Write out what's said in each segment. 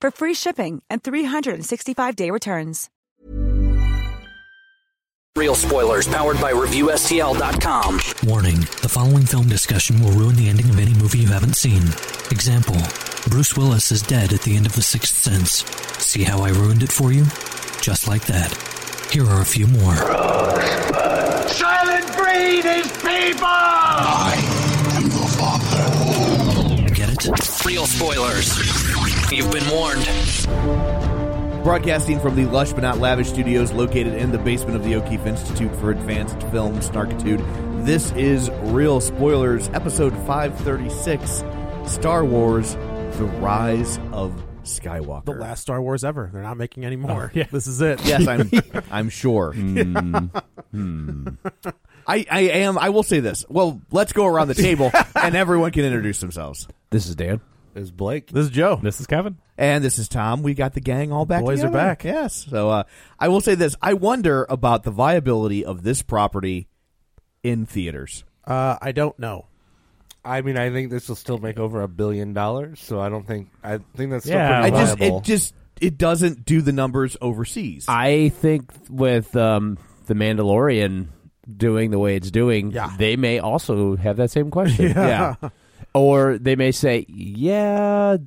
for free shipping and 365-day returns. Real spoilers powered by ReviewSTL.com. Warning the following film discussion will ruin the ending of any movie you haven't seen. Example Bruce Willis is dead at the end of The Sixth Sense. See how I ruined it for you? Just like that. Here are a few more. Silent breed is people! I am your father. Get it? Real spoilers. You've been warned. Broadcasting from the lush but not lavish studios located in the basement of the O'Keefe Institute for Advanced Film Snarkitude, this is Real Spoilers, episode 536 Star Wars The Rise of Skywalker. the last Star Wars ever. They're not making any more. yeah. This is it. Yes, I'm. I'm sure. Hmm. Hmm. I, I am. I will say this. Well, let's go around the table and everyone can introduce themselves. This is Dan. There's Blake. This is Joe, This is Kevin. and this is Tom. We got the gang all back. Boys are together. back. Yes. So uh, I will say this. I wonder about the viability of this property in theaters. Uh, I don't know. I mean, I think this will still make over a billion dollars. So I don't think I think that's still Yeah, yeah. I Pretty just. viable. It just. It doesn't do the numbers overseas. I think with um, the Mandalorian doing the way it's doing, Yeah. they may also have that same question. Yeah. Or they may say, yeah,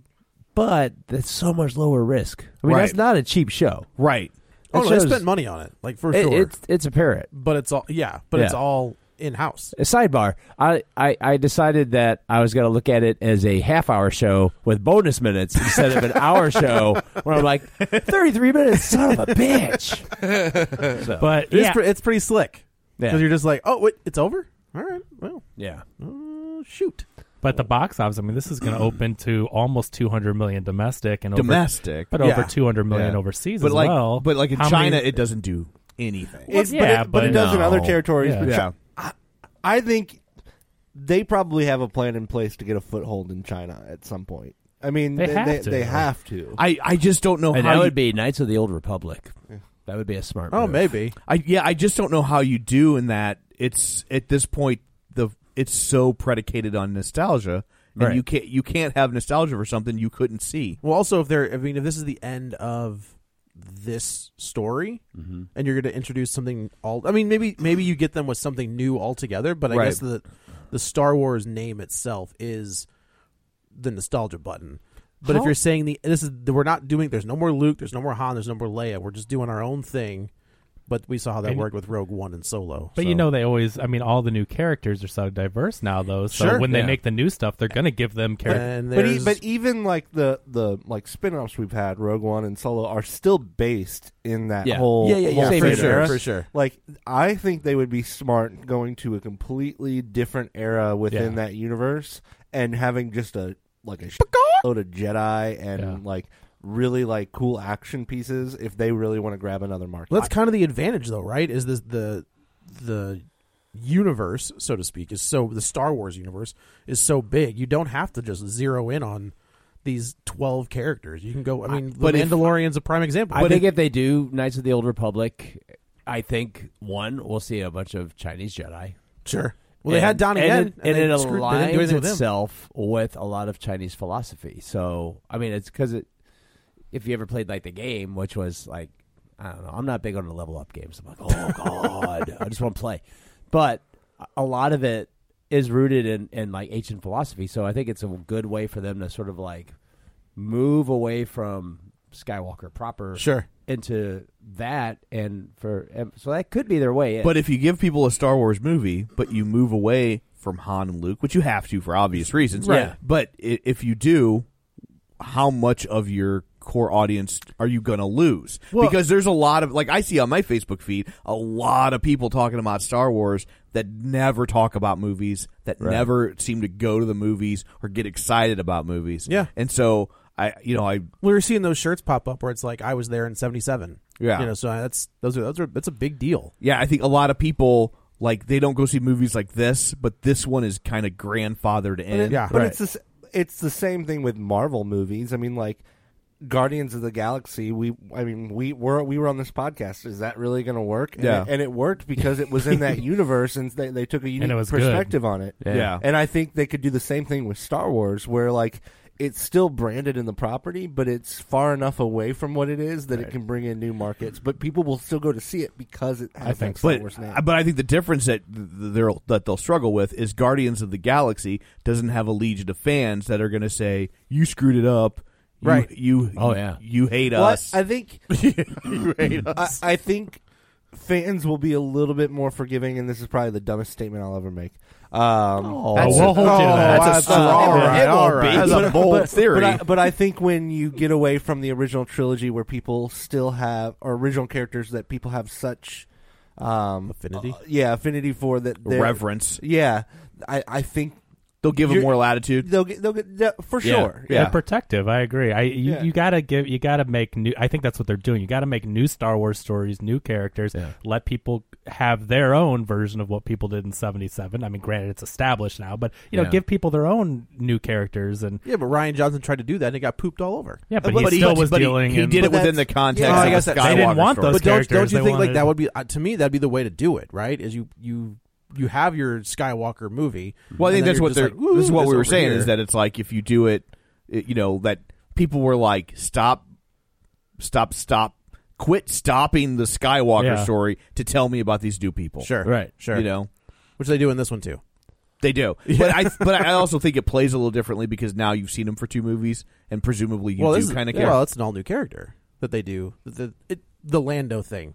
but that's so much lower risk. I mean, Right. that's not a cheap show. right. Oh, It no, they shows- spent money on it, like for It- sure. It's it's a parrot. but it's all yeah. But it's Yeah. all in house. A sidebar. I, I, I decided that I was going to look at it as a half hour show with bonus minutes instead of an hour show where I'm like, 33 minutes, son of a bitch. So, but It's pre- it's pretty slick Yeah. because you're just like, oh, wait, it's over. All right, well, yeah. uh, shoot. But the box office, I mean, this is going to open to almost 200 million domestic and over, Domestic. but Yeah. over 200 million Yeah. overseas but as like, well. but like in How China, many- it doesn't do anything. Well, It's- yeah, but it, but it but- does in other No. territories. Yeah. But Yeah. I think they probably have a plan in place to get a foothold in China at some point. I mean, They they, have they, to. they have to. I, I just don't know And how that you- would be Knights of the Old Republic. That would be a smart Oh, move. maybe. I yeah, I just don't know how you do in that. It's at this point the it's so predicated on nostalgia, and Right. you can't you can't have nostalgia for something you couldn't see. Well, also if they're, I mean, if this is the end of this story, and you're going to introduce something all, I mean, maybe maybe you get them with something new altogether. But I Right. guess the the Star Wars name itself is the nostalgia button. But if How- you're saying the this is we're not doing, there's no more Luke, there's no more Han, there's no more Leia. We're just doing our own thing. But we saw how that And- worked with Rogue One and Solo. But so- you know, they always, I mean, all the new characters are so diverse now, though. So Sure. when Yeah. they make the new stuff, they're going to give them characters. and but, e- there's- but even like the the like spin-offs we've had, Rogue One and Solo, are still based in that Yeah. whole Yeah, yeah, yeah. whole Same thing. for sure, for sure. Like I think they would be smart going to a completely different era within Yeah. that universe and having just a like a load of Jedi and Yeah. like really like cool action pieces if they really want to grab another market. Well, that's kind of the advantage, though, right? Is this the the universe, so to speak, is so the Star Wars universe is so big. You don't have to just zero in on these twelve characters. You can go. I mean, The but if- Mandalorian's a prime example. I think if they do Knights of the Old Republic, I think one we'll see a bunch of Chinese Jedi. sure. Well, they And- had Donnie Yen, and, it- and, they it screwed- they didn't do aligns anything with him. itself with a lot of Chinese philosophy. So I mean, it's because it. If you ever played like the game, which was like, I don't know, I'm not big on the level up games. I'm like, oh god, I just want to play. But a lot of it is rooted in in like ancient philosophy. So I think it's a good way for them to sort of like move away from Skywalker proper Sure. into that, and for and so that could be their way. in. But if you give people a Star Wars movie, but you move away from Han and Luke, which you have to for obvious reasons, Right. Yeah. But i- if you do, how much of your core audience are you going to lose? Well- because there's a lot of like I see on my Facebook feed a lot of people talking about Star Wars that never talk about movies, that Right. never seem to go to the movies or get excited about movies. Yeah. and so I, you know, I we were seeing those shirts pop up where it's like I was there in '77. Yeah. you know, so that's those are those are that's a big deal. Yeah, I think a lot of people like they don't go see movies like this, but this one is kind of grandfathered But, in. it- but it's the, s- it's the same thing with Marvel movies. I mean, like Guardians of the Galaxy. We, I mean, we were we were on this podcast. Is that really going to work? And Yeah. it, and it worked because it was in that universe, and they, they took a unique it was good. perspective on it. Yeah. Yeah. and I think they could do the same thing with Star Wars, where like. It's still branded in the property, but it's far enough away from what it is that it can bring in new markets. But people will still go to see it because it has I think, that Star but Wars name. but I think the difference that th- they'll that they'll struggle with is Guardians of the Galaxy doesn't have a legion of fans that are going to say you screwed it up, you, Right. You Oh, yeah. you hate Well, us. I think You hate us. I, I think fans will be a little bit more forgiving, and this is probably the dumbest statement I'll ever make. Um, Oh, we'll hold you to that. That's a strong- all right, all right. That's a bold theory. But I, but I think when you get away from the original trilogy, where people still have or original characters that people have such um, affinity, yeah, affinity for that they're- Reverence. yeah. I, I think they'll give 'em you're- more latitude. They'll get they'll get yeah, for sure. They're protective. I agree. I you, Yeah. you gotta give you gotta make new. I think that's what they're doing. You gotta make new Star Wars stories, new characters. Let people have their own version of what people did in '77. I mean, granted, it's established now, but you know, Yeah. give people their own new characters and Yeah, but Ryan Johnson tried to do that and it got pooped all over. Yeah, but he But he- still was but he- dealing he in- did it But that's- within the context Yeah, of I guess the that's- They didn't Skywalker want story. those But don't, don't characters. you They think like that wanted- would be uh, to me that'd be the way to do it, right? Is you you you have your Skywalker movie. Well, I think and then that's you're what just they're. like, "Woo, this is what we were over saying here." is that it's like if you do it, it- you know that people were like, stop, stop, stop, quit stopping the Skywalker Yeah. story to tell me about these new people. Sure. Right. Sure. You know, which they do in this one too. They do, but I but I also think it plays a little differently because now you've seen him for two movies and presumably you well, this do is- kind of yeah, care. Well, it's an all new character that they do the the, it, the Lando thing.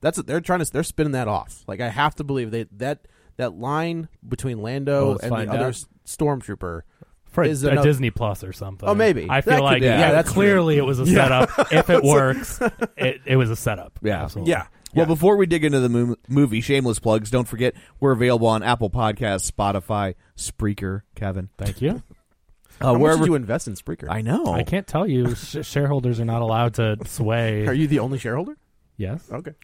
That's they're trying to they're spinning that off. Like I have to believe they that that line between Well, Lando let's and the find other out. s- stormtrooper for a, is a another- Disney Plus or something. Oh, maybe I feel That could like be- yeah, that's clearly true. it was a Yeah. setup. if So- it works, it, it was a setup. Yeah. Absolutely. Well, before we dig into the mo- movie, shameless plugs. Don't forget, we're available on Apple Podcasts, Spotify, Spreaker. Kevin, thank you. Uh, wherever invest in Spreaker? I know. Oh. I can't tell you. Sh- shareholders are not allowed to sway. Are you the only shareholder? Yes. Okay.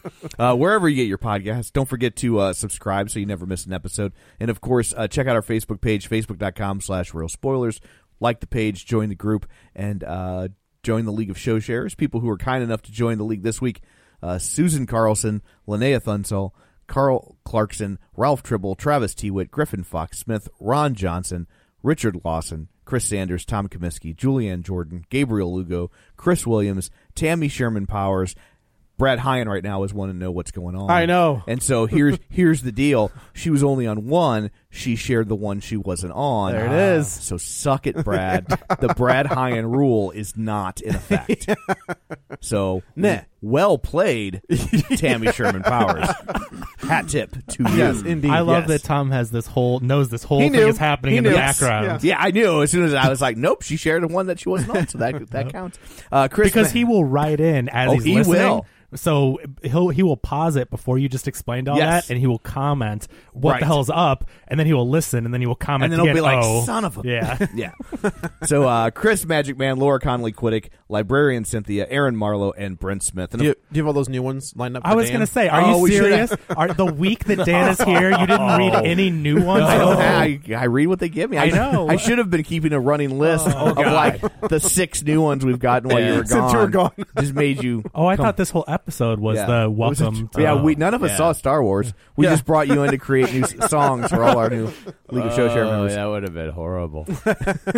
uh, wherever you get your podcasts. Don't forget to uh, subscribe so you never miss an episode. And of course, uh, check out our Facebook page, facebook.com slash real spoilers. Like the page, join the group, and uh, join the League of Show Sharers. People who are kind enough to join the league this week uh, Susan Carlson, Linnea Thunsell, Carl Clarkson, Ralph Tribble, Travis Tewitt, Griffin Fox Smith, Ron Johnson, Richard Lawson, Chris Sanders, Tom Comiskey, Julianne Jordan, Gabriel Lugo, Chris Williams, Tammy Sherman Powers, Brad Hyan right now is wanting to know what's going on. I know. And so here's here's the deal. She was only on one. She shared the one she wasn't on. Ah. There it is. So suck it, Brad. the Brad Hyan rule is not in effect. So Nah. well played, Tammy Sherman Powers. Hat tip to you. I love Yes. that Tom has this whole knows this whole He thing knew. is happening He in knew. the background. Yeah. I knew. As soon as I was like, nope, she shared the one that she wasn't on, so that that counts. Uh, Chris, because Ma- he will write in as Oh, he's he listening. will. So he'll he will pause it before you just explained all Yes. that, and he will comment what Right. the hell's up, and then he will listen, and then he will comment. and then he'll again, be like, oh, son of a yeah, yeah. So uh, Chris Magic Man, Laura Connolly Quiddick, librarian Cynthia, Aaron Marlowe, and Brent Smith. And Do you, do you have all those new ones lined up? I was gonna say, are Oh, you serious? Are the week that Dan is here, you didn't read Oh. any new ones? I, Oh. don't, I, I read what they give me. I, I know. Oh, I should have been keeping a running list of like the six new ones we've gotten while you were gone. Since you were gone. just made you. Oh, I come- thought this whole episode was Yeah. the It was a- welcome. to, yeah, we none of us Yeah. saw Star Wars. We Yeah. just brought you in to create new s- songs for all our new League of Show Share Oh, members. that would have been horrible.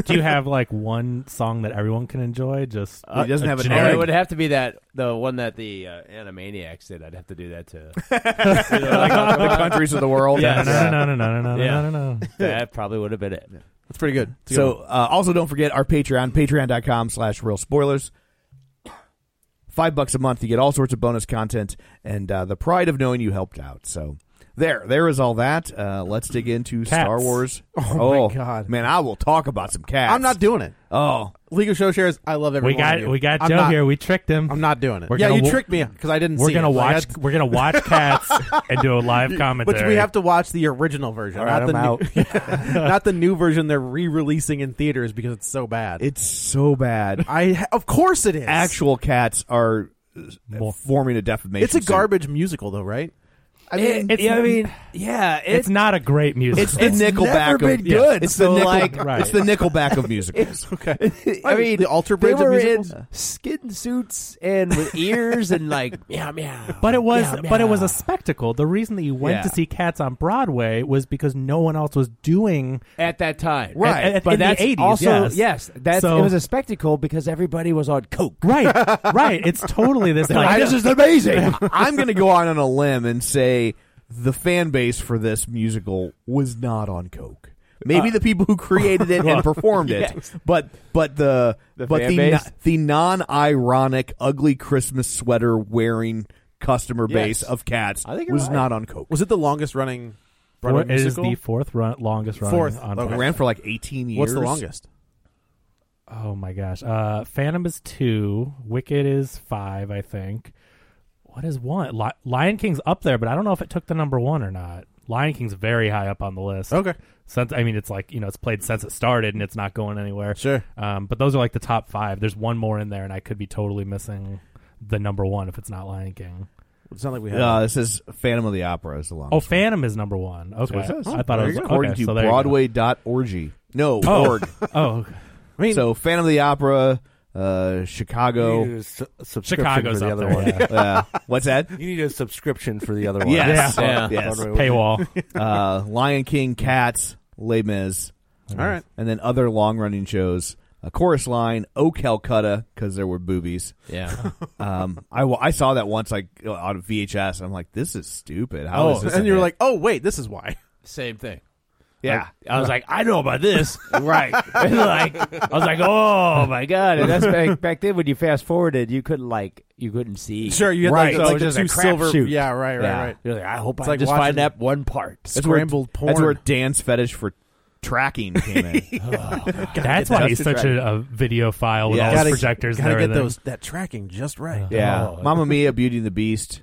Do you have like one song that everyone can enjoy? Just Uh, a generic- It would have to be that the one that the uh, Animaniacs did. I'd have to do that to the countries of the world. Yes. No, no, no, no, no, no, no, Yeah. no, no, no. That probably would have been it. That's pretty good. So uh, also don't forget our Patreon, patreon.com slash real spoilers. five bucks a month, you get all sorts of bonus content and uh, the pride of knowing you helped out. So there, there is all that. Uh, let's dig into Cats. Star Wars. Oh, my God. man, I will talk about some cats. I'm not doing it. Oh, League of Show Shares, I love everyone. we got we got I'm Joe not- here. We tricked him. I'm not doing it. We're yeah, gonna you wa- tricked me because I didn't. We're see gonna it. Like, watch. that's- we're gonna watch cats and do a live commentary. Which we have to watch the original version, All right, not the I'm new, not the new version they're re-releasing in theaters because it's so bad. It's so bad. I of course it is. Actual cats are uh, forming a defamation. it's a suit. garbage musical though, right? I mean, It's, yeah, I mean, yeah, it's not a great music. It's the Nickelback of Yeah. It's the Nickel, It's the Nickelback of musicals. okay. I mean, the altar they bridge of were in musicals? skin suits and with ears and like meow meow. But it was, Yeah, but it was yeah. a spectacle. The reason that you went Yeah. to see Cats on Broadway was because no one else was doing. at that time, Right. At- at- but in the that's 80s, also yes. that's So- it was a spectacle because everybody was on coke. Right, right. It's totally this. They're like, like, "This is amazing." I'm going to go out on a limb and say the fan base for this musical was not on coke. Maybe Uh, the people who created it well, and performed it, yes. but but the, The but fan the base? no- the non-ironic ugly Christmas sweater wearing customer base Yes. of cats I think you're was right. not on coke. Was it the longest running? Four, Broadway it is musical? the fourth run, longest run. Fourth. on Okay. Broadway. Ran for like 18 What's the years? longest? Oh my gosh. Uh Phantom is 2, Wicked is 5, I think. What is 1? Li- Lion King's up there, but I don't know if it took the number 1 or not. Lion King's very high up on the list. Okay. Since I mean it's like, you know, it's played since it started and it's not going anywhere. Sure. Um but those are like the top 5. There's one more in there and I could be totally missing the number 1 if it's not Lion King. It's not like we have. Uh, this is Phantom of the Opera is the longest. Oh, Phantom is number 1. Okay. That's what it says. Oh, I thought There it was you go. according okay, to so there you go. Broadway.org. No, Oh. org. Oh. I mean, so Phantom of the Opera, uh, Chicago. You need a su- Oh, subscription Chicago's for the up other there, one. yeah. Uh, what's that? You need a subscription for the other one. Yes. Yeah. Yes. Paywall. Uh, Lion King, Cats, Les Mis. All right. And then other long running shows. A chorus line, Oh Calcutta, because there were boobies. Yeah, Um, I, wa- I saw that once like on VHS. And I'm like, this is stupid. How is Oh, this? and a you're hit? like, oh wait, this is why. same thing. yeah, I was like, I know about this, right? And like, I was like, oh my god! And that's back, back then when you fast forwarded, you couldn't like, you couldn't see. Sure, you had right? like, so like it was the just two a crap silver. shoot. Yeah, right, right, Yeah. right. You're like, I hope It's I like just watching- find that one part. That's where- scrambled porn. That's where Dan's fetish for tracking came in. That's get why that he's such subscribed. a, a video file with Yeah. all Gotta- his projectors Gotta and get everything. those that tracking just right. Yeah. Oh. Mamma Mia, Beauty and the Beast,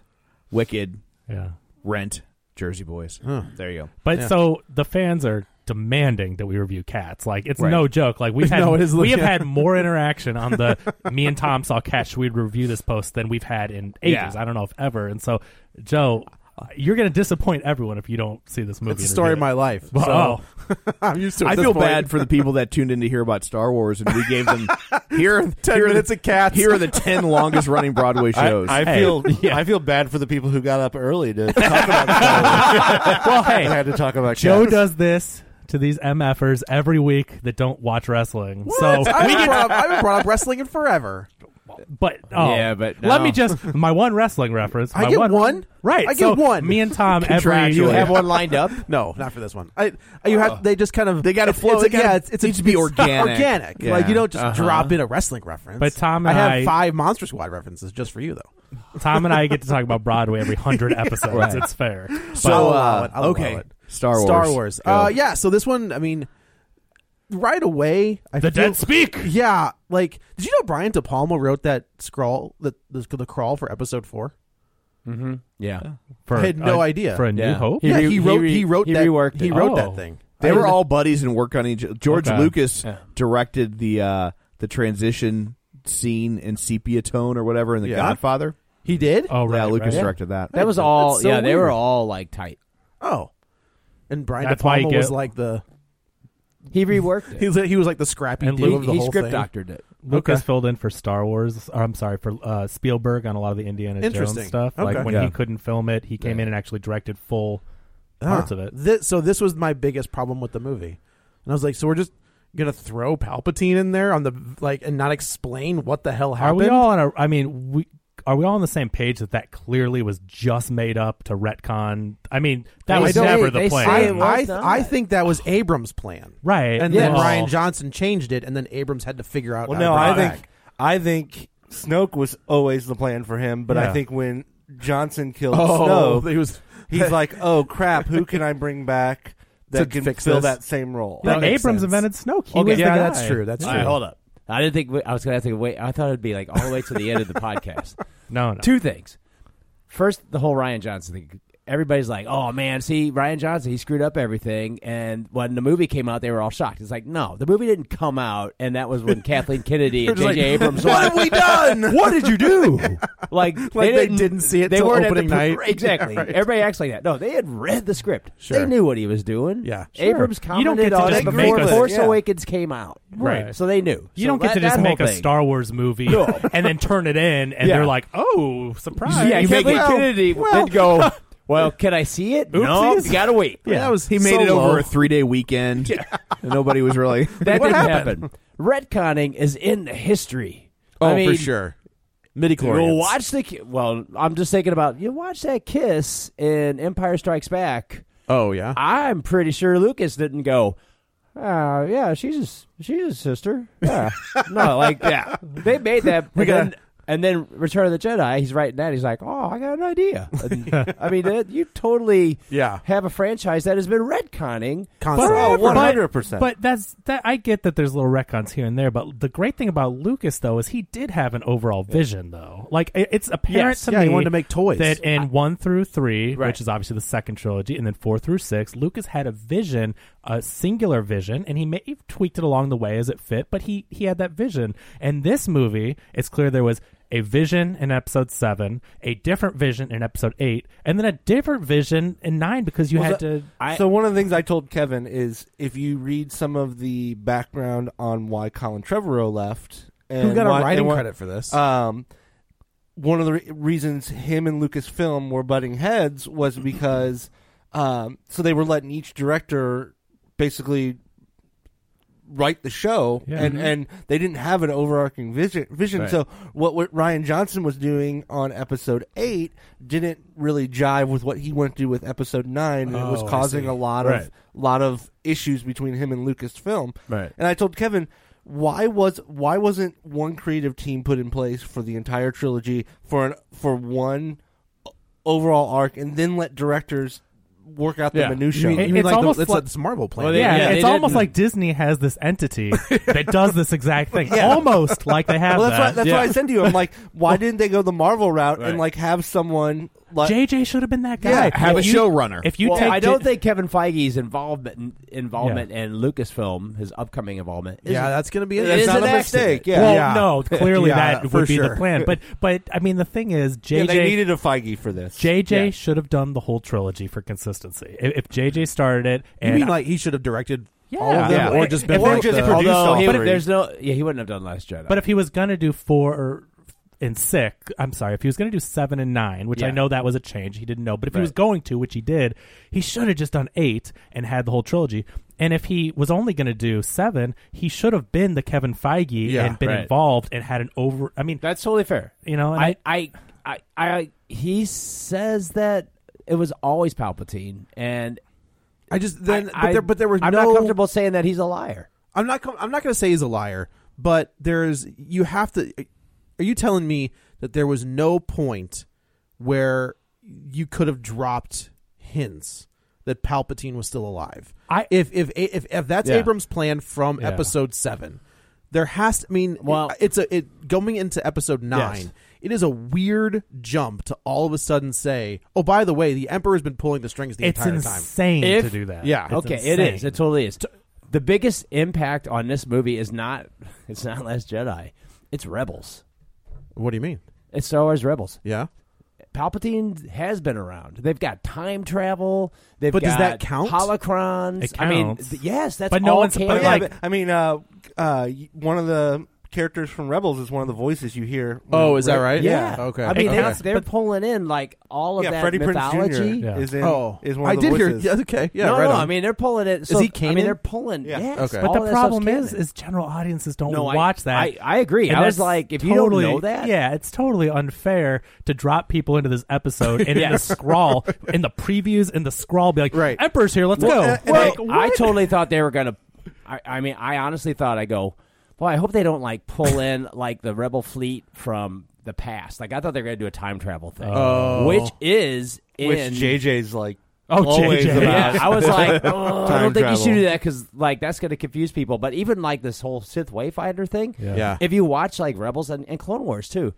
Wicked, Yeah. Rent, Jersey Boys. There you go. But so the fans are demanding that we review cats. Like it's Right. no joke. Like we've had No, it is we have legit. had more interaction on the me and Tom saw cats should we review this post than we've had in ages. Yeah. I don't know if ever. And so Joe, you're gonna disappoint everyone if you don't see this movie. It's the and story review of my it. life. Well, oh. so I'm used to it. I at this feel point. bad for the people that tuned in to hear about Star Wars, and we gave them here are Ten here are minutes the, of cats. Here are the ten longest running Broadway shows. I, I Hey. feel Yeah. I feel bad for the people who got up early to talk about. Star Wars. Well, hey. I had to talk about Joe cats. does this to these MFers every week that don't watch wrestling. So I haven't, brought up, I haven't brought up wrestling in forever. But oh, Yeah, but let no. me just my one wrestling reference. I my get one? right? I get so one. Me and Tom every Contractually. You have one lined up. No, not for this one. I you have they just kind of They gotta it's- flow. It's, It like, gotta- yeah, it's, it's needs to be it's organic. Organic, Yeah. like you don't just drop in a wrestling reference. But Tom I and have I- five Monster Squad references just for you though. Tom and I get to talk about Broadway every hundred episodes. It's fair. so I'll allow uh, it. I'll allow okay, it. Star Wars. Star Wars. Go. Uh, yeah. So this one, I mean, right away, I The feel, dead speak. Yeah, like did you know Brian De Palma wrote that scrawl the the, the crawl for episode four? Yeah, For, I had no uh, idea. for a new Yeah. hope. He yeah, re- he wrote he he, re- wrote he that reworked it. he wrote Oh. that thing. They I were didn't- all buddies and worked on each. George Okay. Lucas Yeah. directed the uh, the transition scene in sepia tone or whatever in The Yeah. Godfather. He did. Oh right, yeah, right. Lucas directed that. that was all. That's so yeah, they were weird. all like tight. Oh. And Brian That's De why Palma you get- was like the He reworked it. he was, he was like the scrappy And dude Luke- of the he whole script thing. doctored it. Lucas filled in for Star Wars. Or, I'm sorry for uh, Spielberg on a lot of the Indiana Interesting. Jones stuff. Like Okay. when Yeah. he couldn't film it, he came in and actually directed full parts Huh. of it. Thi- so this was my biggest problem with the movie, and I was like, so we're just gonna throw Palpatine in there on the like and not explain what the hell Are happened. we all on a? I mean, we are we all on the same page that that clearly was just made up to retcon? I mean, that They was say- never the they plan. say I it was I, not. I think that was Abrams' plan, Right. And Yeah. then Well- Ryan Johnson changed it, and then Abrams had to figure out. Well, how to no, bring I it think back. I think Snoke was always the plan for him, but I Yeah. think when Johnson killed Oh, Snoke, he was- he's like, oh crap, who can I bring back To that can fix fill this. that same role? That makes Abrams sense. invented Snoke. He Okay. was the guy. All All right, right, hold up. I didn't think I was going to have to wait. I thought it'd be like all the way to the end of the podcast. No, no. Two things. First, the whole Ryan Johnson thing. Everybody's like, "Oh man, see Ryan Johnson, he screwed up everything." And when the movie came out, they were all shocked. It's like, no, the movie didn't come out, and that was when Kathleen Kennedy and They're J.J. just like, Abrams. "What were have we like, done? what did you do? Like, Like they didn't, didn't see it They till weren't at opening the, night. Exactly. Yeah, right. Everybody acts like that. No, they had read the script. They knew what he was doing. Yeah. Sure. Abrams You don't commented get to on just it make before us- Force Yeah. Awakens came out. Right. So they knew. You So don't get that- to just that make whole a thing. Star Wars movie No. and then turn it in, and Yeah. they're like, "Oh, surprise!" Yeah, Kathleen Kennedy did go. Well, can I see it? No, Oopsies. you gotta wait. Yeah, that was he made it over a three day weekend. Yeah. and nobody was really That what didn't happened? happen. Retconning is in the history. Oh, I for mean, sure. Midi You watch the ki- well. I'm just thinking about you watch that kiss in Empire Strikes Back. Oh yeah, I'm pretty sure Lucas didn't go. Uh, yeah, she's his, she's his sister. Yeah, no, like yeah, they made that. We and, gotta- then, and then Return of the Jedi. He's writing that. He's like, oh, I got an idea. And, I mean, that- you totally yeah Oh, have a franchise that has been retconning Constantly. Oh, forever. But- But that's that. I get that there's little retcons here and there, but the great thing about Lucas though is he did have an overall vision though. Like it- it's apparent Yes. to Yeah, me he wanted to make toys. that in one through three, which is obviously the second trilogy, and then four through six, Lucas had a vision, a singular vision, and he may he tweaked it along the way as it fit, but he he had that vision. And this movie, it's clear there was. A vision in episode seven, a different vision in episode eight, and then a different vision in nine because you Well, had that- to. so one of the things I told Kevin is if you read some of the background on why Colin Trevorrow left, and got a why- writing and why- credit for this? Um, one of the re- reasons him and Lucasfilm were butting heads was because, um, so they were letting each director basically write the show Yeah. and Mhm. and they didn't have an overarching vision vision Right. so what, what Ryan Johnson was doing on episode 8 didn't really jive with what he wanted to do with episode 9 and it was Oh, I causing see. a lot Right. of lot of issues between him and Lucasfilm Right. and I told Kevin why was why wasn't one creative team put in place for the entire trilogy for an for one o- overall arc and then let directors work out the minutia It- it's almost like, yeah, it's almost like Disney has this entity that does this exact thing. Yeah. Almost like they have well, that's that. Why, that's why I said to you, I'm like, why didn't they go the Marvel route and Right. like have someone like JJ should have been that guy. Yeah, have If a you- showrunner. If you well, take I don't Di- think Kevin Feige's involvement involvement in Lucasfilm, his upcoming involvement. is- Yeah, that's gonna be it it. That's is not an a accident. mistake, Well, no, clearly that for would be sure. the plan. But but I mean, the thing is, JJ Yeah, they needed a Feige for this. JJ Yeah. should have done the whole trilogy for consistency. If, if JJ started it, You and mean like he should have directed Yeah. all of them, Yeah. or just If been they like just the- produced Although, all he, three. there's no, yeah, he wouldn't have done Last Jedi. But if he was gonna do four or and six, I'm sorry, if he was gonna do seven and nine, which I Yeah. know that was a change, he didn't know. But if he Right. was going to, which he did, he should have just done eight and had the whole trilogy. And if he was only gonna do seven, he should have been the Kevin Feige Yeah. and been Right. involved and had an over. I mean, that's totally fair. You know, and I, I, I, I, he says that it was always Palpatine, and I just then, but there, but there were I'm no. not comfortable saying that he's a liar. I'm not. Com- I'm not going to say he's a liar, but there's. You have to. Are you telling me that there was no point where you could have dropped hints that Palpatine was still alive? I if if if if that's Yeah. Abrams' plan from Yeah. Episode Seven, there has. To, I mean, well, it's a it going into Episode Nine. Yes. It is a weird jump to all of a sudden say, "Oh, by the way, the Emperor's been pulling the strings the It's entire insane time." to If- do that. Yeah. It's okay, it is. It totally is. T- The biggest impact on this movie is not it's not Last Jedi. It's Rebels. What do you mean? It's Star Wars Rebels. Yeah. Palpatine has been around. They've got time travel. They've But got does that count? Holocrons. It I mean, counts. th- yes, that's But all no one's- but canon. Oh, yeah, like- but- I mean, uh, uh, one of the characters from Rebels is one of the voices you hear. when- Oh, is that right? Yeah. Yeah. Okay. I mean, Okay. they're, they're pulling in like all of Yeah, that Freddie Prinze Jr. mythology. Yeah. is in- Oh. is one of I did hear- yeah, okay, yeah, no, right no. on. I mean, they're pulling it. Is So, he I canon? mean, they're pulling. Yeah. Yes, Okay. all But of the that stuff's problem is, canon. is general audiences don't No, I- watch that. I- I agree. I was that's like, if you don't know that- yeah, it's totally unfair to drop people into this episode and in the Yes. scrawl, in the previews, in the scrawl, be like, Emperor's here, let's go. Well, Like, I totally thought they were gonna. I, I mean, I honestly thought I go. Well, I hope they don't like pull in like the Rebel fleet from the past. Like I thought they were going to do a time travel thing, Oh. which is in Which JJ's like Oh, always JJ. about. Yeah, I was like, oh, I Time don't think travel. you should do that because like that's going to confuse people. But even like this whole Sith Wayfinder thing, Yeah. Yeah. If you watch like Rebels and, and Clone Wars too,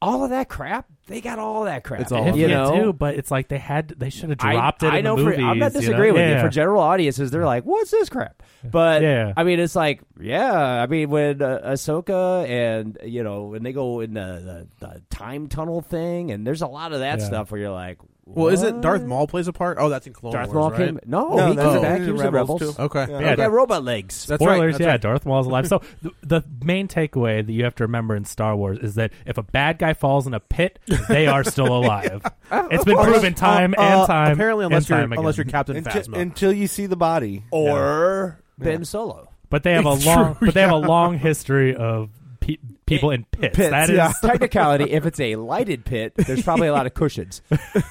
all of that crap, they got all that crap. It's all you know, too, but it's like they had they should have I- dropped it I in know the for- movies. I'm not disagreeing know? with yeah. you. For general audiences, they're like, "What's this crap?" But Yeah. I mean, it's like, yeah. I mean, when uh, Ahsoka and you know when they go in the, the, the time tunnel thing, and there's a lot of that Yeah. stuff where you're like, Well, isn't "What?" Darth Maul plays a part? Oh, that's in Clone Darth Maul Wars, came. right? No, he comes back. He was in Rebels. Oh, Okay, yeah, he got robot legs. Spoilers, yeah, Darth Maul's alive. So the, the main takeaway that you have to remember in Star Wars is that if a bad guy falls in a pit, they are still alive. It's been proven time and time. and time again. Unti- until you see the body or Ben Yeah. Solo. but they have a It's long, true, but they have a yeah. long history of pe- people in pits. that is technicality. If it's a lighted pit, there's probably a lot of cushions.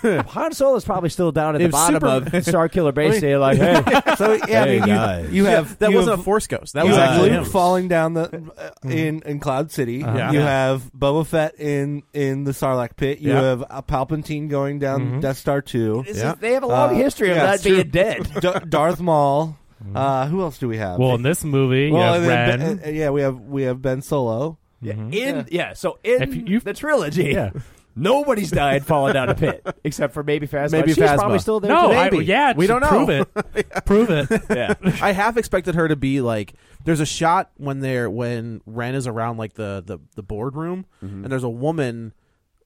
Han Solo's probably still down at the If bottom Super- of Star Killer I mean- Base. they're like, hey, so yeah, hey, I mean, you- guys. you, have that you wasn't have- a Force ghost. That you was have actually Luke him. falling down the uh, in in Cloud City. Uh-huh. You Yeah. have Boba Fett in in the Sarlacc pit. You Yeah. have uh, Palpatine going down Mhm. Death Star two. This is- Yeah. they have a long history of yeah, not it's true. being dead. D- Darth Maul. Uh, who else do we have? Well, in this movie, you have and then Ren. Ben- uh, yeah, we have we have Ben Solo. in yeah. so in If you- the trilogy, Yeah. nobody's died falling down a pit except for maybe Phasma. Maybe She's Phasma. probably still there. No, I, today. yeah, We don't know. prove it. prove it. Yeah. I half expected her to be like. There's a shot when they're when Ren is around like the the the boardroom, and there's a woman.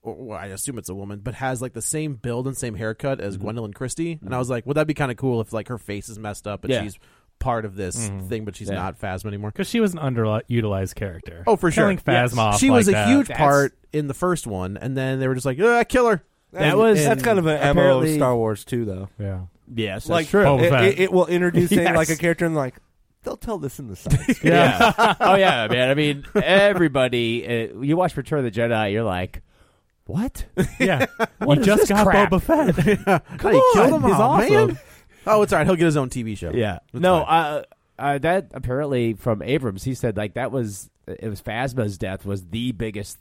Or, well, I assume it's a woman, but has like the same build and same haircut as Gwendolyn Christie, and I was like, would that be kind of cool if like her face is messed up and Yeah. she's part of this Mhm. thing, but she's Yeah. not Phasma anymore? Because she was an underutilized character. Oh, for sure. Killing Phasma Yes. off She was a like that. huge part in the first one, and then they were just like, ah, kill her. That And- was and- that's kind of an MO of apparently- Star Wars too, though. Yeah. Yes, that's like true. Boba It, Fett. it, it will introduce in, Yes. like a character and like they'll tell this in the side. Yeah. oh yeah, man. I mean, everybody. Uh, you watch Return of the Jedi, you're like, what? Yeah. What you is just this got crap? Boba Fett. Come he killed on, him he's all, awesome. man. Oh, it's all right. He'll get his own TV show. Yeah. It's no, fine. uh, uh, that apparently from Abrams, he said like that was it was Phasma's death was the biggest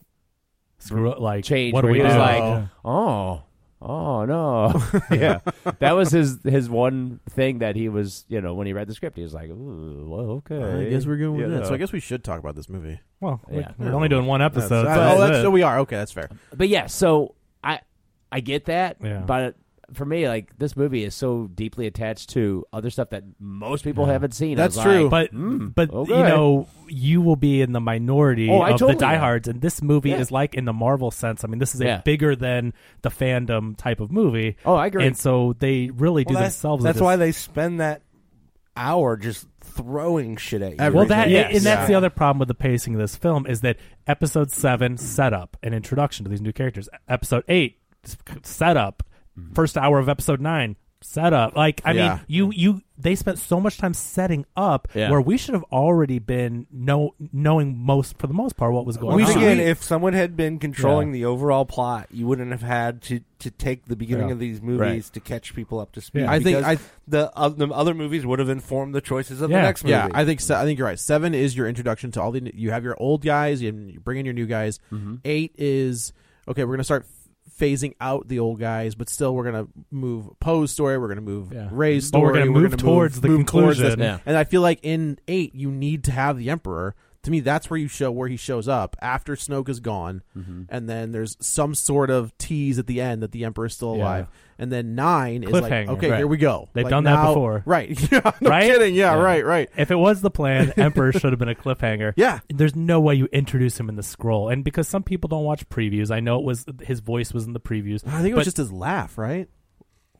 Screw it, like, change. what do where we he was do? like, oh, oh no, yeah. that was his his one thing that he was you know when he read the script he was like, ooh, well, okay, I guess we're going with You that. So I know. guess we should talk about this movie. Well, we- Yeah. we're only doing one episode. That's- so oh, that's, it. so we are. Okay, that's fair. But yeah, so I I get that, Yeah. but for me, like this movie is so deeply attached to other stuff that most people Yeah. haven't seen. I was like, But hmm, Mm, but you okay. know, you will be in the minority Oh, I of totally the am. diehards, and this movie Yeah. is like in the Marvel sense. I mean, this is a Yeah. bigger than the fandom type of movie. Oh, I agree. And so they really do Well, that's- themselves. a That's dis- why they spend that hour just throwing shit at you. Well, that Yes. and that's the other problem with the pacing of this film is that episode seven setup an introduction to these new characters. Episode eight setup, first hour of episode nine setup. Like I Mm-hmm. Yeah. mean, you you they spent so much time setting up Yeah. where we should have already been know knowing most for the most part what was going Once on. again, if someone had been controlling Yeah. the overall plot, you wouldn't have had to, to take the beginning Yeah. of these movies Right. to catch people up to speed. I think because I- the, uh, the other movies would have informed the choices of the next movie. yeah. I think se- I think you're right. Seven is your introduction to all the. You have your old guys, and you bring in your new guys. Mm-hmm. Eight is okay. We're gonna start f- phasing out the old guys, but still we're gonna move Poe's story. We're gonna move Yeah. Ray's But story. we're gonna move towards the move towards this. conclusion. Yeah. And I feel like in eight, you need to have the Emperor. To me, that's where you show where he shows up after Snoke is gone, Mm-hmm. and then there's some sort of tease at the end that the Emperor is still Yeah. alive. And then nine is like, Cliffhanger. okay, Right. here we go. They've Like, done that now- before. right? Yeah, no right? kidding. Yeah, right, right. If it was the plan, Emperor should have been a cliffhanger. Yeah. There's no way you introduce him in the scroll. And because some people don't watch previews, I know it was his voice was in the previews. I think it but- was just his laugh, right?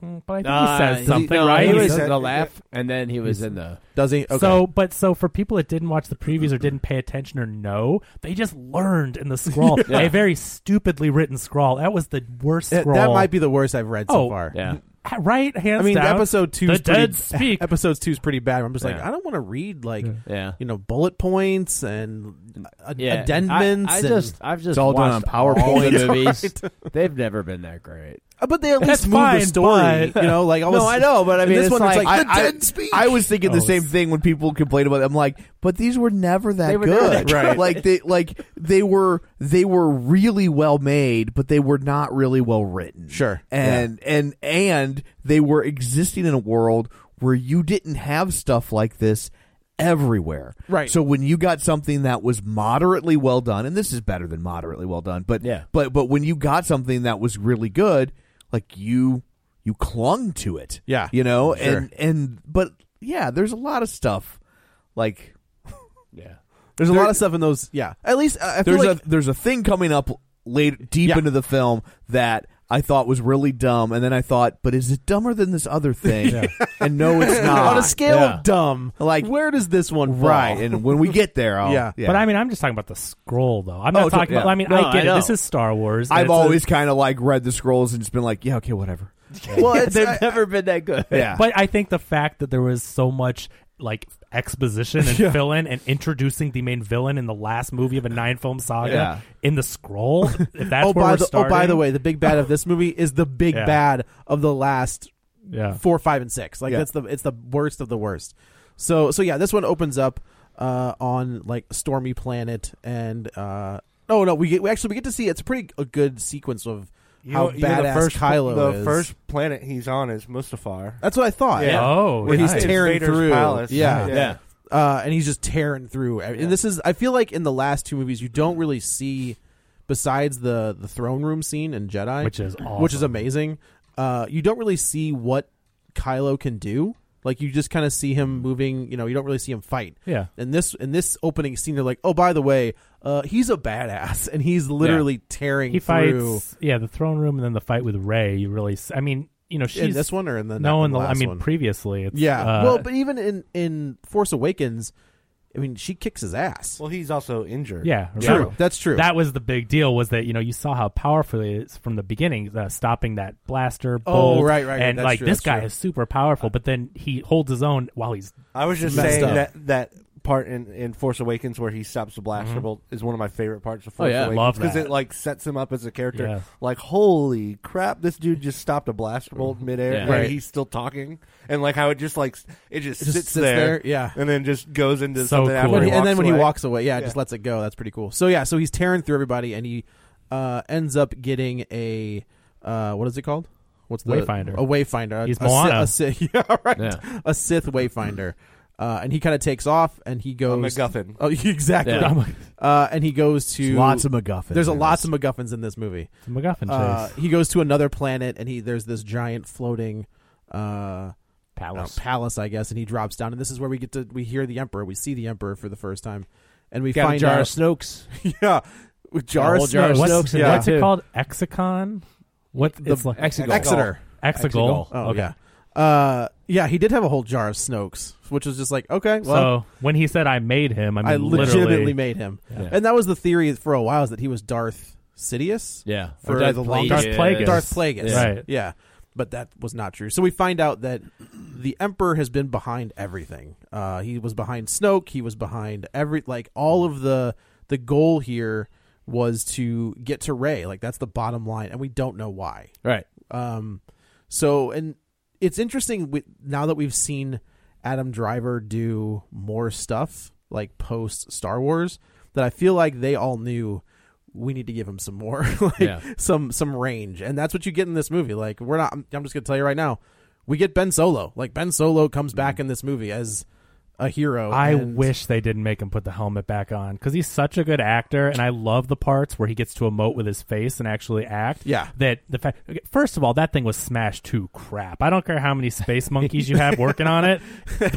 Mm, But I think Uh, he says something, no, right? He was said- in the laugh, and then he was in the. Does he? Okay. So, but so for people that didn't watch the previews or didn't pay attention or know, they just learned in the scrawl Yeah. a very stupidly written scrawl. That was the worst It- scrawl. that might be the worst I've read so Oh, far. Yeah. Ha- right. Hands I mean, down, episode two. The is pretty, dead speak. Episode two is pretty bad. I'm just like, Yeah. I don't want to read like, Yeah. you know, bullet points and uh, Yeah, addendums. I, I and- just, I've just it's all done on watched all PowerPoint. the movies. They've never been that great. Uh, But they at least That's move fine, the story. but- you know, like I was, no, I know, but I and mean, this it's one like, it's like the I, I, dead speech. I was thinking Oh, the same thing when people complain about. It. I'm like, but these were never that They were never good, that good. Right. Like they, like they were, they were really well made, but they were not really well written. Sure, and and and they were existing in a world where you didn't have stuff like this everywhere. Right. So when you got something that was moderately well done, and this is better than moderately well done, but Yeah. but but when you got something that was really good, like you you clung to it. Yeah. You know, Sure. and and but yeah, there's a lot of stuff like Yeah. There's a There- lot of stuff in those. Yeah, at least I, I feel there's like a there's a thing coming up late deep Yeah. into the film that I thought was really dumb, and then I thought, but is it dumber than this other thing? And no, it's not. on a scale of dumb. like where does this one fall? right, and when we get there, I'll, Yeah. But I mean, I'm just talking about the scroll, though. I'm not Oh, so- talking about. yeah. I mean, No, I get I know. it. This is Star Wars. I've It's a- always kind of like read the scrolls and just been like, yeah, okay, whatever. Well, it's- They've I- never been that good. Yeah. But I think the fact that there was so much like exposition and fill in and introducing the main villain in the last movie of a nine film saga Yeah. in the scroll, if that's oh, where by we're the, oh, starting. by the way, the big bad of this movie is the big Yeah. bad of the last Yeah. four, five, and six. Like Yeah. that's the it's the worst of the worst. So so yeah, this one opens up uh, on like stormy planet, and uh, oh no, we get we actually we get to see it's a pretty a good sequence of You how know- you know badass the first, Kylo the is. first planet he's on is Mustafar. That's what I thought. Yeah. Oh, where nice. he's tearing Vader's through. palace. Yeah, Yeah. Uh, and he's just tearing through. And this is, I feel like, in the last two movies, you don't really see, besides the the throne room scene in Jedi, Which is which is awesome. amazing. Uh, you don't really see what Kylo can do. Like you just kind of see him moving. You know, you don't really see him fight. Yeah. In this in this opening scene, they're like, oh, by the way, uh, he's a badass, and he's literally tearing he through. fights. Yeah, the throne room and then the fight with Ray. You really. s- I mean, you know, she's in this one or in the no, in in the. I last mean, one? previously, it's, Yeah. uh, well, but even in in Force Awakens, I mean, she kicks his ass. Well, he's also injured. Yeah, True. that- That's true. That was the big deal was that you know you saw how powerful it is from the beginning, uh, stopping that blaster Oh, bolt. right, right, right. and That's like true, this that's guy true. is super powerful, but then he holds his own while he's I was just Messed saying up. that that part in, in Force Awakens where he stops the blaster bolt is one of my favorite parts of Force yeah. Awakens Love because that. it like sets him up as a character. Yeah. Like, holy crap, this dude just stopped a blaster bolt midair and Right. he's still talking. And like how it just like s- it just, It just sits, sits there, yeah. and then just goes into So something cool. after When he he- and walks then when he away. walks away, yeah, Yeah. just lets it go. That's pretty cool. So yeah, so he's tearing through everybody, and he uh, ends up getting a uh, what is it called? What's the Wayfinder. A wayfinder. A- He's a, Sith- Moana. a Sith, yeah, right. Yeah. A Sith wayfinder. Uh, and he kind of takes off, and he goes MacGuffin. Oh, exactly. Yeah. Uh, and he goes to Lots of MacGuffins There's a in lots of MacGuffins in this movie. it's a MacGuffin chase. Uh, he goes to another planet, and he there's this giant floating uh, Palace. uh, palace, I guess, and he drops down, and this is where we get to we hear the emperor, we see the emperor for the first time, and we Got find a jar out, of Snoke's. yeah, with Jar of old Jar of Snokes. Snokes and yeah. What's it too. called? Exicon. What it's like Exegol. Exeter. Exegol. Oh okay. yeah, uh, yeah, he did have a whole jar of Snokes, which was just like, okay, well, so when he said I made him, I mean I legitimately literally made him, Yeah. and that was the theory for a while is that he was Darth Sidious, Yeah. for Darth the long Darth Plagueis. Darth Plagueis. Yeah. Right. Yeah. But that was not true. So we find out that the Emperor has been behind everything. Uh, he was behind Snoke. He was behind every like all of the the goal here was to get to Ray. Like that's the bottom line, and we don't know why. Right. Um, so and it's interesting with, now that we've seen Adam Driver do more stuff like post Star Wars that I feel like they all knew we need to give him some more like Yeah. some some range and that's what you get in this movie like we're not I'm, I'm just going to tell you right now we get Ben Solo like Ben Solo comes back in this movie as a hero I and- wish they didn't make him put the helmet back on because he's such a good actor, and I love the parts where he gets to emote with his face and actually act. Yeah. that the fact. okay, First of all, that thing was smashed to crap. I don't care how many space monkeys you have working on it.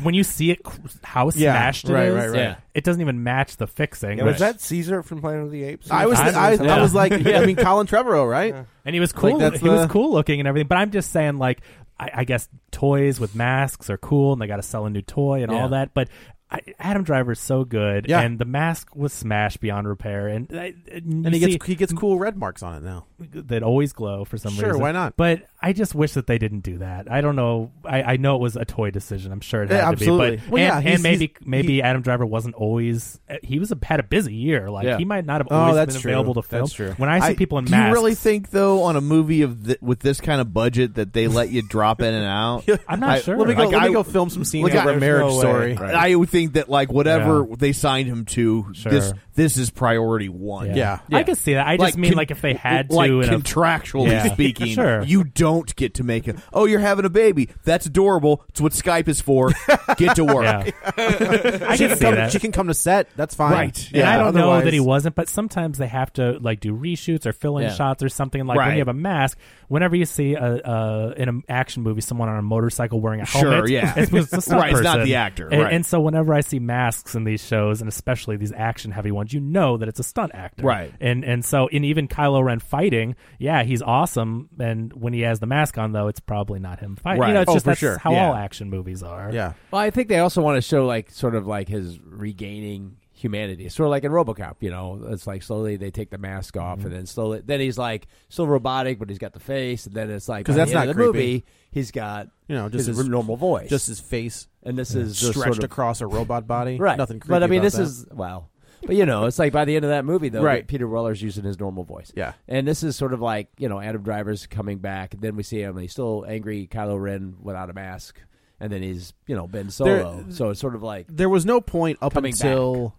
When you see it, cr- how Yeah, smashed it right, is, right, right. Yeah. it doesn't even match the fixing. Yeah, was which- that Caesar from Planet of the Apes? I was I- I, I yeah. was like I mean Colin Trevorrow right and he was cool. that's he was the- cool looking and everything. But I'm just saying, like, I, I guess toys with masks are cool, and they got to sell a new toy and Yeah. all that. But I, Adam Driver is so good, Yeah. and the mask was smashed beyond repair, and I- and, and he you see gets he gets cool red marks on it now that always glow for some Sure, reason. why not? But I just wish that they didn't do that. I don't know. I, I know it was a toy decision. I'm sure it had Yeah, to absolutely. be. But Well, and, yeah, and he's- maybe he's- maybe he- Adam Driver wasn't always. He was a, had a busy year. Like Yeah. he might not have Oh, always that's been true. available to film. That's true. When I see people in do masks, you really think though on a movie of th- with this kind of budget that they let you drop in and out? I'm not sure. Let me go- let me go film some scenes Look, over I- Marriage way. Story. Right. I would think that like whatever they signed him to, Sure. this this is priority one. Yeah. Yeah. I could see that. I just mean, like, if they had to like in a- contractually Yeah. speaking, Sure. you don't get to make it. Oh, you're having a baby. That's adorable. It's what Skype is for. Get to work. Yeah. I can she can see come, that. She can come to set. That's fine. Right. And I don't know Otherwise- that he wasn't, but sometimes they have to like do reshoots or fill in Yeah. shots or something. Like when Right. you have a mask, whenever you see a, a in an action movie someone on a motorcycle wearing a Sure, helmet, yeah. it's supposed to stunt Right, it's not person. the actor, And, right. and so whenever I see masks in these shows, and especially these action heavy ones, you know that it's a stunt actor, Right. And and so in even Kylo Ren fighting, yeah, he's awesome. And when he has the mask on, though, it's probably not him fighting. Right. You know, it's Oh, just for that's sure. how Yeah. all action movies are. Well, I think they also want to show like sort of like his regaining humanity, sort of like in RoboCop. You know, it's like slowly they take the mask off, Mm-hmm. and then slowly then he's like still robotic, but he's got the face, and then it's like 'Cause by that's the end not of the creepy. movie. He's got You know, just just his, his- normal voice, just his face, and this yeah, is just stretched sort of- across a robot body. right? Nothing creepy but I mean, about this that. is wow. But you know, it's like by the end of that movie, though, Right. Peter Weller's using his normal voice. Yeah. and this is sort of like you know Adam Driver's coming back, and then we see him. And he's still angry Kylo Ren without a mask, and then he's you know Ben Solo. so it's sort of like there was no point up Coming until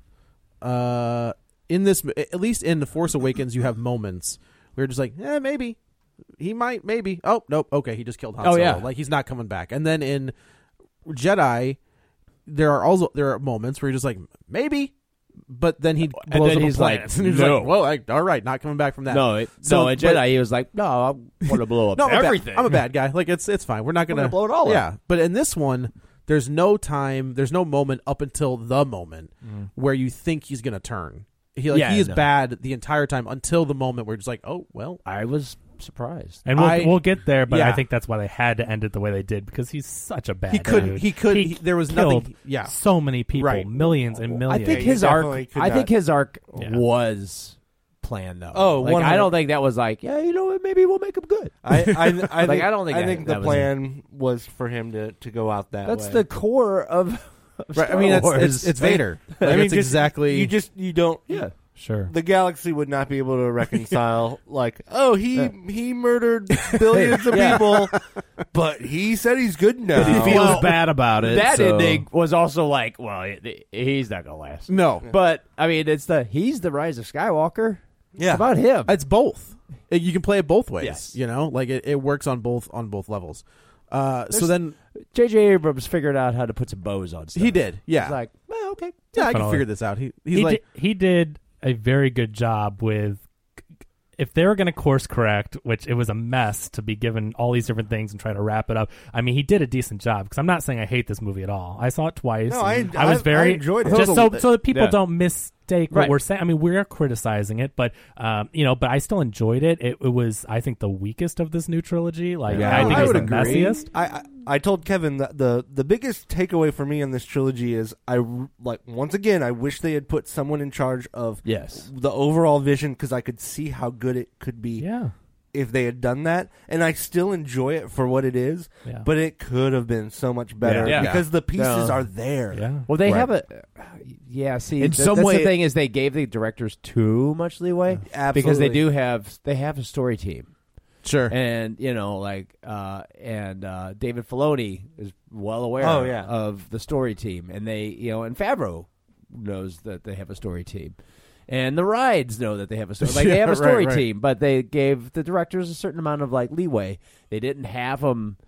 uh in this at least in the force awakens you have moments where you're just like eh maybe he might maybe oh nope okay he just killed Han Oh, Solo. yeah. like he's not coming back and then in jedi there are also there are moments where you're just like maybe but then he blows And then up he's a planet. like, and he's "No." like, well, I, all right, not coming back from that. No, it, no. In Jedi, but- he was like, "No, I want to blow up no, I'm a bad- everything." I'm a bad guy. Like it's it's fine. We're not We're gonna, gonna blow it all up. Yeah, but in this one, there's no time. There's no moment up until the moment where you think he's gonna turn. He like Mm. Yeah, he is no. bad the entire time until the moment where it's like, oh well, I was surprised. And we'll, I- we'll get there, but I Yeah. think that's why they had to end it the way they did because he's such a bad. He could- dude. he could- he- there was nothing- killed yeah. so many people, Right. millions and I millions. think his arc. I think his arc Yeah. was planned though. Oh, like, I 100 don't think that was like, yeah, you know what? Maybe we'll make him good. I, I, I, like, think, I don't think I that- think that the was- plan was for him to, to go out that That's way. the core of. of Right, I Star mean, that's- Wars. it's- it's Vader. I Like, mean, it's just- exactly- you just you don't. Yeah. Sure. The galaxy would not be able to reconcile. like, oh, he he murdered billions of Yeah. people, but he said he's good now. But he feels Well, bad about that ending was also like, well, it- he's not gonna last. No. but I mean, it's the he's the rise of Skywalker. Yeah. it's about him. It's both. It- you can play it both ways. um, Yes. You know, like it, it works on both on both levels. Uh, so There's- then J.J. Abrams figured out how to put some bows on stuff. he did. Yeah. He's like, well, okay. yeah, I can Phenomenal. figure this out. He he's he like did, he did a very good job with if they were going to course correct, which it was a mess to be given all these different things and try to wrap it up. I mean, he did a decent job because I'm not saying I hate this movie at all. I saw it twice. No, and I- was I- very I enjoyed it. Just so so that people Yeah. don't mistake what Right. we're saying. I mean, we're criticizing it, but um, you know, but I still enjoyed it. It, it was, I think, the weakest of this new trilogy. Like, Yeah, I think it was would the agree. messiest. I, I I told Kevin that the the biggest takeaway for me in this trilogy is I r- like once again I wish they had put someone in charge of Yes. the overall vision because I could see how good it could be Yeah. if they had done that and I still enjoy it for what it is Yeah. but it could have been so much better Yeah. Yeah. because the No. pieces are there Yeah. Well, they Right. have a yeah. See, In th- some that's way- the thing is they gave the directors too much leeway because they Absolutely. do have they have a story team, sure. and you know, like uh, and uh, David Filoni is well aware Oh, yeah. of the story team, and they you know, and Favreau knows that they have a story team. And the rides know that they have a story. Like they Yeah, have a right, story right. team, but they gave the directors a certain amount of like leeway. They didn't have them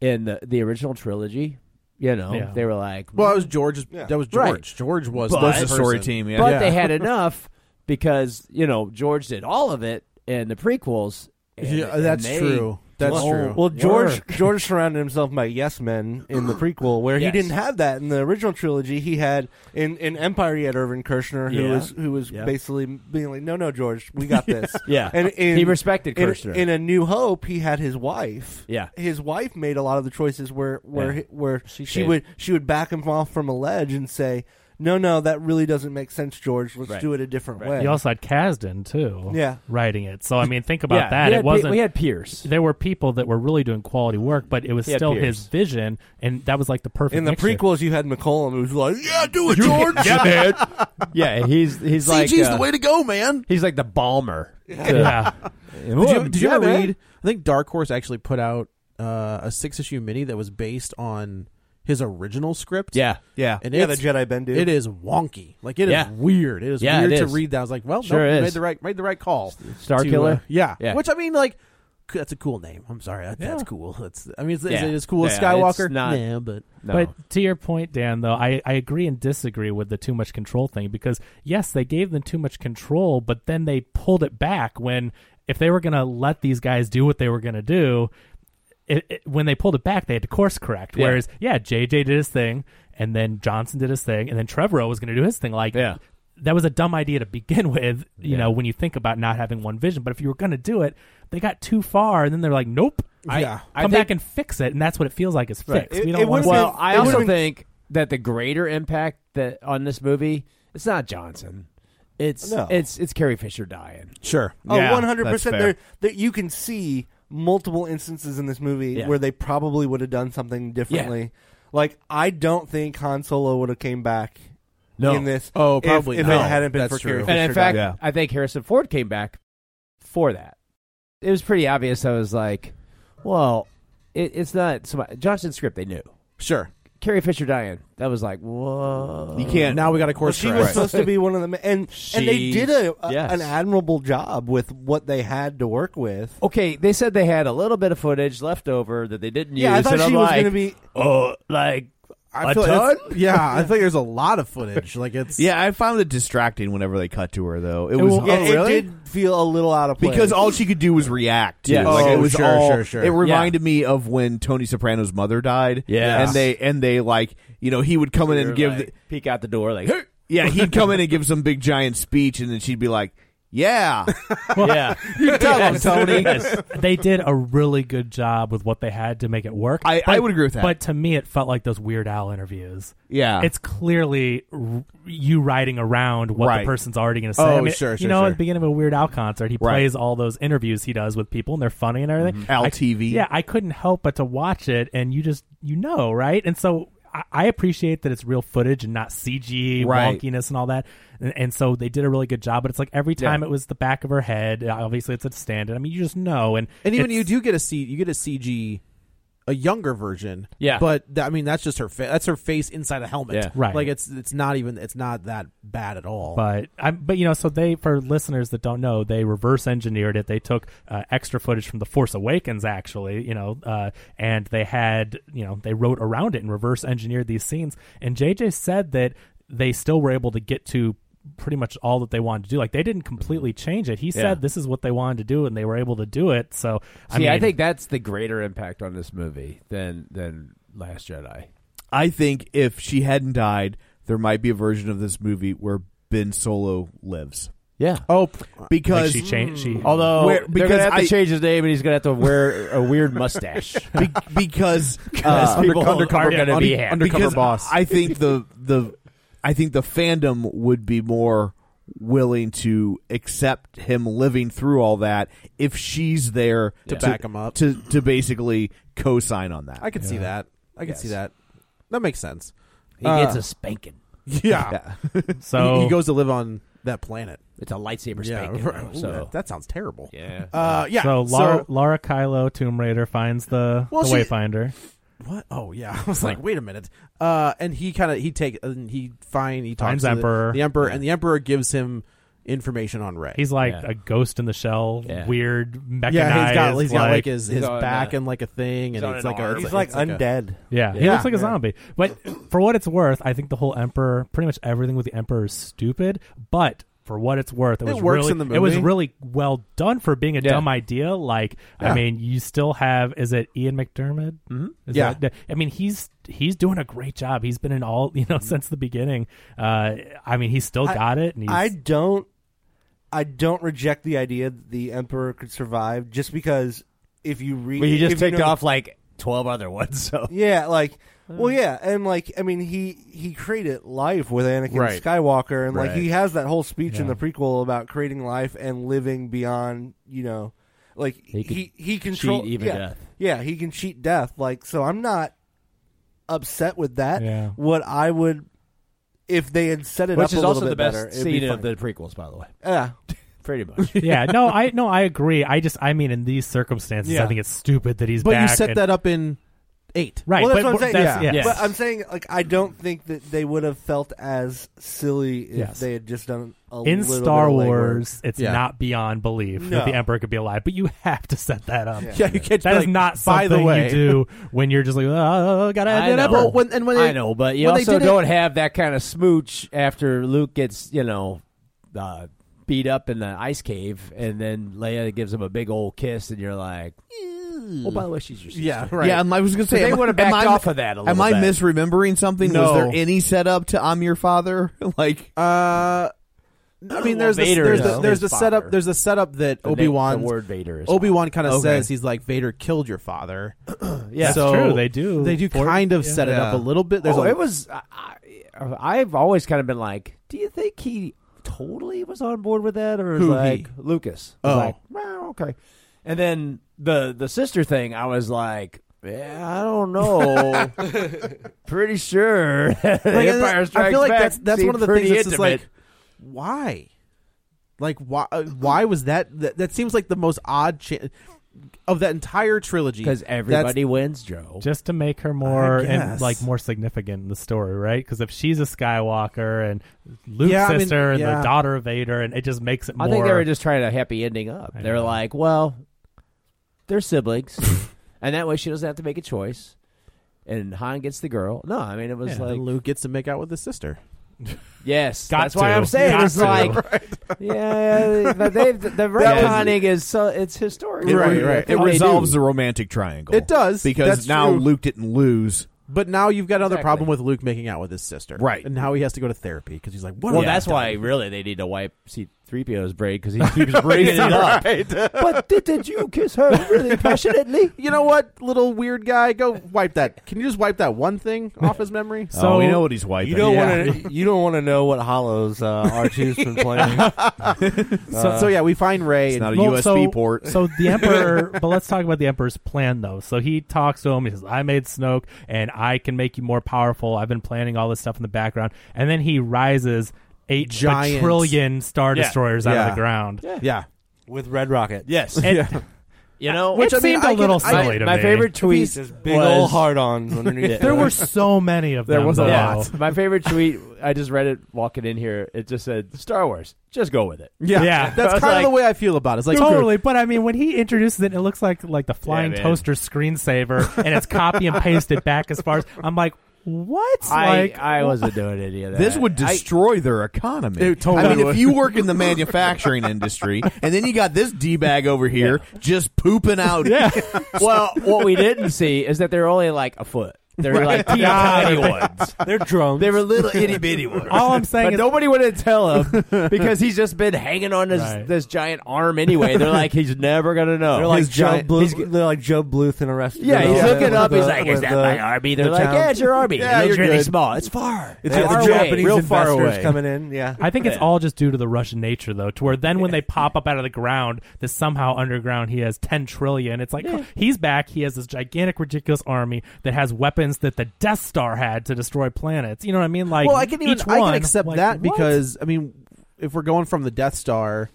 in the, the original trilogy. You know, Yeah. they were like, well, it was George's. That was George. Right. George was But- the Was the story person. team, yeah. but they had enough because you know George did all of it in the prequels. and- Yeah, and that's they- true. That's well, true. well George Work. George surrounded himself by yes men in the prequel where Yes. he didn't have that in the original trilogy he had in, in Empire he had Irvin Kershner who Yeah. was who was Yeah. basically being like no no George we got this Yeah. and in, He respected in- Kershner. in, a New Hope he had his wife Yeah. his wife made a lot of the choices where where Yeah. where She she, did. would she would back him off from a ledge and say no, no, that really doesn't make sense, George. Let's do it a different way. You also had Kasdan too, Yeah. writing it. So I mean, think about Yeah. that. We it had Pe- wasn't. we had Pierce. There were people that were really doing quality work, but it was He had still Pierce. his vision, and that was like the perfect. In the mixture. prequels, you had McCollum who was like, "Yeah, do it, George." yeah, he's he's like CG's the uh, way to go, man. He's like the balmer. to- Did Ooh, you, did you yeah, ever man. read? I think Dark Horse actually put out uh, a six issue mini that was based on his original script. Yeah. Yeah. And Yeah, the it's- Jedi Bendu. It is wonky. Like it is Yeah. weird. It is Yeah, weird it to is. read that. I was like, well, Sure nope, you is. made the right made the right call. Star to, uh, Killer? yeah. Yeah. Which I mean, like. c- That's a cool name. I'm sorry. That, That's cool. That's. I mean, it's, is Yeah. it as cool as Yeah, Skywalker? it's not- Nah, but But to your point, Dan, though, I, I agree and disagree with the too much control thing because, yes, they gave them too much control, but then they pulled it back when, if they were going to let these guys do what they were going to do, it, it- when they pulled it back, they had to course correct. Yeah. Whereas, yeah, JJ did his thing, and then Johnson did his thing, and then Trevorrow was going to do his thing. Like, yeah. That was a dumb idea to begin with, you Yeah. know, when you think about not having one vision. But if you were going to do it, they got too far, and then they're like, nope. I- come I think- back and fix it. And that's what it feels like is fixed. Right. we don't want to well, I also think that the greater impact that on this movie, it's not Johnson. It's No. it's it's Carrie Fisher dying. Sure. Oh, 100%. There, that you can see multiple instances in this movie Yeah. where they probably would have done something differently. Like, I don't think Han Solo would have came back No. in this. Oh, if- probably If, not. it hadn't been That's for true. Carrie And in Fisher fact, dying. I think Harrison Ford came back for that. It was pretty obvious. I was like, well, it, it's not so much. Johnson's script. They knew. Sure. Carrie Fisher dying. That was like, whoa. You can't- Now we got a Well, course she was correct. supposed to be one of them, and and they She- did a, a- yes. an admirable job with what they had to work with. Okay, they said they had a little bit of footage left over that they didn't Yeah, I use. thought and I'm she was like, gonna be- oh, like I a feel ton. it's- yeah, I think there's a lot of footage. Like it's Yeah, I found it distracting whenever they cut to her, though. It It was will- yeah, oh, it really? did feel a little out of place because all she could do was react. To. Yeah. like, Oh, it was sure, all- sure, sure. It reminded me of when Tony Soprano's mother died. Yes. and they and they like you know he would come in and You're give like, the, peek out the door like, "Hey!" yeah he'd come in and give some big giant speech, and then she'd be like, yeah, yeah, you tell Yes. him, Tony. Yes. they did a really good job with what they had to make it work. I- I would agree with that. But to me, it felt like those Weird Al interviews. Yeah. it's clearly r- you riding around what Right. the person's already going to say. Oh, I mean, sure, you sure, know, sure. at the beginning of a Weird Al concert, he Right. plays all those interviews he does with people, and they're funny and everything. Al I- TV. Yeah, I couldn't help but to watch it, and you just you know, right? And so. I- I appreciate that it's real footage and not CG Right. wonkiness and all that, and, and so they did a really good job. But it's like every Yeah. time it was the back of her head. Obviously, it's a stand-in. I mean, you just know, and and even it's- you do get a C, you get a CG, a younger version. Yeah. but that, I mean that's just her. Fa- that's her face inside a helmet. Yeah. Right. Like it's it's not even it's not that bad at all. But I, but you know, so they for listeners that don't know, they reverse engineered it. They took uh, extra footage from the Force Awakens, actually, you know, uh, and they had you know they wrote around it and reverse engineered these scenes. And JJ said that they still were able to get to pretty much all that they wanted to do. Like they didn't completely change it. He Yeah. said this is what they wanted to do, and they were able to do it. So See, I mean, think that's the greater impact on this movie than than Last Jedi. I think if she hadn't died, there might be a version of this movie where Ben Solo lives. Yeah. Oh, because Mm. Like she changed- she- Although Where- they're gonna have I- to change his name, and he's gonna have to wear a weird mustache. Be- because uh, Because people aren't gonna be happy. because Undercover boss. I think the the I think the fandom would be more willing to accept him living through all that if she's there To back him up. to to basically co-sign on that. I could see that. I could see that. That makes sense. He gets a spanking. Yeah. Yeah. so So- he, he goes to live on that planet. It's a lightsaber Yeah. spanking. though, Ooh, so that, that sounds terrible. Yeah. Uh, yeah. So Laura, Laura Kylo, Tomb Raider, finds the, Well, the she- Wayfinder. what? Oh yeah, I was like, wait a minute. Uh, and he kind of he take and he find he talks Finds to the- Emperor. the, emperor, and the emperor gives him information on Ray. He's like yeah. a ghost in the shell, Yeah. weird mechanized. yeah, he's got he's like, got like his He's his on back that. and like a thing, he's and on it's an like a arm. it's He's like, like a- undead. Yeah, he Yeah. looks like a Yeah. zombie. But for what it's worth, I think the whole emperor, pretty much everything with the emperor is stupid. But for what it's worth, it, It was works really, in the It was movie. really well done for being a Yeah. dumb idea. Like, Yeah. I mean, you still have is it Ian McDermott? Mm-hmm. Yeah. I mean, he's he's doing a great job. He's been in all you know since the beginning. Uh, I mean, he's still I- got it. And he's, I don't. I don't reject the idea that the emperor could survive just because if you read, Well, he just if you ticked know- off like twelve other ones. So Yeah, like Well, yeah, and like I mean, he he created life with Anakin Right. Skywalker, and like Right. he has that whole speech in Yeah. the prequel about creating life and living beyond. You know, like he He could he, controls cheat even yeah, death. Yeah, he can cheat death. Like, so I'm not upset with that. Yeah. What I would if they had set it Which up is a little also bit the best better, it'd be scene of fine. the prequels, by the way. Yeah, pretty much. yeah, no, I no, I agree. I just, I mean, in these circumstances, Yeah. I think it's stupid that he's. But you back set and- that up in eight, right? Well, that's but, what I'm but saying. that's- yeah. yes. But I'm saying, like, I don't think that they would have felt as silly if Yes. they had just done a in little Star bit of legwork. Wars, it's Yeah. not beyond belief No. that the Emperor could be alive, but you have to set that up. Yeah, you can't That be is like, not "By the something way." you do when you're just like, oh, gotta I add know. that Well, when- and when they- I know, but you when they also did it- don't have that kind of smooch after Luke gets, you know, uh, beat up in the ice cave, and then Leia gives him a big old kiss, and you're like, "Oh, by the way, she's your sister." Yeah, right. Yeah, Yeah, and I was gonna say So they am I- would have am backed I- off of that a little Am I bit. misremembering something? No. Was there any setup to "I'm your father"? like, uh, I mean, there's the, Vader there's is the, his there's the father. setup. There's the setup that The Obi Wan name- the word Vader is Obi Wan kind of Okay. says he's like Vader killed your father. Yeah, that's so true, they do. They do For- kind of yeah. set it up a Yeah. little bit. There's Oh, a, it was. I, I- I've always kind of been like, "Do you think he totally was on board with that, or was Who, he? like Lucas?" Oh. was like, "Well, okay. And then the the sister thing, I was like. Yeah, I don't know. pretty sure. Like, Empire Strikes I feel like Back that's that's seemed one of the pretty things that's just intimate. like why, like why uh, why was that, that that seems like the most odd cha- of that entire trilogy 'Cause That's- everybody wins, Joe. just to make her more I and guess. like more significant in the story, right? Because if she's a Skywalker and Luke's Yeah, I mean, sister and yeah. the daughter of Vader, and it just makes it I more. think they were just trying a happy ending up. I They're know. like, well, they're siblings, and that way she doesn't have to make a choice. And Han gets the girl. No, I mean it was Yeah, like and Luke gets to make out with his sister. yes, Got that's why to. I'm saying Got it's to. like Right. yeah, but they, the retconning is so it's historic, It, re- It They resolves do. the romantic triangle. It does, because that's now true. Luke didn't lose. But now you've got another Exactly. problem with Luke making out with his sister, Right. And now he has to go to therapy because he's like, "What?" Well, have I that's done? why really they need to wipe C-3PO's braid because he keeps bringing it up. but did, did you kiss her really passionately? You know what, little weird guy, go wipe that. Can you just wipe that one thing off his Oh, memory? So- we know what he's wiping. You don't Yeah. want to. You don't want to know what Hollows uh, R2's been playing. so, so yeah, we find Ray. and- Well, so, so the Emperor, but let's talk about the Emperor's plan, though. So he talks to him. He says, "I made Snoke, and I can make you more powerful. I've been planning all this stuff in the background." And then he rises eight Giant. trillion star Yeah. destroyers out of Yeah. the ground. yeah, with Red Rocket. Yes. And- You know, Which It I mean, seemed a I can- little I can- silly to my me. favorite tweet There's was big old hard-ons underneath. There were so many of them. though. My favorite tweet. I just read it walking in here. It just said Star Wars. Just go with it. yeah, Yeah. That's I was kind of like- the way I feel about it. It's like totally, but I mean, when he introduces it, it looks like like the flying man. toaster screensaver, and it's copy and pasted back as far as I'm like, what? I like, I wasn't doing any of that. This would I- destroy their economy. It totally I mean, would. if you work in the manufacturing industry, and then you got this d bag over here just pooping out. Yeah. well, what we didn't see is that they're only like a foot. They're like teeny tiny ones. They're drones. They were little itty bitty ones. All I'm saying but is- nobody would have tell him because he's just been hanging on this Right. this giant arm anyway. They're like he's never gonna know. They're like His Joe giant- Bluth. he's- They're like Joe Bluth in Arrested. Yeah, he's Development looking with up. the- he's like, "Is with that the- my army?" They're the like, town. "Yeah, it's your army. Yeah, it looks you're really good. small. It's far. It's far got the away, Japanese real far investors away." coming in. Yeah, I think it's all just due to the Russian nature, though, to where then when they pop up out of the ground, that somehow underground he has 10 trillion. It's like, oh, he's back. He has this gigantic, ridiculous army that has weapons that the Death Star had to destroy planets. You know what I mean? Like, well, I can even each I one- can accept like, that what? because I mean, if we're going from the Death Star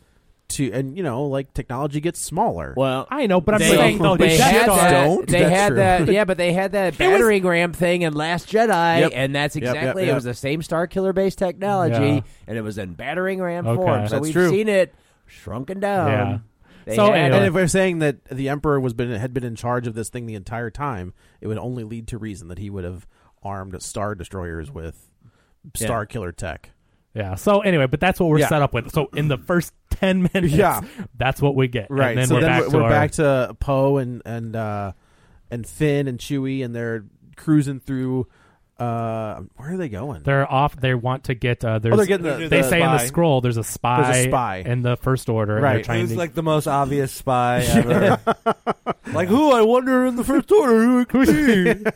to and you know, like technology gets smaller. Well, I know, but I'm they, saying, though, the they Death had Star. that. Don't? They That's had true. that. Yeah, but they had that was- battering ram thing in Last Jedi, Yep. and that's Yep, yep, exactly it. yep. Was the same Star Killer based technology, Yeah. and it was in battering ram Okay. form. So That's we've true. seen it shrunken down. Yeah. They So, had and, anyway, it. if we're saying that the Emperor was been had been in charge of this thing the entire time, it would only lead to reason that he would have armed star destroyers with star killer tech. Yeah. So anyway, but that's what we're Yeah. set up with. So in the first ten minutes, Yeah. that's what we get. Right. And then so we're then back we're, to we're our, back to Poe and and uh, and Finn and Chewie, and they're cruising through Uh, where are they going? They're off. They want to get. Uh, Oh, there's, they're getting the- they the say in the spy. scroll, there's a spy. There's a spy. in the first order. And they're Right, trying who's to, like the most obvious spy ever? like who? I wonder in the first order who it could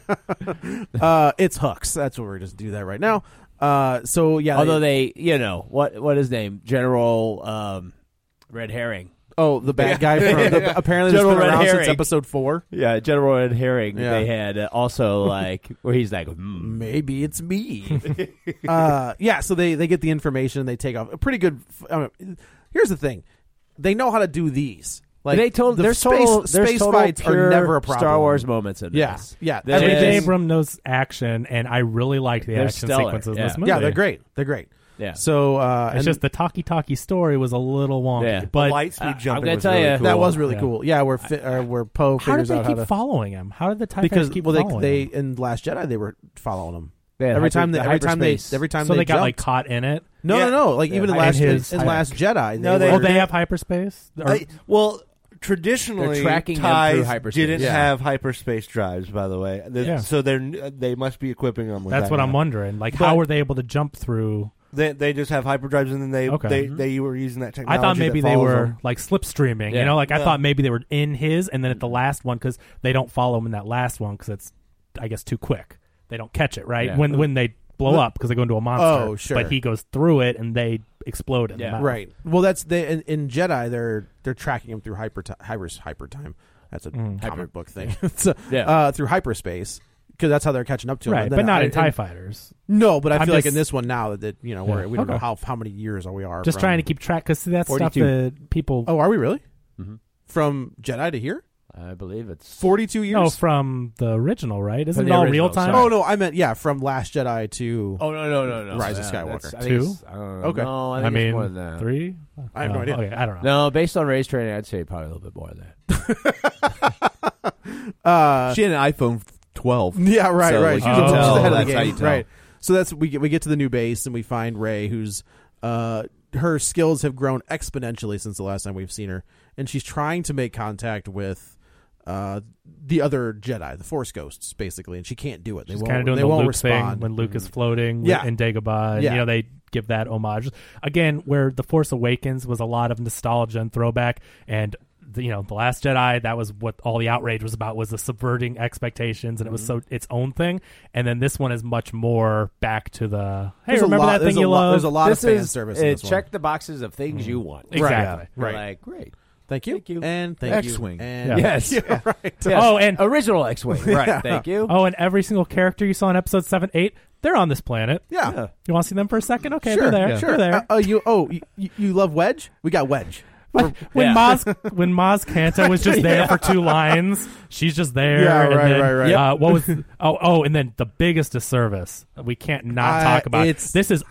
be. uh, it's Hooks. That's what we're just do that right now. Uh, so yeah. Although they, you know, what what his name? General um, Red Herring. Oh, the bad guy from- the- apparently that's General been Red around since Herring. episode four. Yeah, General Red Herring. Yeah. They had uh, also like where he's like, "Hmm, maybe it's me. uh, yeah, so they they get the information and they take off. A pretty good. f- I mean, here's the thing, they know how to do these. Like they told the there's space, total, there's space total fights pure are never a problem. Star Wars moments in Yeah, this. yeah. There's- J.J. Abrams knows action, and I really liked the They're action stellar, sequences in yeah. this movie. Yeah, they're great. They're great. Yeah. So uh, it's and- just the talkie talkie story was a little wonky, Yeah. but The light speed uh, jumping was really cool. that was really Yeah. cool. Yeah, where fi- uh, where Poe How did figures they out keep how to following him? How did the TIE because fighters keep well following they, they in Last Jedi they were following him. They had every hyper- time they the every time they hyperspace. every time So they got, jumped. like, caught in it? No, Yeah. no, no. Like even in Yeah. last And his uh, in hike. Last Jedi, No, they they- were- Oh, they have hyperspace. Or- They- well, traditionally, They're tracking them through ties hyperspace. didn't Yeah. have hyperspace drives. By the way, The- Yeah. so they're they must be equipping them. with That's that what I'm now. wondering. Like, But how were they able to jump through? They, they just have hyperdrives, and then they Okay. they, they were using that I technology. thought maybe that they follows were them. like slipstreaming. Yeah. You know, like I No. thought maybe they were in his, and then at the Mm-hmm. last one because they don't follow him in that last one because it's, I guess, too quick. They don't catch it right Yeah. when when they blow up because they go into a monster. Oh, sure. But he goes through it and they explode. In the mouth. Right. Well, that's they in, in Jedi they're they're tracking him through hyper ti- hyper hyper time. That's a Mm. comic Hyper- book thing. So, Yeah. uh, through hyperspace because that's how they're catching up to him. Right, And then but not I- in TIE and- fighters. No, but I I'm feel like in just- this one now that, that you know we're, Yeah. we don't know Okay. how how many years we are. Just from- trying to keep track because that's stuff 42. that people. Oh, are we really? Mm-hmm. Mhm. From Jedi to here, I believe it's forty two years. No, from the original, right? Isn't From it the all original, real time? Oh no, I meant yeah, from Last Jedi to Oh, no, no, no, no. Rise of Yeah, that's- Skywalker I think Two? it's- I don't know. Okay, No, I think it's mean, more than that. three. I have no Oh, idea. okay, I don't know. No, based on race training, I'd say probably a little bit more than that. Uh, she had an iPhone 12. Yeah, right, So, right. like, She's, you can she's tell ahead of that's the how game, you tell. right? So that's we get we get to the new base and we find Ray, who's uh, her skills have grown exponentially since the last time we've seen her, and she's trying to make contact with. Uh, the other Jedi, the Force ghosts, basically, and she can't do it. They She's won't. kind of doing they the won't Luke respond Mm-hmm. thing when Luke is floating Yeah. yeah. in Dagobah. And, Yeah. You know, they give that homage. Again, where The Force Awakens was a lot of nostalgia and throwback and the, you know, The Last Jedi, that was what all the outrage was about was the subverting expectations and it was Mm-hmm. so its own thing. And then this one is much more back to the hey, There's a remember lot- that there's thing a you lot- love? there's a lot of This fan is- service in It this one. uh, Mm-hmm. check the boxes of things you want. Exactly. You're Right. Like, great. Thank you. Thank you. And thank X-Wing. you. And Yeah. Yes. Yeah, right. Yes. Oh, and original X-wing. Right. Yeah. Thank you. Oh, and every single character you saw in episode seven, eight, they're on this planet. Yeah. You want to see them for a second? Okay, sure. they're there. Sure. They're there. Uh, uh, you. Oh, you- you, you love Wedge? We got Wedge. when Yeah. Maz when Maz Kanta was just there Yeah. for two lines, she's just there. Yeah, and right, then, right, right. Uh, what was oh oh, and then the biggest disservice we can't not Uh, talk about. it's- this is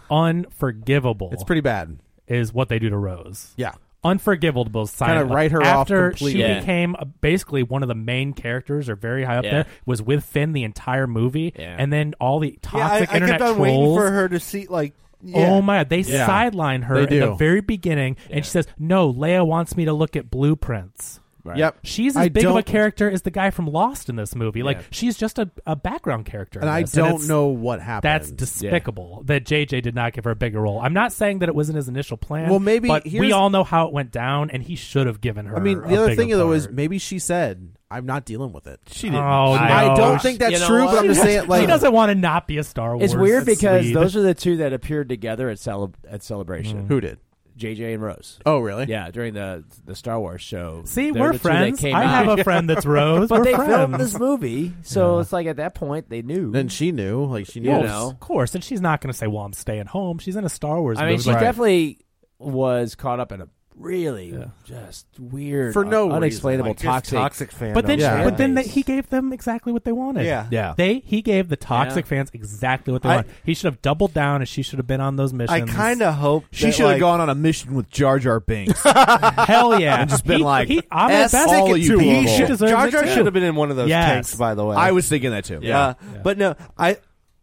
unforgivable. It's pretty bad. Is what they do to Rose. Yeah. Unforgivable. Kinda silent- write her off after completely. she Yeah. became uh basically one of the main characters or very high up Yeah. there. Was with Finn the entire movie, and then all the Yeah, I, I toxic internet kept on waiting trolls. for her to see like. Oh yeah. my! They Yeah. sideline her They at do. the very beginning, and she says, "No, Leia wants me to look at blueprints." Right. Yep. She's as I big of a don't- character as the guy from Lost in this movie. Like Yeah. she's just a, a background character, in And I this, don't it's- know what happened. That's Yeah. despicable that JJ did not give her a bigger role. I'm not saying that it wasn't his initial plan. Well, maybe but here's- we all know how it went down, and he should have given her. I mean, the a other bigger thing though is part. maybe she said, "I'm not dealing with it." She didn't. Oh, I no. don't think that's You know true, but what? I'm just saying, like, she doesn't want to not be a Star Wars. It's weird because lead. those are the two that appeared together at cele- at celebration. Mm-hmm. who did? JJ and Rose. Oh, really? Yeah, during the the Star Wars show. See, They're we're the two that friends. came I out. have a friend that's Rose. but We're they filmed friends. this movie, so it's like at that point they knew. Then she knew, like, she knew. You Well, know. Of course, and she's not going to say, "Well, I'm staying home." She's in a Star Wars. I mean, movie. she definitely was caught up in a really just weird, For no un- unexplainable reason. Like, just toxic, toxic fandom. But then, Yeah. but then they, he gave them exactly what they wanted. Yeah. Yeah. They he gave the toxic Yeah. fans exactly what they I- wanted. He should have doubled down, and she should have been on those missions. I kind of hope She that, should have like- gone on a mission with Jar Jar Binks. hell yeah, and just been He- like, he, I'm "F at best- all He you should- people." he Jar deserves it Jar too. should have been in one of those Yes. tanks, by the way. I was thinking that too. Yeah. But no, I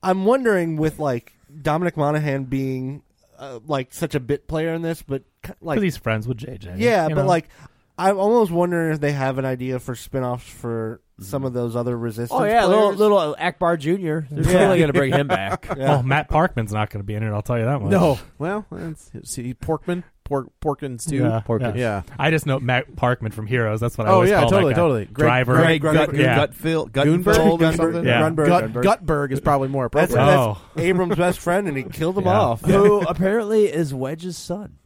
I'm wondering with like Dominic Monaghan being uh, like such a bit player in this, but ki- like because he's friends with JJ. yeah, you but know? like I'm almost wondering if they have an idea for spin-offs for Mm-hmm. some of those other resistance. Oh yeah, little, players. little Akbar Junior. They're totally going to bring him back. Well, Oh, Matt Parkman's not going to be in it. I'll tell you that much. No. Well, it's, see, Porkman, Pork, Porkins too. Yeah, Porkins. Yeah. I just know Matt Parkman from Heroes. That's what I Oh always yeah, call totally, that guy. totally. Greg- Driver, Greg Gut- yeah. Gutfield, Gutfield or something. Yeah. Grunberg, Gut, Grunberg. Gutberg is probably more That's, appropriate. that's Abram's best friend, and he killed him Yeah. off. Who apparently is Wedge's son.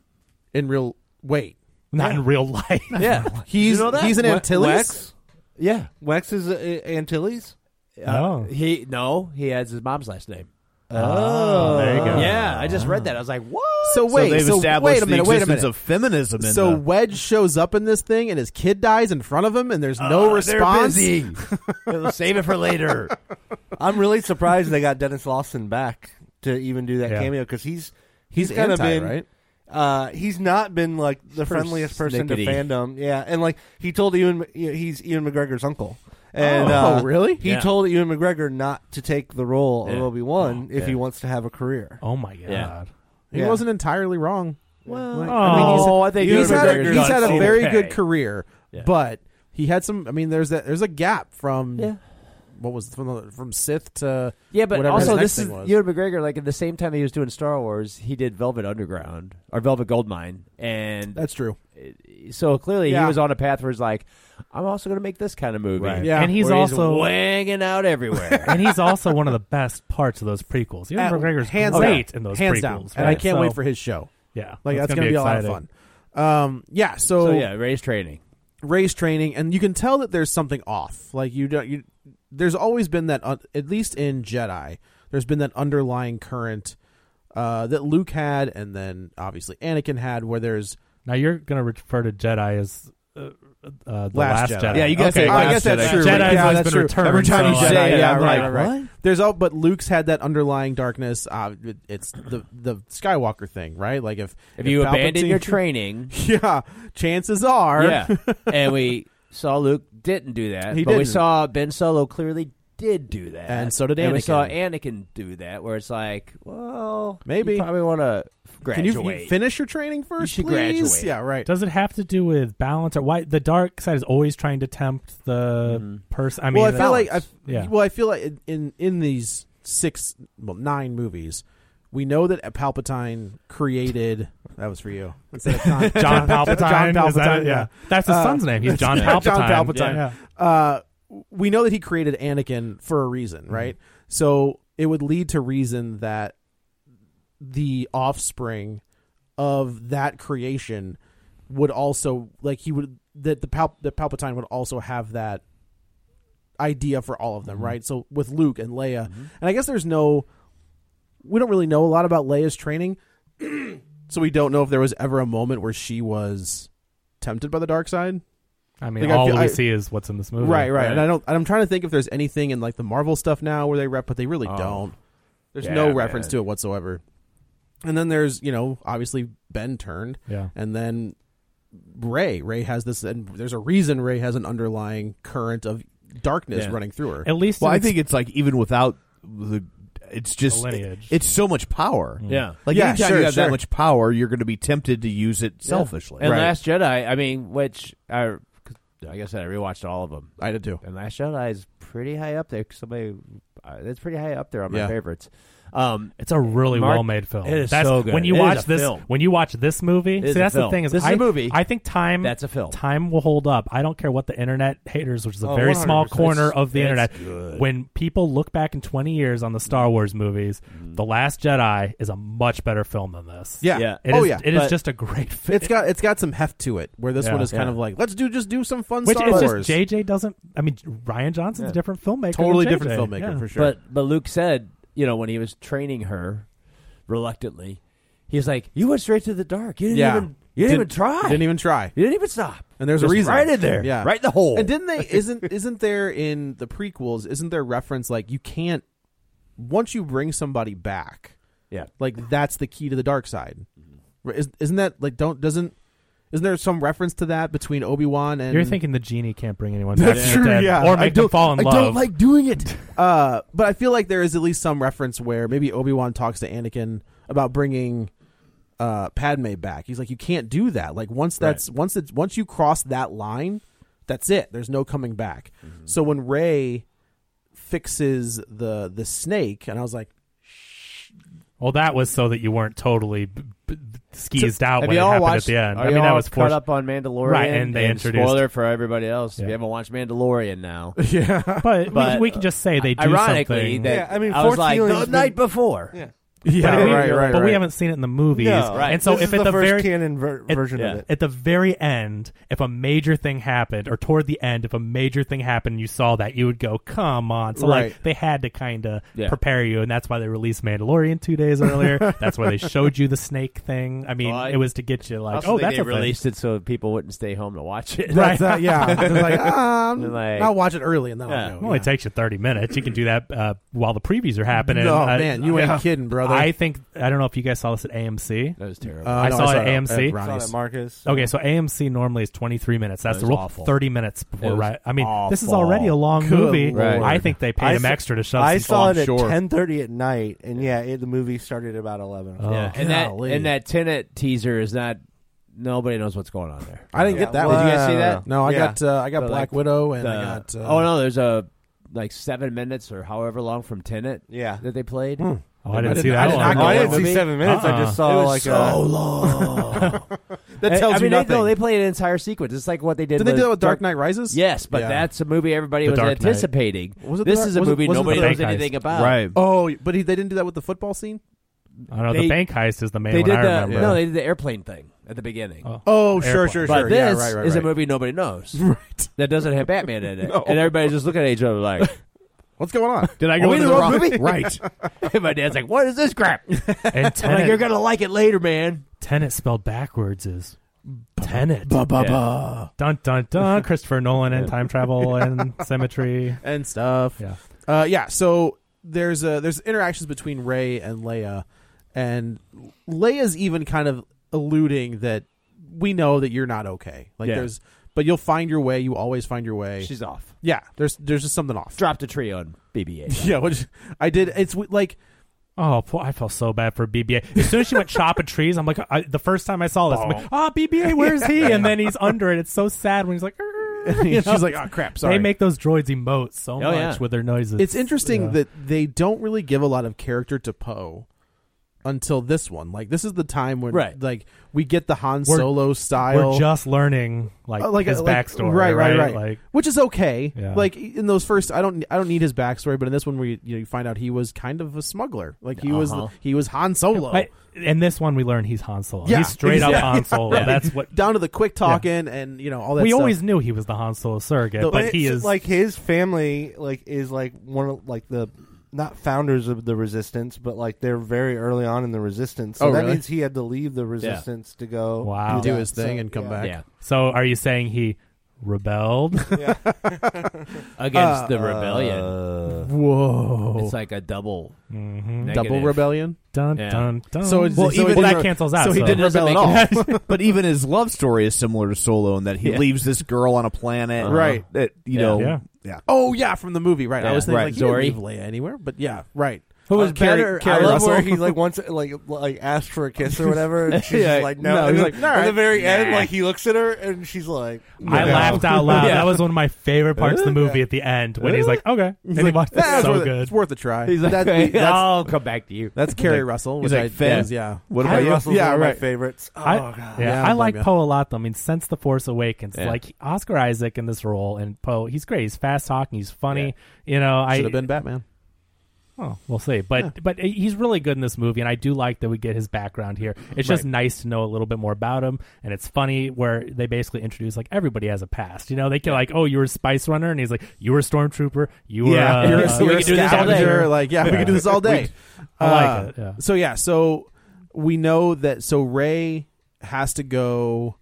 in real wait, Not in real life. Yeah, he's you know that? he's an We- Antilles. Wex? yeah. Wex is uh, Antilles. Oh. He no, he has his mom's last name. Oh, there you go. Yeah, I just read that. I was like, what? So wait, they've so established wait a minute, the wait a existence minute. of feminism. In so the- Wedge shows up in this thing, and his kid dies in front of him, and there's no response. Save it for later. I'm really surprised they got Dennis Lawson back to even do that Yeah. cameo because he's He's kind of anti, been right? Uh, he's not been like the friendliest person snickety. to fandom. Yeah, and like he told Ewan, he's Ewan McGregor's uncle. And, Oh, uh, really? He Yeah. told Ewan McGregor not to take the role of Yeah. Obi Wan Oh, if he yeah. wants to have a career. Oh my god. Yeah. He Yeah. wasn't entirely wrong. Well, oh, I think he's Ewan had a, McGregor's he's had done a very okay. good career, Yeah. but he had some. I mean, there's that. There's a gap from Yeah. what was from the, from Sith to Yeah, but whatever also his next this is thing was. Ewan McGregor. Like at the same time he was doing Star Wars, he did Velvet Underground or Velvet Goldmine, and That's true. so clearly Yeah. he was on a path where he's like, I'm also going to make this kind of movie. Right. Yeah. And he's Where also- wanging out everywhere. and he's also one of the best parts of those prequels. Ewan At- McGregor's hands great down, in those hands prequels, down, and I right? can't So, wait for his show. yeah. Like that's, gonna gonna, be, a lot of exciting. fun. Um, yeah. So, so yeah, race training. race training, and you can tell that there's something off. Like you don't. You there's always been that uh, at least in Jedi, there's been that underlying current uh, that Luke had, and then obviously Anakin had, where there's Now you're gonna refer to Jedi as. Uh, uh, the Last last, Jedi. Jedi. Yeah, you guess- okay, I Last guess that's Jedi. true. Jedi's Yeah, always that's been true. returned. Every time you say so I- it, Jedi, yeah, yeah, right, right, right. There's all, but Luke's had that underlying darkness. Uh, it- it's the the Skywalker thing, right? Like if If you abandon Palpatine- your training, yeah, chances are, yeah, and we saw Luke didn't do that, He but we didn't. saw Ben Solo clearly did do that, And so did And we Anakin. saw Anakin do that, where it's like, well, Maybe. you probably want to Can graduate. you, you finish your training first, should please? graduate. Yeah, right. Does it have to do with balance or why the dark side is always trying to tempt the person? I mean, well, I feel like I, balance. yeah. well, I feel like in- in in these six, well, nine movies, we know that Palpatine created. That was for you. Instead of Con- John Palpatine. John is that Palpatine. it? yeah. that's his Uh, son's name. He's John Palpatine. John Palpatine. Yeah. Uh, we know that he created Anakin for a reason, Mm-hmm. right? So it would lead to reason that the offspring of that creation would also like he would that the Pal- that Palpatine would also have that idea for all of Mm-hmm. them, right? So with Luke and Leia, and I guess there's no, we don't really know a lot about Leia's training, so we don't know if there was ever a moment where she was tempted by the dark side. I mean, Like, I all feel- we I- see is what's in this movie. Right, right. And I don't. and I'm trying to think if there's anything in like the Marvel stuff now where they rep, but they really Oh. don't. There's Yeah, no man. reference to it whatsoever. And then there's you know obviously Ben turned, Yeah. and then Ray. Ray has this, and there's a reason Ray has an underlying current of darkness Yeah. running through her. At least, well, in I its- think it's like even without the, it's just lineage. it's so much power. Yeah. like Yeah, anytime sure, you have sure. that much power, you're going to be tempted to use it selfishly. And Last Jedi, I mean, which I, I guess I rewatched all of them. I did too. And Last Jedi is pretty high up there. 'cause Somebody, uh, that's pretty high up there on my Yeah. favorites. Um, It's a really Mark- well-made film. It is That's, so good. When you It is watch a this, film. when you watch this movie, It see is a that's the film. thing is, This is a I- movie. I think time That's a film. Time will hold up. I don't care what the internet haters, which is a Oh, very small 100%. corner of the It's internet. good. When people look back in twenty years on the Star Wars movies, The Last Jedi is a much better film than this. Mm. Yeah. Yeah. It oh is- yeah. It is But- just a great film. it's got it's got some heft to it where this Yeah. one is kind Yeah. of like let's do just do some fun Which Star is just Wars. JJ doesn't. I mean, Ryan Johnson's a different filmmaker. than totally JJ. different filmmaker Yeah. for sure. But but Luke said, you know, when he was training her, reluctantly, he was like, "You went straight to the dark. You didn't Yeah. even you didn't, even try. Didn't even try. you didn't even stop." And there's Just a reason. right in there, Yeah. right in the hole. And didn't they isn't isn't there in the prequels, isn't there reference like you can't once you bring somebody back, yeah, Mm-hmm. like that's the key to the dark side. Right, Is, isn't that like don't doesn't isn't there some reference to that between Obi Wan and You're thinking the genie can't bring anyone back from the dead or I make them don't- fall in I love. don't like doing it. uh, but I feel like there is at least some reference where maybe Obi Wan talks to Anakin about bringing uh, Padme back. He's like, you can't do that. Like once that's once it's once you cross that line, that's it. There's no coming back. Mm-hmm. So when Ray fixes the the snake, and I was like, Well, that was so that you weren't totally b- b- skeezed out Have when you Oh, it all happened watched- at the end. Are I you mean, that all was caught forced- up on Mandalorian, right? And they introduced spoiler for everybody else. If you haven't watched Mandalorian now, yeah, But, we, we can just say they do ironically something. that I was like the night before. Yeah. but Yeah, we, right, right, But we right. haven't seen it in the movies, No, right. and so This if is at the the first very canon ver- at- version of yeah. it. at the very end, if a major thing happened, or toward the end, if a major thing happened, you saw that you would go, "Come on!" So Right. like they had to kind of Yeah. prepare you, and that's why they released Mandalorian two days earlier. that's why they showed you the snake thing. I mean, Well, I- it was to get you like, Also, "Oh, they- that's they a thing." released it so people wouldn't stay home to watch it. That's that, yeah. They're like, um, They're like- I'll watch it early and then Yeah. I'll It go. only takes you 30 minutes. You can do that uh, while the previews are happening. No, I- man, you ain't kidding, brother. I think, I don't know if you guys saw this at AMC. That was terrible. Uh, I, no, saw I saw it at it at AMC. Ronnie's. Saw it at Marcus. Okay, so AMC normally is 23 minutes. That's It the was rule. awful. 30 minutes before, It was right? I mean, this is awful. already a long Good movie. Lord. I think they paid I him saw- extra to shove I some saw oh, it at sure. ten thirty at night, and yeah, it, the movie started about eleven. o'clock. yeah. and that and that Tenet teaser is not. Nobody knows what's going on there. I didn't Yeah. get that Did one. you guys see that? No, I Yeah. got uh, I got The, Black like, Widow and I the- got uh, oh no, there's a like seven minutes or however long from Tenet. Yeah, that they Hmm. played. Oh, I didn't see that one. Oh, I didn't see seven minutes. I just saw it was like uh, so a, Oh. long. That I- tells I you mean, They, no, nothing. they played an entire sequence. It's like what they did. Did they do that with Dark Knight Rises? Yes, but Yeah. that's a movie everybody The was Dark Knight. anticipating. Was it the this Dark- is a was it- movie wasn't it nobody the knows Dark Knight? anything about. Oh, but he, they didn't do that with the football scene. I don't know. the They- bank heist is the main they one did I the remember. no, they did the airplane thing at the beginning. Oh. Oh, sure, sure, But sure. this Yeah, right, right, is a right. movie nobody knows. Right. That doesn't have Batman in it, No. and everybody's just looking at each other like, What's going on? "Did I go into the wrong movie? right. and my dad's like, "What is this crap?" and I'm like, Tenet, "You're gonna like it later, man." Tenet spelled backwards is Tenet. Ba ba Yeah. ba Dun dun dun! Christopher Nolan and time travel and symmetry. and stuff. Yeah. Uh, yeah. So there's uh there's interactions between Ray and Leia, and Leia's even kind of alluding that we know that you're not okay. Like Yeah. there's, but you'll find your way. You always find your way. She's off. yeah. There's there's just something off. Dropped a tree on BB-8. Yeah, which I did. It's w- like Oh, poor, I felt so bad for BBA. As soon as she went chopping trees, I'm like, I, the first time I saw this, I'm Oh. like, ah, BBA, where's he? And then he's under it. It's so sad when he's like, "Arr," you she's know? like, oh crap, sorry. Oh, They make those droids emote so much yeah. with their noises. it's interesting Yeah. that they don't really give a lot of character to Poe until this one. Like this is the time when Right. like we get the Han We're- Solo style. we're just learning like, Uh, his uh, like- backstory, right, right, right, Like, which is okay. Yeah. Like in those first, I don't, I don't need his backstory, but in this one, where you, you, know, you find out he was kind of a smuggler, like he Uh-huh. was, he was Han Solo, I- in this one, we learn he's Han Solo. Oh. Yeah, he's straight up exactly. Han Solo. Right. That's what down to the quick talking and you know all that. we stuff. always knew he was the Han Solo surrogate, The- but he it's is like his family, like is like one of like the not founders of the resistance, but like they're very early on in the resistance. So Oh, that really? means he had to leave the resistance to go Wow. do that. his thing and come yeah. back. Yeah, So, are you saying he rebelled? against the rebellion. Whoa, It's like a double, double negative. rebellion. dun Yeah. dun dun. So it's- Well, so even that though- cancels out. so he didn't doesn't rebel at make all. any sense. but even his love story is similar to Solo in that he Yeah. leaves this girl on a planet, Right. That you Yeah. know, Uh-huh. Yeah. yeah. Oh yeah, from the movie, right? I Yeah, was thinking right. like he didn't Zori. leave Leia anywhere, but yeah, right. Who was Uh, Carrie- better? Carrie I love Russell, where he like wants like like asked for a kiss or whatever. And she's Yeah, just like no. no, and he's then like, at the "Alright." very end, Nah. like he looks at her and she's like, I no. laughed out loud. Yeah. That was one of my favorite parts of the movie at the end when he's like, "Okay," and he watched "Nah, it it's so worth It. good. It's worth a try. He's like, that's I'll come back to you. that's Carrie Russell, He's which like, I "Finn." was- yeah. What Carrie about you? Russell's yeah, one of right. my favorites. Oh I, god. yeah, Yeah, I don't like blame Poe a lot. Though. I mean, since The Force Awakens, Yeah. like Oscar Isaac in this role, and Poe, he's great. He's fast talking. He's funny. You know, I Should have been Batman. Oh, we'll see. But but he's really good in this movie, and I do like that we get his background here. It's just nice to know a little bit more about him, and it's funny where they basically introduce like everybody has a past. You know, they can like, oh, you were a spice runner, and he's like, you were a stormtrooper, you were yeah, a, you're, uh, a, you're a scavenger. Like, yeah, we can do this all day. Uh, I like it, yeah. So yeah, so we know that. So Ray has to go.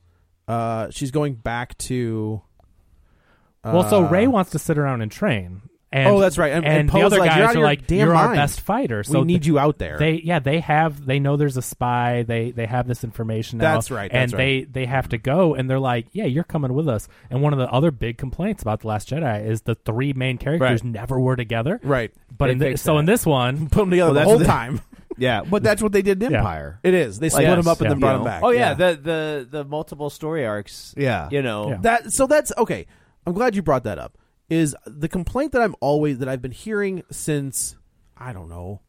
Uh, she's going back to. well, so uh, Ray wants to sit around and train. And, Oh, that's right. And- And, and the Poe's other like, "You're out guys of are your like, damn "You're our mind. best fighter." So we need th- you out there. They yeah, they have they know there's a spy. They they have this information now. That's right, and that's they they have to go and they're like, yeah, you're coming with us. And one of the other big complaints about the Last Jedi is the three main characters Right. never were together. right. But They in thi- fixed so that. in this one, Put them together Well, the that's whole the- time. Yeah, but that's what they did in Empire. It is. They split them up and then brought You them know? back. Oh yeah, the the the multiple story arcs. Yeah. you know that so that's okay i'm glad you brought that up is the complaint that i'm always that i've been hearing since i don't know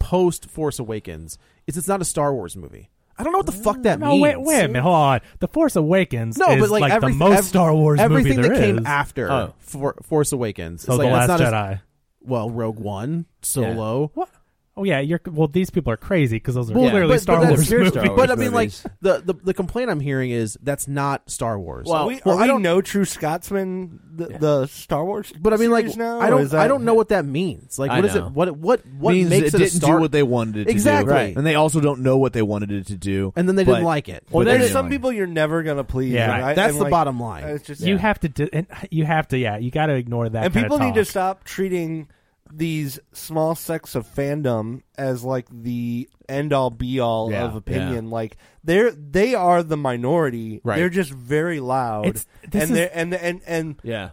post force awakens is it's not a star wars movie i don't know what the fuck that no, means wait, wait a minute, hold on. The Force Awakens no, is but like, every- the most ev- Star Wars everything movie that there came is. after Oh. For- Force Awakens. So It's The like, that's Last not a- Jedi. well, Rogue One, Solo. What? Oh yeah, you're well. These people are crazy because those are Well, clearly but- Star, but Wars that's- movies. But I mean, like the, the the complaint I'm hearing is that's not Star Wars. Well, we, are we no true Scotsman? The, the Star Wars, But I mean, like, series now, I or don't, is that- I don't know what that means. Like, I what is know. it? What, what, what Means makes it, it, a didn't Star? do what they wanted it to exactly. do. And they also don't know what they wanted it to do. And then they didn't like it. Well, but there's anyway. some people you're never gonna please. Yeah. and Right. I- That's and, the like, bottom line. It's just you have to, di- and you have to, yeah, you got to ignore that. and kinda people need to talk. stop treating these small sects of fandom as like the end all be all Yeah, of opinion. Like they're they are the minority. Right. They're just very loud, It's- and this is- they're and and and Yeah.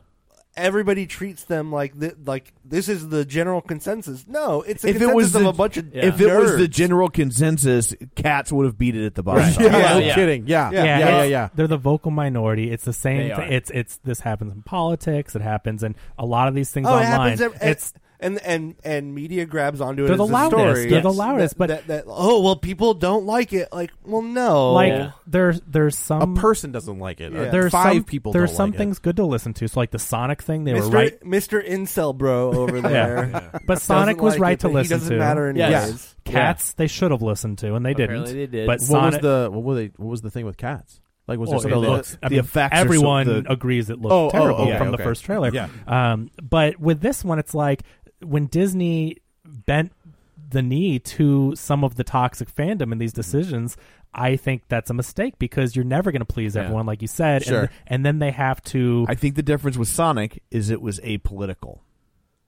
Everybody treats them like th- like this is the general consensus. No, it's a if consensus it was of the, a bunch of if it was the nerds. general consensus, cats would have beat it at the bottom. Right. Yeah, no kidding. Yeah. Yeah. Yeah, it's- yeah, yeah. They're the vocal minority. It's the same. They thing. are. It's it's this happens in politics. It happens in a lot of these things oh, it online. happens. ev- and- it's and and and media grabs onto it. They're as the loudest. story. They're the loudest, That- but- that, that, oh well, people don't like it. Like, well, no, like there's there's some A person doesn't like it. Uh, There's five some, people There's don't some like it. things good to listen to. So like the Sonic thing, they Mr. were right. Mr. Incel Bro over there. But doesn't Sonic was like right it, to but listen he doesn't to. matter anyways. Cats, they should have listened to, and they Apparently didn't. they did. But what Sonic, was the what were they? What was the thing with cats? Like was Well, there something it that- looks- I mean, everyone agrees it looks Oh, oh, terrible okay, from the okay. first trailer. Yeah. Um, but with this one, it's like when Disney bent the knee to some of the toxic fandom in Mm-hmm. these decisions. I think that's a mistake because you're never going to please everyone, like you said. Sure. And, and then they have to. I think the difference with Sonic is it was apolitical.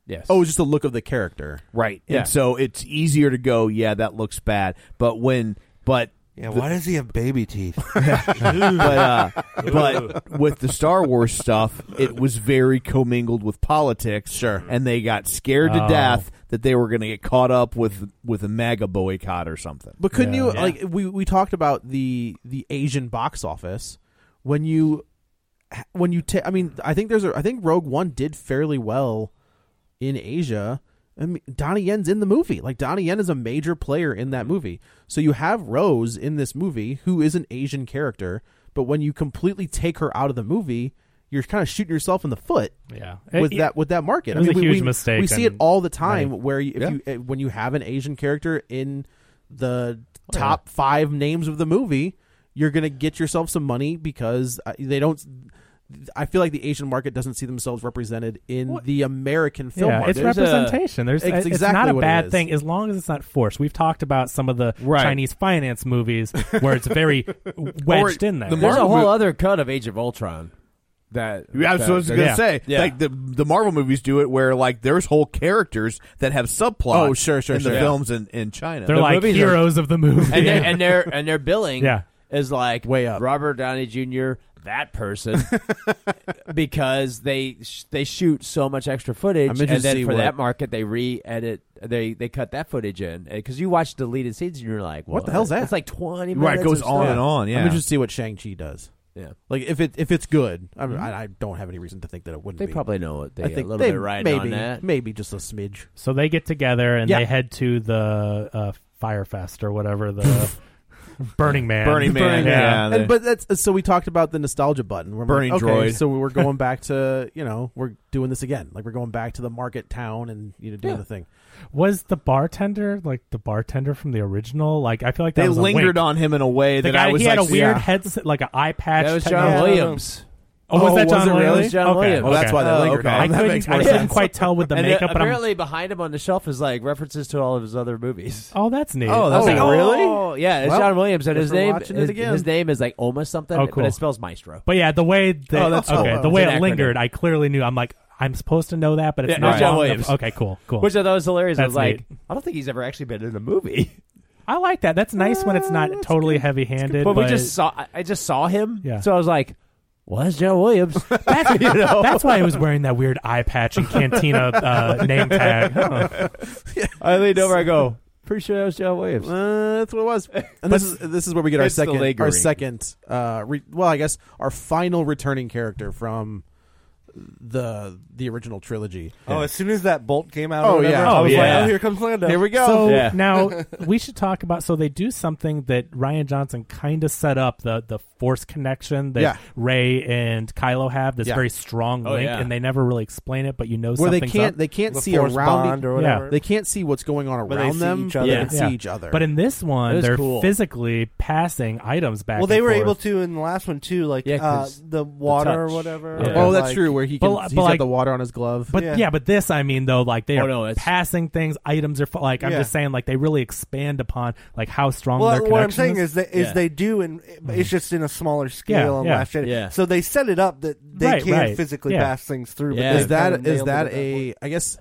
Yes. Oh, it was just the look of the character. Right. Yeah. And so it's easier to go, yeah, that looks bad. But when, but. Yeah, why does he have baby teeth? but, uh, but with the Star Wars stuff, it was very commingled with politics. Sure. And they got scared to Oh. death that they were going to get caught up with with a MAGA boycott or something. But couldn't you like we we talked about the the Asian box office when you when you take I mean I think there's a I think Rogue One did fairly well in Asia. I mean Donnie Yen's in the movie. Like Donnie Yen is a major player in that movie. So you have Rose in this movie who is an Asian character, but when you completely take her out of the movie, you're kind of shooting yourself in the foot. Yeah. With It- that with that market. it was I mean, a we- huge we, mistake We see it and- all the time Right. where you, if Yeah. you eh, when you have an Asian character in the Oh, top five names of the movie, you're gonna get yourself some money because uh, they don't. I feel like the Asian market doesn't see themselves represented in the American film yeah, market. it's representation. There's It's it's, exactly not a what it bad is. thing as long as it's not forced. We've talked about some of the Right. Chinese finance movies where it's very wedged in there. There's a whole other cut of Age of Ultron. That Yeah, I was, that- supposed to gonna yeah. say, Yeah. like the the Marvel movies do it, where like there's whole characters that have subplots. Oh, sure, sure, in the sure. films in, in China, They're like movies are- heroes of the movie. and they and their and their billing Yeah. is like way up. Robert Downey Jr. That person because they sh- they shoot so much extra footage, I'm and interested to then see for what- that market they re-edit they they cut that footage in because you watch deleted scenes and you're like, What the hell's that? It's like twenty minutes. Right, it goes of on stuff. and on, yeah. I'm interested to see what Shang Chi does. Yeah. Like if it if it's good, I, mean, I, I don't have any reason to think that it wouldn't. They be. probably know it. They I got a think little they bit riding maybe on that. maybe just a smidge. So they get together and Yeah. they head to the uh, Firefest or whatever the Burning Man. Burning Man, yeah. And, but that's so we talked about the nostalgia button. We're Burning like, okay, droid. So we're going back to you know we're doing this again. Like we're going back to the market town and you know doing Yeah. the thing. Was the bartender like the bartender from the original? Like I feel like that They was a lingered wink. on him in a way The that guy- I was he like, had a weird yeah. headset, like an eye patch. That was type- John Yeah. Williams. Oh, was Oh, that was John it really? Williams? John okay. Williams. okay. Well, that's why they Oh, lingered okay. on. I That couldn't, makes I more couldn't sense. quite tell with the and makeup, uh, but I'm apparently behind him on the shelf is like references to all of his other movies. Oh, that's neat. Oh, that's like, neat. Oh, yeah, it's Well, John Williams, and guess his we're name watching it his, again. his name is like Oma something, Oh, cool. but it spells Maestro. But yeah, the way the Oh, that's okay, cool. the way It's an it acronym. lingered, I clearly knew. I'm like, I'm supposed to know that, but it's Yeah, not it's John long Williams. enough. Okay, cool, cool. Which I thought was hilarious. I That's was like, neat. I don't think he's ever actually been in a movie. I like that. That's nice when it's not totally heavy-handed. But, we just saw. I- I just saw him. Yeah. So I was like, "Well, that's John Williams." That's, You know? that's why I was wearing that weird eye patch and cantina uh, name tag. Huh. I leaned over. I go, Pretty sure that was John Williams. Uh, that's what it was. And this is this is where we get our second our second uh re, well, I guess our final returning character from the the original trilogy. Oh, as soon as that bolt came out, Oh, oh yeah, yeah. I was Oh, yeah. like, oh, here comes Lando. Here we go. So Yeah. now we should talk about. So they do something that Ryan Johnson kind of set up the the force connection that Yeah. Ray and Kylo have. This Yeah. very strong Oh, link, yeah. and they never really explain it, but you know where they something's can't up. they can't see around e- They can't see what's going on But they around see them. each but other. They can Yeah. see each other. But in this one, That is they're cool. physically passing items back. Well, they and were forth. able to in the last one too, like Yeah, uh, 'cause the the water or touch. whatever. Yeah. Oh, that's Like- true. Where he can, But- he's but got like- the water on his glove. But yeah. but this I mean though, like they Oh, are no, it's- passing things, items are fa- like I'm Yeah. just saying, like they really expand upon like how strong Well, their what I'm connection saying is that is Yeah. they do, and it's Mm-hmm. just in a smaller scale. Yeah, and yeah. Last Jedi. Yeah. So they set it up that they Right, can right. physically Yeah. pass things through. But Is they kinda that is nailed that it at a? I guess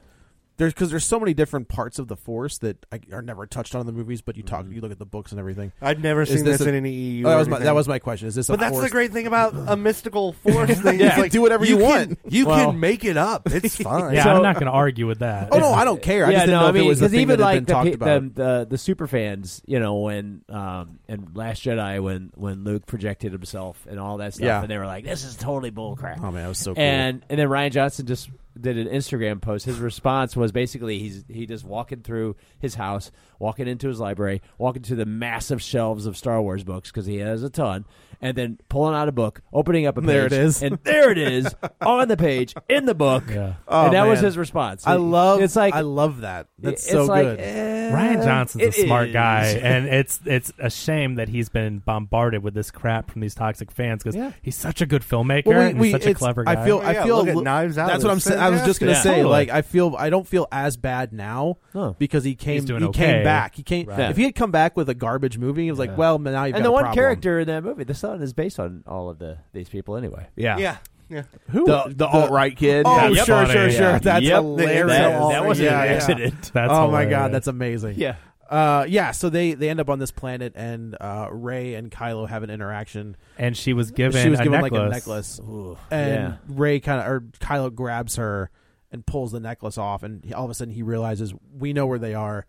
there's because there's so many different parts of the force that I, are never touched on in the movies, but you talk, you look at the books and everything. I've Mm-hmm. never Is seen this this a- in any EU. Oh, or that was my anything. that was my question. Is this? But a that's force? the great thing about a mystical force thing. Yeah. is, like, Do whatever you want. Can, you Well- can make it up. It's fine. Yeah, I'm not going to argue with that. Oh, no, I don't care. I Yeah, just didn't no, know I if it mean, was the 'cause thing even that had like been the talked pe- about. the, the the super fans, you know, when um and Last Jedi when when Luke projected himself and all that stuff, Yeah. and they were like, "This is totally bullcrap." Oh, man, that was so cool. And and then Ryan Johnson just did an Instagram post. His response was basically he's he just walking through his house, walking into his library, walking to the massive shelves of Star Wars books because he has a ton, and then pulling out a book, opening up a page, There it is. and there it is on the page in the book. Oh, and that was man. his response. I love. It's like I love that. That's it's so like, good. eh, Ryan Uh, Johnson's a it smart is. guy, and it's it's a shame that he's been bombarded with this crap from these toxic fans because Yeah. he's such a good filmmaker. Well, we- and we- he's such a it's- clever guy. I feel. I feel. li- That's what I'm saying. I was just gonna say. Totally. Like I feel. I don't feel as bad now because he came. He's doing he okay. came back. He came. Right. If he had come back with a garbage movie, it was like, Yeah. well, now you've got and the a one problem. character in that movie, the son, is based on all of the these people anyway. Yeah. Yeah. Yeah. Who the, the alt right kid? Oh, Oh, That's sure, sure, funny. sure. Yeah. That's Yep. hilarious. That- Oh, that wasn't yeah, an yeah. accident. That's oh my god, hilarious. that's amazing. Yeah. Uh, yeah. So they they end up on this planet, and uh, Ray and Kylo have an interaction. And she was given she was a given like a necklace. necklace, Ooh. and Yeah. Ray kind of or Kylo grabs her and pulls the necklace off, and he, all of a sudden he realizes we know where they are.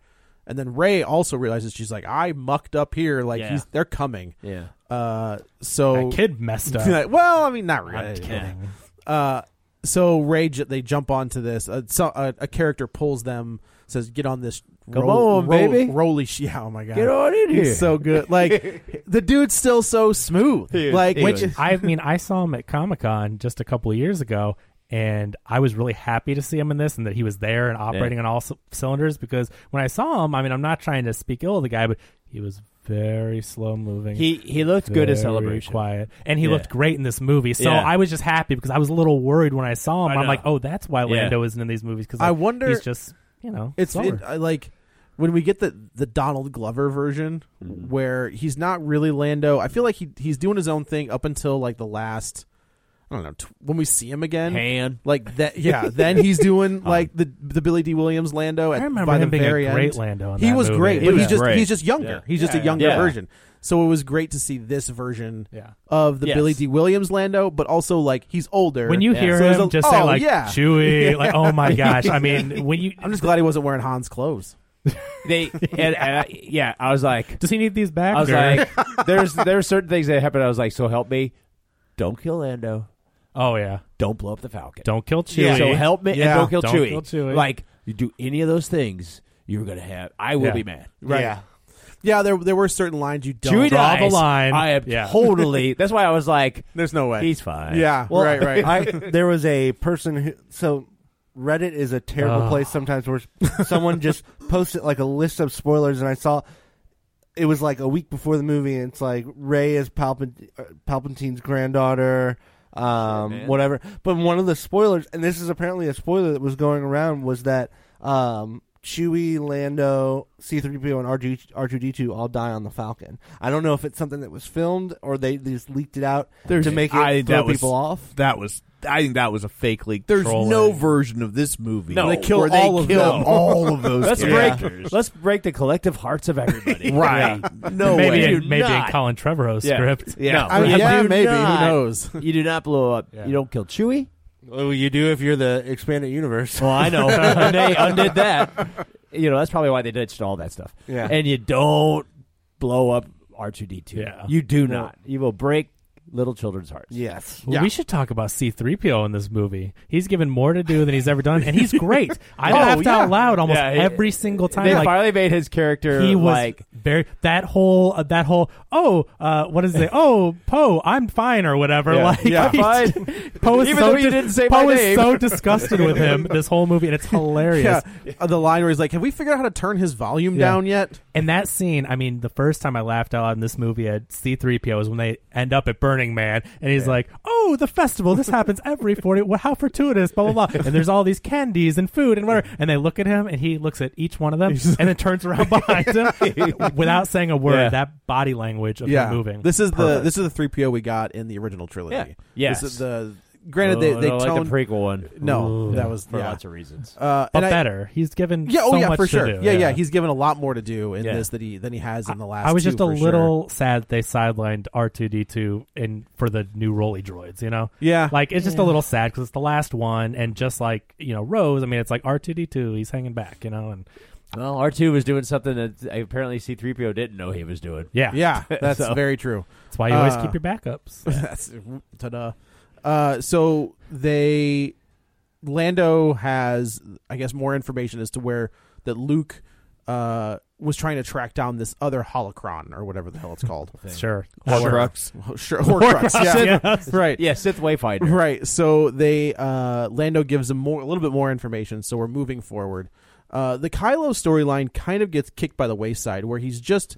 And then Ray also realizes she's like, I mucked up here. Like Yeah. he's, they're coming. Yeah. Uh, so That kid messed up. Like, well, I mean, not really. I'm kidding. Uh, so Ray, j- they jump onto this. Uh, so, a, a character pulls them, says, "Get on this, Come on, baby." roly sh- Yeah, oh my god, Get on in He's here. so good. Like the dude's still so smooth. like which which I mean, I saw him at Comic Con just a couple of years ago, and I was really happy to see him in this and that he was there and operating on all c- cylinders. Because when I saw him, I mean, I'm not trying to speak ill of the guy, but he was very slow moving. He- he looked good at very Celebration. quiet, and he Yeah. looked great in this movie. So Yeah. I was just happy because I was a little worried when I saw him. I I am know. like, oh, that's why Yeah. Lando isn't in these movies because I wonder. he's just you know it's slower. it, I like when we get the the Donald Glover version Mm-hmm. where he's not really Lando. I feel like he he's doing his own thing up until like the last. I don't know t- when we see him again, Hand. like that. Yeah, then he's doing like the the Billy D. Williams Lando. At, Um, I remember by him the being a very great end. Lando in he that was movie. great, He but was he's just great. he's just younger. Yeah. He's just Yeah, a younger yeah. version. So it was great to see this version of the Yes. Billy D. Williams Lando, but also like he's older. When you hear So there's him, a- just say, oh, like, yeah. Chewie, like, oh my gosh. I mean, when you, I'm just glad he wasn't wearing Han's clothes. They and, and I, yeah, I was like, does he need these back? I was or- like, there's there are certain things that happen. I was like, so help me, don't kill Lando, oh yeah, don't blow up the Falcon, Don't kill Chewie. So help me, Yeah. and don't kill, Don't Chewie. kill Chewie. Like you do any of those things, you're gonna have. I will Yeah. be mad. Right. Yeah. Yeah, there there were certain lines you don't Chewie draw dies. the line. I am Yeah. totally. That's why I was like, "There's no way he's fine." Yeah, Well, right, right. I, there was a person who so Reddit is a terrible Oh. place sometimes where someone just posted like a list of spoilers, and I saw it was like a week before the movie, and it's like Ray is Palpat- uh, Palpatine's granddaughter. Um, whatever. But one of the spoilers, and this is apparently a spoiler that was going around, was that um, Chewie, Lando, C-3PO, and R2, R2-D2 all die on the Falcon. I don't know if it's something that was filmed or they, they just leaked it out to make it I- throw that was- people off. That was. I think that was a fake leak. There's There's no no version of this movie. No. they kill where they all of kill them. all of those. Let's characters. break. Let's break the collective hearts of everybody. Right. Yeah. No maybe way. in, maybe not. in Colin Trevorrow's Yeah. script. Yeah. No. I mean, You yeah, do maybe. Who not- knows? You do not blow up. You don't kill Chewie. Oh, you do if you're the expanded universe. Well, I know. And they undid that. you know that's probably why they ditched all that stuff. Yeah. and you don't blow up R two D two. Yeah. you do No. not. You will break little children's hearts. Yes, Well, We should talk about C-3PO in this movie. He's given more to do than he's ever done, and he's great. I Oh, laughed yeah. out loud almost Yeah, he- every single time. They like, finally made his character. he was like, very that whole uh, that whole oh uh, what is it oh Poe I'm fine or whatever Yeah. like Yeah. he- Fine. Poe is Even so though you didn't say my Poe is name. so disgusted with him this whole movie and it's hilarious. Yeah. Uh, The line where he's like, "Have we figured out how to turn his volume Yeah. down yet?" And that scene, I mean, the first time I laughed out loud in this movie at C3PO is when they end up at Burning Man and he's like, "Oh, the festival. This happens every 40 well, how fortuitous, blah blah blah." And there's all these candies and food and whatever. And they look at him and he looks at each one of them and then turns around behind him without saying a word. Yeah. That body language of him moving. This is the Perfect. this is the three PO we got in the original trilogy. Yeah. Yes. This is the granted they Oh, they no, like the toned- prequel one. No, Ooh. that was For yeah. lots of reasons. Uh, But and I- better. He's given yeah, oh so yeah, much for to sure. do. Yeah, yeah, Yeah. he's given a lot more to do in Yeah. this that he than he has in the last. I was two, just a for sure. little sad they sidelined R two D two and for the new Rolly droids. You know, Yeah. like it's just Yeah. a little sad because it's the last one, and just like you know Rose, I mean, it's like R two D two, he's hanging back, you know, and Well, R two was doing something that apparently C three PO didn't know he was doing. Yeah. Yeah, that's So- very true. That's why you always Uh, keep your backups. that's ta-da. Uh, so they Lando has, I guess, more information as to where that Luke uh, was trying to track down this other holocron or whatever the hell it's called. Sure. Horcrux. Horcrux. Sure, Horcrux. Horcrux, Yeah. yeah. right. Yeah, Sith Wayfinder. Right. So they uh, Lando gives them more, a little bit more information. So we're moving forward. Uh, the Kylo storyline kind of gets kicked by the wayside, where he's just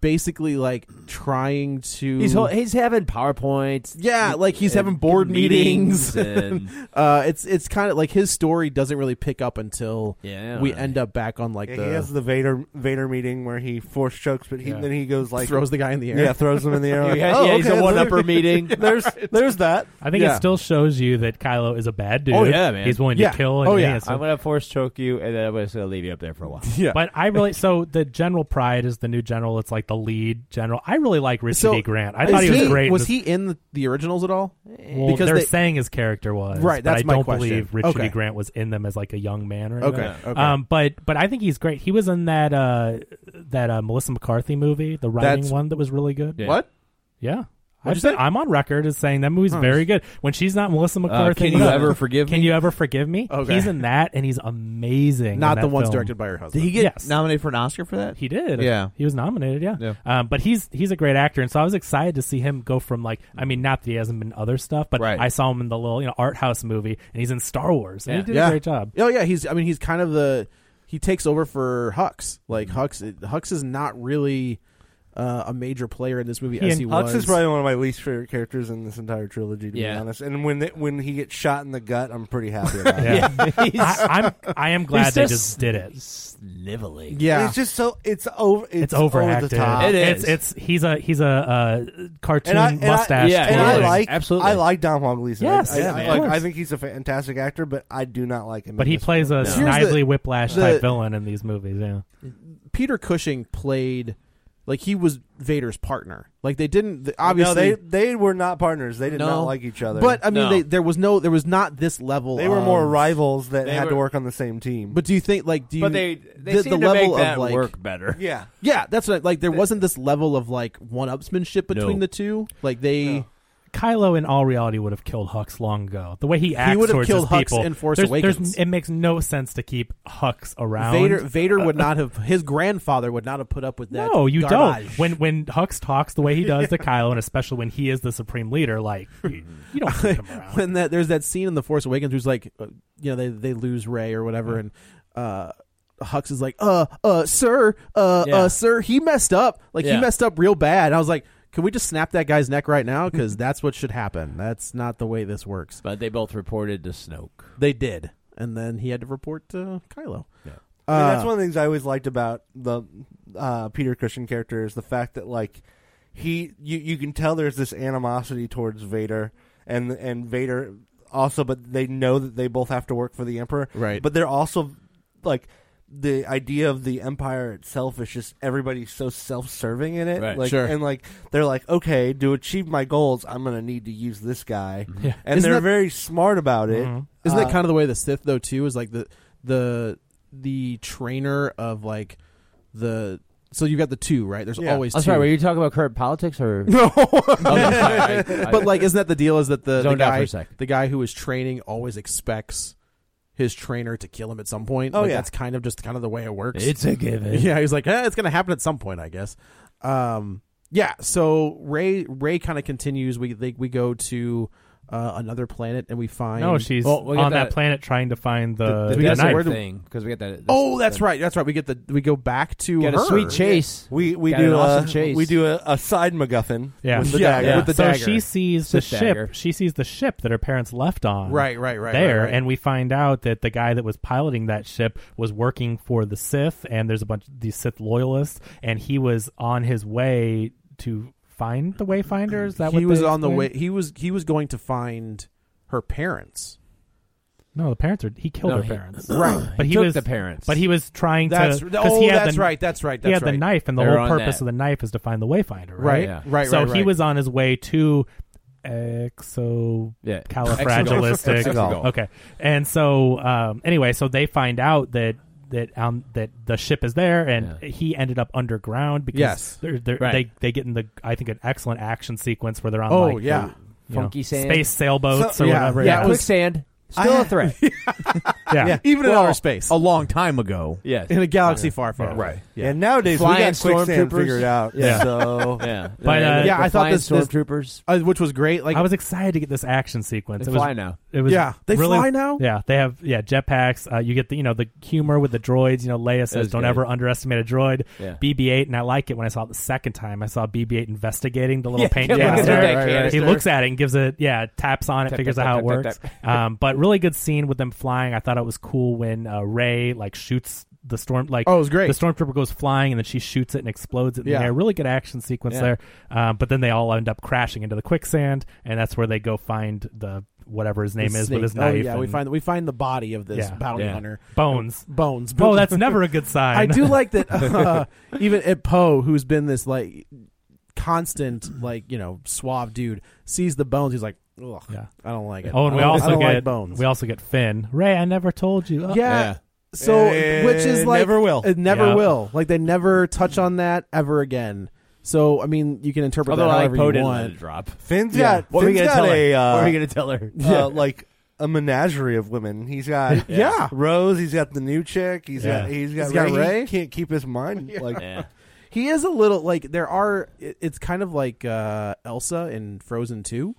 basically like trying to He's ho- he's having PowerPoints. yeah, like he's having board meetings. uh, it's it's kind of like his story doesn't really pick up until Yeah. we end up back on like Yeah, the he has the Vader Vader meeting where he force chokes, but he, Yeah. then he goes like Throws the guy in the air. Yeah, throws him in the air. Like, Yeah, oh, yeah, he's okay, a one-upper there- meeting. There's there's that. I think Yeah. it still shows you that Kylo is a bad dude. Oh yeah, Oh, man. He's willing to kill. And Oh, and so- I'm gonna force choke you, and then I'm just gonna leave you up there for a while. But I really so the General Pride is the new general. It's like the lead general. I really like Richard D. Grant. I is thought he was great. in Was this- he in the, the originals at all? Well, they're they- saying his character was Right, but that's I my don't question. believe Richard Okay. E. Grant was in them as like a young man or Okay, anything. okay. Um, but but I think he's great. He was in that uh that uh, Melissa McCarthy movie, the writing That's- one that was really good. Yeah. What? Yeah. What'd I've you said, say? I'm on record as saying that movie's Huh. very good. When she's not Melissa McCarthy, Uh, Can You Ever Forgive Can Me? you ever forgive me? Okay. He's in that, and he's amazing. in Not the that ones film. directed by her husband. Did he get yes. nominated for an Oscar for that? He did. Yeah. he was nominated. Yeah. Yeah. Um, but he's he's a great actor, and so I was excited to see him go from like I mean, not that he hasn't been other stuff, but Right. I saw him in the little you know art house movie, and he's in Star Wars, and he did a great job. Oh yeah, he's. I mean, he's kind of the. He takes over for Hux. Like Mm-hmm. Hux, Hux is not really uh, a major player in this movie as he Hux was. is probably one of my least favorite characters in this entire trilogy, to be Yeah. honest. And when they, when he gets shot in the gut, I'm pretty happy about it. Yeah. I, I'm I am glad they just did it. Sniveling. it's just so it's over. It's, It's overacted. Over the top. It's, it's he's a he's a uh, cartoon and I, and I- mustache. yeah, and I twirling. like absolutely. I like Don Juan Gleason. Yes, I, I- yeah, I of like- course. I think he's a fantastic actor, but I do not like him. But in he this plays one. a snively whiplash the- type villain in these movies. Yeah. Peter Cushing played like he was Vader's partner. Like they didn't th- no, obviously they they were not partners. They did not No. like each other. But I mean, they, there was no, there was not this level. They were more of- rivals that They had to were- work on the same team. But do you think like do you? But they- they the, seem the to level make that of like work better. Yeah. yeah. That's what I- like. There wasn't this level of like one-upsmanship between No. the two. Like they. Kylo, in all reality, would have killed Hux long ago. The way he acts would have towards killed his Hux people, in Force there's- there's- Awakens. it makes no sense to keep Hux around. Vader, Vader would not have. His grandfather would not have put up with that. No, you garbage. don't. When when Hux talks the way he does to Kylo, and especially when he is the supreme leader, like you don't keep him around. when that there's that scene in the Force Awakens who's like, uh, you know, they they lose Ray or whatever, and uh, Hux is like, uh, uh, sir, uh, Yeah. uh, sir, he messed up, like he Yeah. messed up real bad. And I was like, can we just snap that guy's neck right now? Because that's what should happen. That's not the way this works. But they both reported to Snoke. They did, and then he had to report to Kylo. Yeah. I mean, that's Uh, one of the things I always liked about the uh, Peter Cushing character is the fact that like he you you can tell there's this animosity towards Vader and and Vader also, but they know that they both have to work for the Emperor, Right. But they're also like the idea of the Empire itself is just everybody's so self-serving in it, Right. like, Sure. And like they're like, okay, to achieve my goals, I'm gonna need to use this guy, Yeah. and Isn't they're that- very smart about it. Isn't Uh, that kind of the way the Sith though too? Is like the the the trainer of like the. So you've got the two, right? There's Yeah. always. I'm two. sorry, were you talking about current politics or no? I- I- but like, isn't that the deal? Is that the, the Zoned out for guy a sec. the guy who is training always expects his trainer to kill him at some point? Oh, like, yeah. that's kind of just kind of the way it works. It's a given. Yeah, he's like, eh, it's gonna happen at some point, I guess. Um, yeah. So Ray Ray kind of continues. We they, we go to uh, another planet and we find No, she's on that, planet trying to find Uh, the, the- we got knife. somewhere to- because we got that. Oh, that's right. That's right. We get the we go back to Get a her. sweet chase. We we uh, do a, we do a, a side MacGuffin Yeah, with the yeah, dagger. yeah. so she sees the ship. She sees the ship that her parents left on. Right, right, right, There, right, right. and we find out that the guy that was piloting that ship was working for the Sith, and there's a bunch of these Sith loyalists, and he was on his way to find the Wayfinder. Is that he what was they on the explained? way. He was he was going to find her parents. No, the parents are. He killed No, her he- parents. Right. but He he took was the parents. But he was trying That's- to. 'cause oh, he had that's the, right, that's right, he that's had the right. knife, and the They're whole on purpose that. of the knife is to find the Wayfinder. Right, Right. Yeah. right, So right, he right. was on his way to. Exo Yeah. califragilistic. Exegol. okay, and so um, anyway, so they find out that that um, that the ship is there, and he ended up underground because Yes. they're, they're, Right. they they get in the I think an excellent action sequence where they're on Oh, like yeah. you know, Funky sand. space sailboats So- or yeah, whatever yeah, quicksand. Still a threat. Yeah. Even in Well, outer space. a long time ago. Yes. In a galaxy far, far Yeah. away. Right. Yeah. And nowadays we Flying got quicksand stormtroopers. figured out. Yeah. So Yeah. But, uh, yeah, I thought flying this, this stormtroopers. uh, which was great. Like I was excited to get this action sequence. They it was, fly now. It was Yeah. They really- fly now? Yeah, they have yeah jetpacks. Uh, you get the you know the humor with the droids. You know Leia says, was "Don't good. ever underestimate a droid." Yeah. BB-8, and I like it when I saw it the second time. I saw BB-8 investigating the little Yeah, paint yeah, look at canister. that canister. He looks at it and gives it yeah taps on it, Tap, figures tap, out how it tap, tap, works. tap. Um, but really good scene with them flying. I thought it was cool when uh, Ray like shoots. The storm, like Oh, it was great. The stormtrooper goes flying, and then she shoots it and explodes it in Yeah. the air. Really good action sequence Yeah. there. Um, but then they all end up crashing into the quicksand, and that's where they go find the whatever his the name is snake- with his oh, knife. yeah, we and- find we find the body of this Yeah. bounty Yeah. hunter Bones. bones. Oh, that's never a good sign. I do like that. Uh, even at Poe, who's been this like constant, like you know, suave dude, sees the bones. He's like, ugh, Yeah. I don't like it. Oh, and I we don't- I also don't get like bones. We also get Finn. Ray, I never told you. Oh. Yeah. So, which is It like Eh, never will. It never Yeah. will. Like they never touch on that ever again. So I mean, you can interpret Although that I however like Poe you didn't let want. it drop. Finn's Yeah. got What are we Finn's gonna got tell her? a, uh, What are we gonna tell her? uh, like a menagerie of women. He's got Yeah. Yeah. Rose. He's got the new chick. He's Yeah. got he's got He's got Ray. Ray? He can't keep his mind like He is a little like there are. it- It's kind of like uh, Elsa in Frozen Two,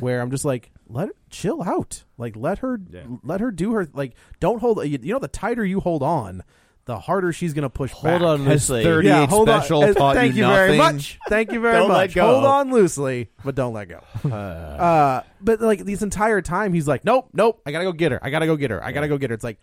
where I'm just like, let her chill out. Like let her let her do her. Like don't hold. You, you know, the tighter you hold on, the harder she's gonna push. Hold back. on Has loosely. 38 Yeah, hold on. Special Uh, taught Thank you you, very nothing? much. Thank you very Don't let much. go. Hold on loosely, but don't let go. Uh, but like this entire time, he's like, nope, nope. I gotta go get her. I gotta go get her. I gotta go get her. It's like,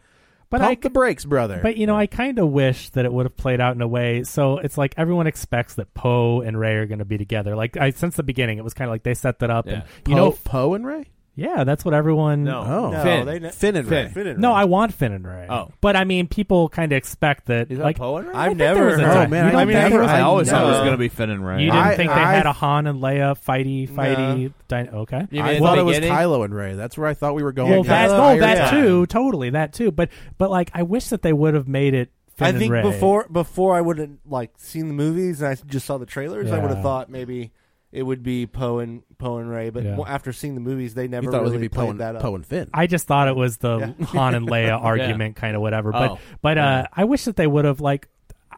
But pump I the brakes, brother. But you know, I kind of wish that it would have played out in a way. So it's like everyone expects that Poe and Ray are going to be together. Like I since the beginning, it was kind of like they set that up, and Poe, you know, Poe and Ray. yeah, that's what everyone. No. Oh, no, Finn. They ne- Finn and Ray. Finn and No, Ray. I want Finn and Ray. Oh. but I mean, people kind of expect that. like, Poe and Ray? I I've think there never. was a heard- time- you don't I mean, think I've heard- I always thought it was know. gonna be Finn and Ray. You didn't I- think they I- had a Han and Leia fighty, fighty? Di- okay, You mean I at thought the it was beginning? Kylo and Ray. That's where I thought we were going. well, that, oh, that Yeah. too, totally, that too. But but like, I wish that they would have made it. Finn I and think Rey. before before I would have like seen the movies and I just saw the trailers, I would Yeah. have thought maybe it would be Poe and Poe and Ray. But Yeah. w- after seeing the movies, they never You thought it was really gonna be played Poe and, that up. Poe and Finn. I just thought it was the Han and Leia argument, kind of whatever. But Oh, but uh, I wish that they would have like.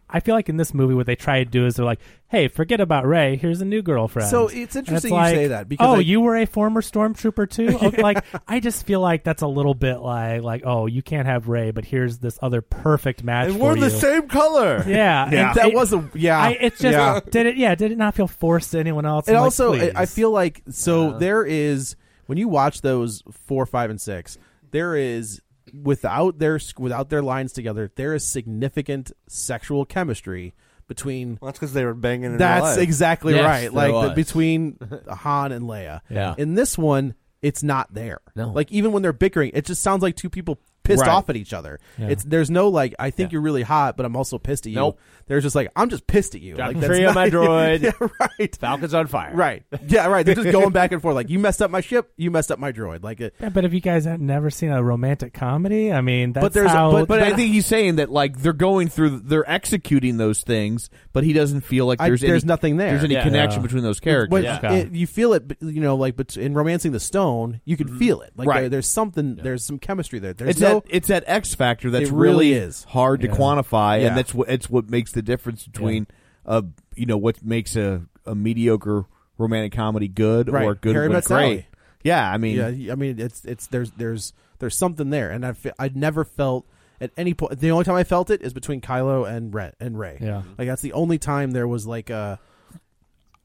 I feel like in this movie, what they try to do is they're like, "Hey, forget about Ray. Here's a new girlfriend." So it's And interesting you like, say that, because oh, I- you were a former stormtrooper too. Okay, Like I just feel like that's a little bit like like oh, you can't have Ray, but here's this other perfect match. and we're for the you. same color. Yeah, Yeah. and That it- was a- yeah, I, it's just yeah. did it. Yeah, did it not feel forced to anyone else? It I'm like, also, I- I please. feel like so there is when you watch those four, five, and six, there is without their without their lines together, there is significant sexual chemistry between. Well, that's because they were banging. In real That's life. exactly Yes, right. there Like the, was. between Han and Leia. Yeah. In this one, it's not there. No. Like even when they're bickering, it just sounds like two people pissed Right. off at each other. Yeah. It's there's no like I think you're really hot, but I'm also pissed at you. Nope. There's just like I'm just pissed at you. Drop Like, three that's on my not- droid. Yeah, right. Falcon's on fire. Right. Yeah. Right. They're just going back and forth. Like you messed up my ship. You messed up my droid. Like it. Yeah, but have you guys have never seen a romantic comedy? I mean, that's But there's- how. but- But I think he's saying that like they're going through, they're executing those things, but he doesn't feel like I- there's there's any, nothing there. There's any Yeah. connection Yeah. between those characters. But it- you feel it, but, you know, like but in *Romancing the Stone*, you Mm-hmm. can feel it. Like Right. there- there's something, there's some chemistry there. There's it's no, that it's that X factor that's It really really, is. hard to Yeah. quantify, Yeah. and that's what it's what makes the difference between uh you know what makes a, a mediocre romantic comedy good right. or good Harry but Met great. Sally. Yeah, I mean, yeah, I mean, it's it's there's there's there's something there, and I fe- I never felt at any point. The only time I felt it is between Kylo and Ren and Ray. Yeah. like that's the only time there was like a.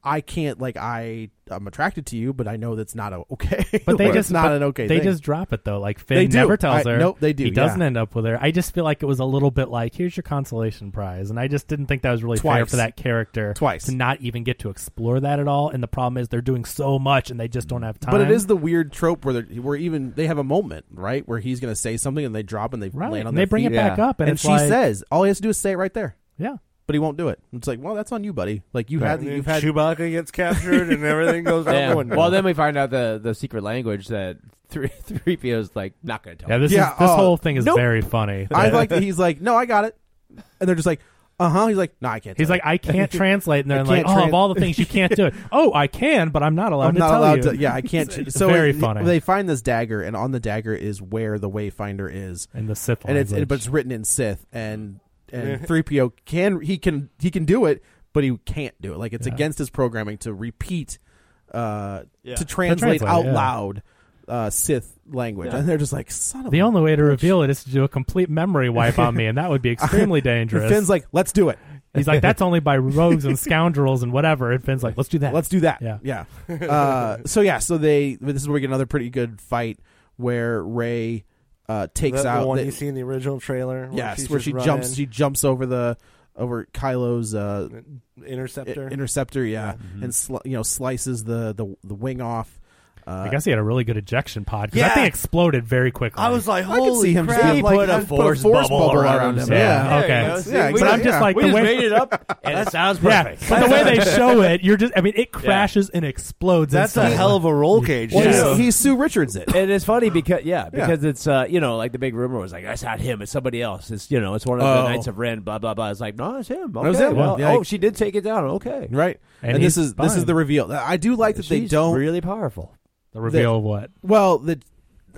I can't like I I'm attracted to you, but I know that's not a, okay. But they Like, just it's not but an okay. They thing. just drop it though. Like Finn They do. never tells I- her. nope, they do, He yeah. doesn't end up with her. I just feel like it was a little bit like here's your consolation prize, and I just didn't think that was really fair Twice. for that character Twice. to not even get to explore that at all. And the problem is they're doing so much and they just don't have time. But it is the weird trope where they're- where even they have a moment right where he's going to say something and they drop and they Right, land on and they their bring feet. it back Yeah. up, and it's she like- says all he has to do is say it right there. Yeah, but he won't do it. It's like well that's on you, buddy. Like you Right. had And then you've had Chewbacca gets captured and everything goes out the Damn. window. Well, then we find out the, the secret language that three three PO's like not going to tell. Yeah, us. this is this oh, whole thing is nope. very funny. I like that he's like, no, I got it, and they're just like, uh huh. He's like, no, I can't. He's tell like, you." I can't translate, and they're I like, can't oh, trans- of all the things you can't do it. Oh, I can, but I'm not allowed I'm to not tell allowed you. to. Yeah, I can't. It's so very it- funny. They find this dagger, and on the dagger is where the Wayfinder is, and the Sith, and it's language. but it's written in Sith, and and three PO can he can he can do it, but he can't do it. Like it's Yeah. against his programming to repeat, uh, Yeah. to To translate, translate, out yeah. loud. Uh, Sith language, Yeah. and they're just like son of the a only way to reveal it is to do a complete memory wipe on me, and that would be extremely dangerous. Finn's like, let's do it. He's like, that's only by rogues and scoundrels and whatever. And Finn's like, let's do that. Let's do that. Yeah. Yeah. Uh, so yeah, so they this is where we get another pretty good fight where Ray uh, takes That out the one the- you see in the original trailer. Where yes, she's where just she running. jumps she jumps over the over Kylo's uh, Interceptor. Mm-hmm. i- interceptor, yeah, and sli- you know slices the the, the wing off. Uh, I guess he had a really good ejection pod because Yeah. that thing exploded very quickly. I was like, I can holy see him crap! being like, put a I- force bubble around him. Yeah. Yeah. Okay. Yeah, see, we but I'm just- just yeah. like we the just way made it up, and it sounds Yeah. perfect. But the way they show it, you're just. I mean, it crashes and explodes. That's a instantly. hell of a roll cage. Well, too. he's- he's Sue Richards it. And it's funny because yeah, because it's uh, you know like the big rumor was like that's not him, it's somebody else. It's you know it's one of Oh. the Knights of Ren, blah blah blah. It's like no, it's him. It was Okay, him. well, Yeah. oh, she did take it down. Okay, Right. And, And this he's is this is fine. the reveal. I do like that they She's don't really powerful. The reveal of what? Well, the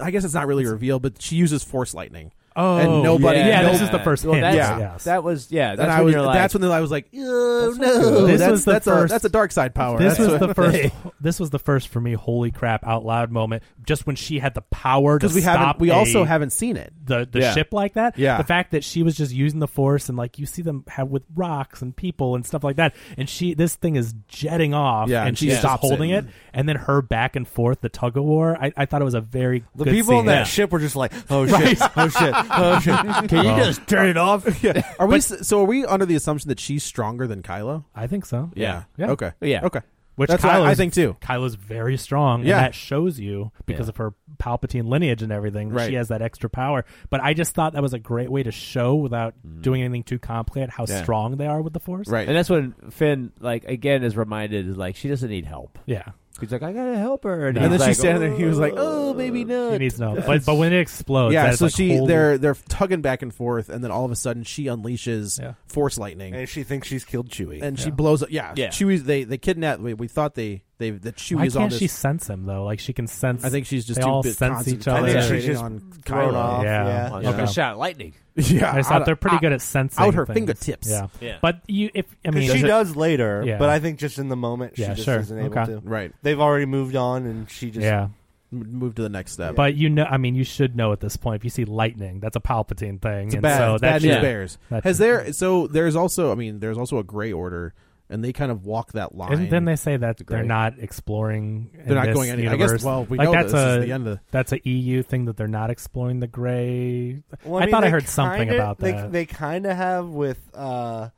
I guess it's not really a reveal, but she uses force lightning. Oh, and nobody. yeah. no- this is the first Well, hint. that's, Yeah. Yes. that was yeah. That's and when I was, you're like, that's when I was like, oh no, cool. This that's, was the that's a first- that's a dark side power. This Oh, was That's what- the first. This was the first for me. Holy crap! Out loud moment. Just when she had the power to because we stop. haven't we also a- haven't seen it. the the Yeah. ship like that. Yeah. The fact that she was just using the force and like you see them have with rocks and people and stuff like that, and she this thing is jetting off. Yeah, And, and she she's just stops holding it. it. and then her back and forth, the tug of war. I, I thought it was a very the good people on scene. that ship were just like, oh shit, oh shit, oh shit. can you Oh. just turn it off? Yeah. Are we s- so? Are we under the assumption that she's stronger than Kylo? I think so. Yeah. Yeah. Okay. Yeah. Okay. Which That's what I- Kylo's, I think too. Kylo's very strong, Yeah. and that shows you because Yeah. of her Palpatine lineage and everything. that Right. She has that extra power. But I just thought that was a great way to show without Mm. doing anything too complicated how Yeah. strong they are with the Force. Right. And that's when Finn like again is reminded is like she doesn't need help. Yeah. He's like I gotta help her, and, And he's then like, she's standing there. "Oh." and He was like, "Oh, maybe She no." needs no. But, but when it explodes, Yeah. that is So like, she holy- they're they're tugging back and forth, and then all of a sudden she unleashes Yeah. force lightning, And she thinks she's killed Chewie. and she blows up. Yeah. Yeah. Chewie's they they kidnap. We, we thought they they that Why Chewie's on can't this. she sense him though? Like she can sense. I think she's just they too all bit sense each other. concentrated. I think she's she's just on thrown Kylo. off. Yeah. Yeah. Like Yeah. a shot of lightning. Yeah, I just thought out- they're pretty out- good at sensing out her things. fingertips. Yeah. Yeah. But you, if I mean, she it- does later, Yeah. but I think just in the moment she Yeah, just sure. isn't able Okay. to. Right. They've already moved on, and she just Yeah. M- Move to the next step. But you know, I mean, you should know at this point. If you see lightning, that's a Palpatine thing. it's and bad. so that it's bad news should- bears. that Has should- there? So there's also. I mean, there's also a gray order, and they kind of walk that line. And then they say that they're great. not exploring. in They're not this going any- I guess- Universe. well, we like know that's this a is the end of the- that's a EU thing that they're not exploring the gray. Well, I, mean, thought I they heard something kinda- about they, that. They kind of have with uh,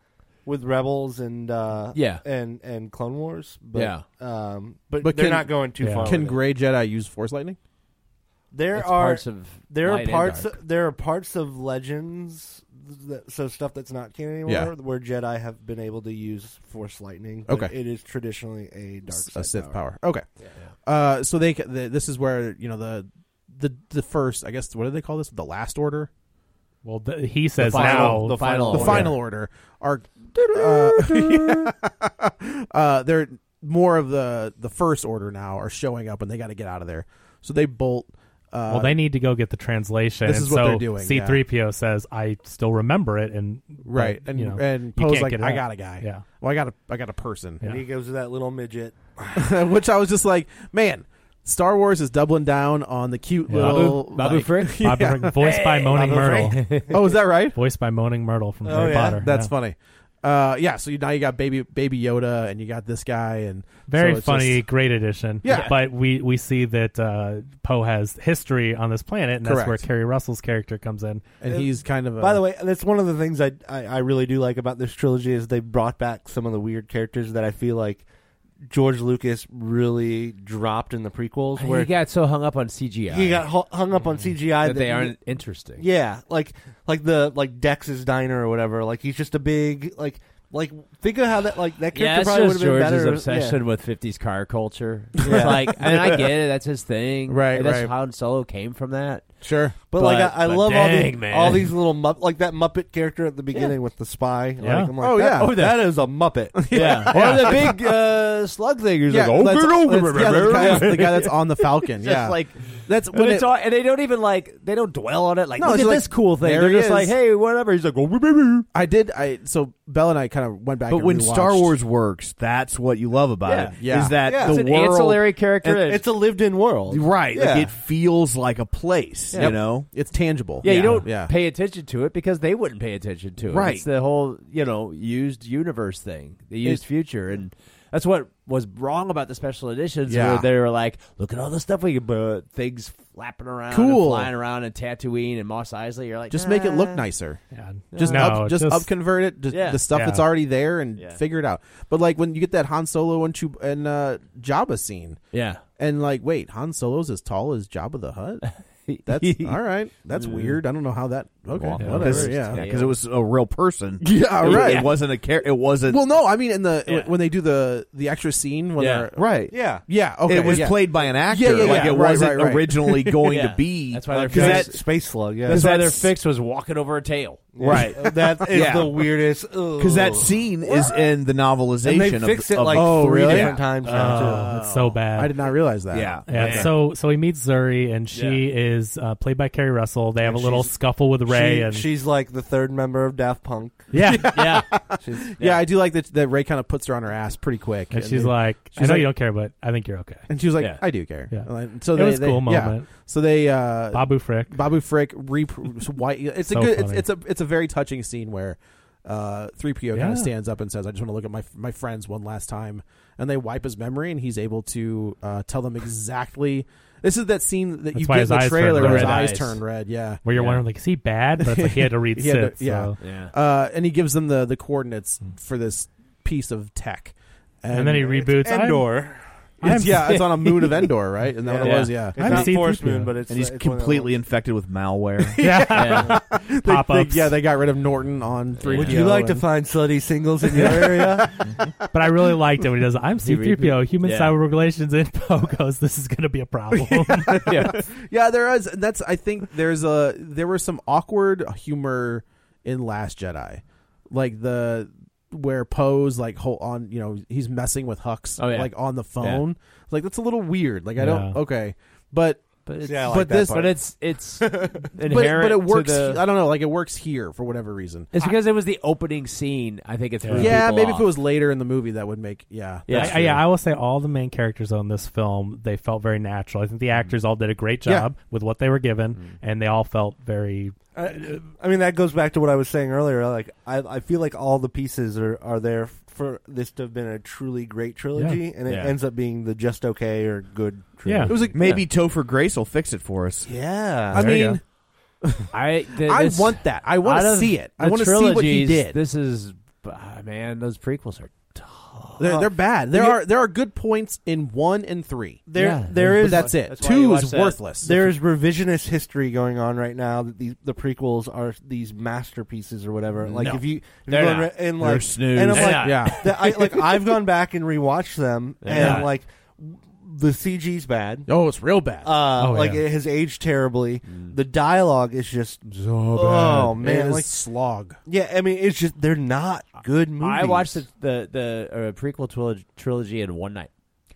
with Rebels and uh, Yeah. and and Clone Wars. But, Yeah. um, but, But they're can- not going too Yeah. far. can with it. gray Jedi use Force lightning? There It's are parts of there light are and parts dark. there are parts of legends that, so stuff that's not canon anymore Yeah. where Jedi have been able to use Force lightning. but Okay. it is traditionally a dark S- side a Sith power. power. Okay. Uh, so they c- the, this is where you know the the the first I guess what do they call this the last order. Well, the- he The says final- now- the final the order. final order are uh, yeah. uh, they're more of the the first order now are showing up and they got to get out of there. So they bolt. Uh, well, they need to go get the translation. This and is what so they're doing, yeah. C3PO says, "I still remember it," and but, right and you know, you and Poe's can't like get it I out." got a guy. Yeah, Well, I got a I got a person. And he goes to that little midget. which I was just like, man, Star Wars is doubling down on the cute Yeah. little Babu- like- Babu Frick? Babu Frick, voiced by Moaning Babu Myrtle. Frick. oh, is that right? voiced by Moaning Myrtle from Oh, Harry yeah. Potter. That's yeah. funny. Uh, yeah, so you, now you got baby baby Yoda and you got this guy and Very so it's funny, just- great addition. Yeah. but we we see that uh, Poe has history on this planet, and that's where Correct. Carrie Russell's character comes in, And he's kind of a- By the way, that's one of the things I, I I really do like about this trilogy is they brought back some of the weird characters that I feel like George Lucas really dropped in the prequels. Where he got so hung up on CGI. He got hu- hung up on CGI That they you- aren't interesting. Yeah, like like the like Dex's diner or whatever. Like he's just a big like like think of how that like that character yeah, it's probably would just have been George's better. obsession with '50s car culture. It's Yeah. like, and I get it; that's his thing. Right, And that's right. how Han Solo came from that. Sure, But, like I, I but love all dang, these man. all these little Mupp- like that Muppet character at the beginning with the spy. Like, Yeah. I'm like, Oh, that- yeah. Oh, that is a Muppet. Yeah. Or the big uh, slug thing who's Yeah, "Oh, like, oh, that's- "Open, open, that's- yeah, the guy- the guy that's on the Falcon, Just yeah. like That's and when it's it- all, and they don't even like they don't dwell on it. Like, No, look it's at like, this cool thing. there They're he just is. Uh, like, hey, whatever. He's like, I did I so Bell and I kind of went back. But and when rewatched. Star Wars works, that's what you love about Yeah. it. Yeah. Is that Yeah. the It's an world ancillary character. and- It's a lived-in world, right? Yeah. Like it feels like a place. Yep. You know, it's tangible. Yeah, you don't Yeah. pay attention to it because they wouldn't pay attention to it. Right. It's the whole, you know, used universe thing, the used It- future. And that's what was wrong about the special editions Yeah. where they were like, look at all the stuff we could put, things flapping around, and Cool. flying around, and Tatooine and Moss Isley. You're like, just make it look Uh, "Nah." nicer. Yeah. Just No, up, just, just- up convert it. Just Yeah. the stuff Yeah. that's already there and Yeah. figure it out. But like when you get that Han Solo and Chub- and uh, Jabba scene, Yeah. and like wait, Han Solo's as tall as Jabba the Hutt. That's all right. That's weird. I don't know how that. Okay, Yeah. whatever. Because- Yeah, Mm. yeah, 'cause it was a real person. Yeah, It- right. It wasn't a care. It wasn't. Well, no, I mean in the Yeah. when they do the the extra scene when Yeah. they're Right. Yeah. yeah okay It was yeah. played by an actor. yeah, yeah, Like, yeah. it Right, wasn't right, right. originally going to be- That's why they're Because fixed. that space slug, yeah. That's why their That's- fix was walking over a tail. Right. that is Yeah. the weirdest. Because that scene is in the novelization. And they of- fix it, of- like, oh, three really? different times now, too. Uh, Oh, it's so bad. I did not realize that. Yeah. Yeah, Okay. so so he meets Zuri, and she is uh, played by Carrie Russell. They have a little scuffle with Ray, she- and she's like the third member of Daft Punk. Yeah. Yeah. She's- yeah. I do like that. That Ray kind of puts her on her ass pretty quick, and she's they- like, she's "I know like- you don't care, but I think you're okay." And she was like, Yeah. "I do care." Yeah. Like, so It they, was a they- cool yeah. moment. So they uh, Babu Frick, Babu Frick, re- white. It's So a good. It's, funny. it's a it's a very touching scene where uh, 3PO kind Yeah. of stands up and says, "I just want to look at my my friends one last time," and they wipe his memory, and he's able to uh, tell them exactly. This is that scene that That's you why get in his the eyes trailer turned where his red. eyes Eyes. turn red. Yeah, Where you're Yeah. wondering, like, is he bad? But it's like he had to read He had Sith, yeah, so- Yeah. Uh, and he gives them the the coordinates for this piece of tech, Hmm. And then he reboots, "I'm- Endor. I'm- It's- yeah, it's on a moon of Endor, right? Isn't that what it was? Yeah, It's not Force C-3PO. Moon, but it's And he's completely infected with malware. Yeah. They- they- Pop-ups. yeah, they got rid of Norton on three. Would you like to find slutty singles in your area? but I really liked it when he does. I'm C-3PO, Human Yeah. Cyber Relations Info goes. This is going to be a problem. yeah. yeah, there is. and That's. I think there's a there was some awkward humor in Last Jedi, like the where Poe's like whole on you know he's messing with Hux Oh, yeah. like on the phone. Like that's a little weird. Like I don't Yeah. okay, but. But it's- but, Yeah, I like that this, part. But it's- it's but, inherent but to it works. the- he- I don't know, like it works here for whatever reason. It's because it was the opening scene. I think it's yeah, maybe if it was later in the movie, that would make yeah, that's I, I- true. yeah, I will say all the main characters on this film they felt very natural. I think Mm. the actors all did a great Yeah. job with what they were given, and they all felt very I, I mean, that goes back to what I was saying earlier. Like, I, I feel like all the pieces are, are there for this to have been a truly great trilogy, Yeah. and it Yeah. ends up being the just okay or good trilogy. It was like maybe Topher Grace will fix it for us. Yeah. I There you mean, I th- I this- want that. I wanna out of see it. I the wanna see what he trilogies, did. This is ah, man, those uh, prequels are tough. They're, they're bad. There are there are good points in one and three. There, there But is. that's it. Two is worthless. There is revisionist history going on right now that these the prequels are these masterpieces or whatever. Like No. if you, if you They're go not. re- and They're like snooze. and I'm They're like, not. Yeah. that I, like I've gone back and rewatched them, They're and not. like the CG's bad. Oh, it's real bad. Uh, Oh, like yeah. it has aged terribly. The dialogue is just oh bad. man, It is like slog. Yeah, I mean it's just they're not good movies. I watched the the, the uh, prequel trilogy, trilogy in one night.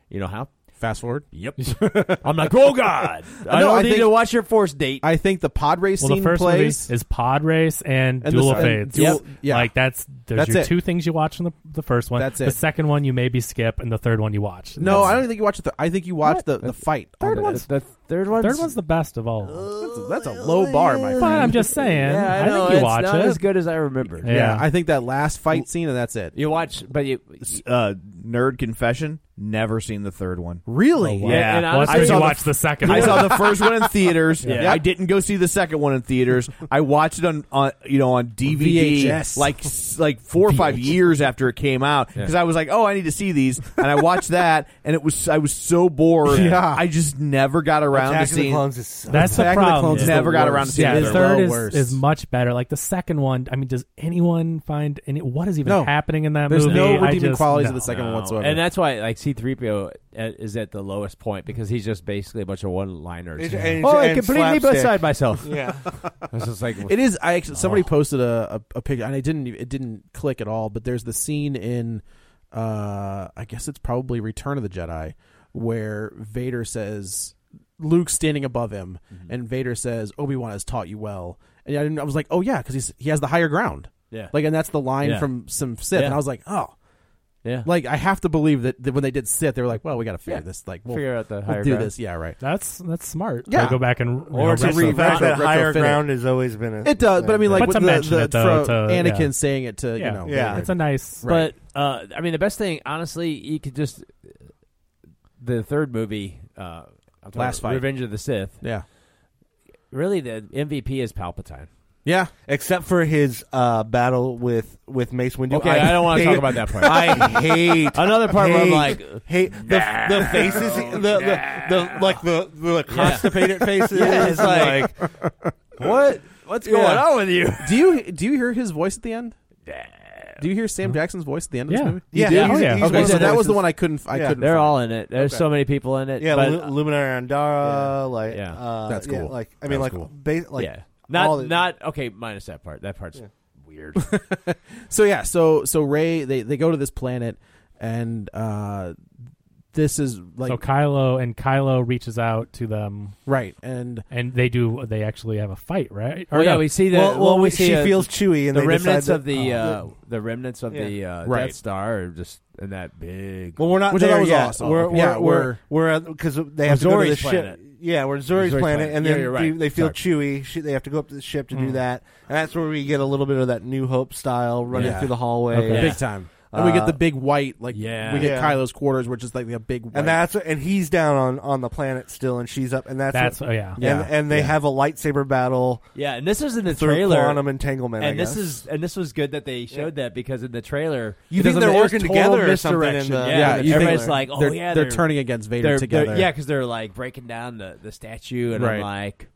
You know how? Fast forward. Yep. I'm like, oh god, I No, don't I need think- to watch your force date. I think the pod race Well, the scene first movie plays. is Pod Race and, And Duel the of second- Fates. Duel- yeah. like that's there's That's your it. two things you watch in the, the first one. That's The it. second one you maybe skip, and the third one you watch. No, That's- I don't think you watch the. I think you watch the, the fight. Third on one's- the third one's- third one's the best of all. That's a, that's a low bar, my friend. But I'm just saying, Yeah, I I, know, think you it's watch not it. as good as I remembered. Yeah. Yeah, I think that last fight scene and that's it. You watch, but you uh, nerd confession. Never seen the third one. Really? yeah. and Well, that's honestly- 'cause you watched the second I one. saw the first one in theaters. Yeah. I didn't go see the second one in theaters. I watched it on, on you know on DVD VHS. like s- like four or five years after it came out because I was like, oh, I need to see these, and I watched that, and it was I was so bored. Yeah. I just never got around Attack to of the seeing. Clones is so That's the Attack of the problem. Clones is Never the got around to worst. seeing Yeah, the the third third one. is, Worst. is much better. Like the second one, I mean, does anyone find any? What is even No. happening in that There's movie? no I redeeming just- qualities of no. the second one No. whatsoever. And that's why like C3PO at- uh, is at the lowest point because he's just basically a bunch of one-liners. It's- and- oh, I and completely slapstick. beside myself. Yeah. I was just like It is. I actually somebody Oh. posted a, a, a picture, and it didn't even- it didn't click at all. But there's the scene in, uh, I guess it's probably Return of the Jedi, where Vader says Luke's standing above him, Mm-hmm. and Vader says Obi Wan has taught you well. And I didn't. I was like, oh yeah, because he's he has the higher ground. Yeah. Like, and that's the line Yeah. from some Sith, and Yeah. I was like, oh. Yeah. Like I have to believe that, that when they did Sith, they were like, "Well, we got to figure Yeah. this. Like, we'll Figure out the we'll higher do ground. this. Yeah, right. That's that's smart. Yeah. To go back and you know, or to retro- re that retro- higher retrofit it. ground has always been a It does, but I mean, like But with to the, mention the it, though, from to- Anakin yeah. saying it to you know, Yeah. Vader. It's a nice. Right. But uh, I mean, the best thing, honestly, you could just the third movie, uh, I'm talking Last about fight. Revenge of the Sith. Yeah. Really, the MVP is Palpatine. Yeah. except for his uh, battle with with Mace Windu. Okay, I don't wanna hate- talk about that part. I hate Another part hate, where I'm like, hate the, the faces, the, the, the like the the constipated faces. Yeah, it's like, what? What's going Yeah. on with you? Do you do you hear his voice at the end? Do you hear Sam Jackson's voice at the end of Yeah. this movie? You Yeah, do? he's- Yeah. he's Okay, one of so the that was the voices. one I couldn't. I Yeah. couldn't. They're find. all in it. There's so many people in it. yeah, but, Lu- Luminary Andara, like Yeah. uh, That's yeah, cool. like I That mean, was like cool. ba- like yeah, not all the- not okay. Minus that part. That part's weird. So yeah, so so Ray they they go to this planet and uh this is like so Kylo and Kylo reaches out to them, right and and they do. They actually have a fight, right? Oh, Well, yeah, no. we see the well, well, we see she uh, feels chewy and the they decide remnants that- of the uh, oh. the remnants of the uh, Right. Death Star are just in that big. Well, we're not Which I thought there was yet. awesome. We're, Yeah, we're we're because they have Zori's to go to the planet. ship. Yeah, we're at Zuri's Zuri's planet, planet. and Yeah, then you're they, right. they feel chewy. She, they have to go up to the ship to do that, and that's where we get a little bit of that New Hope style running Yeah. through the hallway. Okay. Yeah. big time and we get Uh, the big white like Yeah. we get Yeah. Kylo's quarters which is like a big white, And that's and he's down on, on the planet still, and she's up, and that's, That's what- oh, yeah. and, Yeah. and they Yeah. have a lightsaber battle yeah, and this is in the through trailer. quantum entanglement. and I this guess. is and this was good that they showed that because in the trailer You because think they're it was working total together or something in misdirection. the- yeah, Yeah, and you think everybody's they're- like, oh they're, yeah, they're, turning against Vader they're- together They're, yeah, because they're like breaking down the, the statue, and I'm Right. like,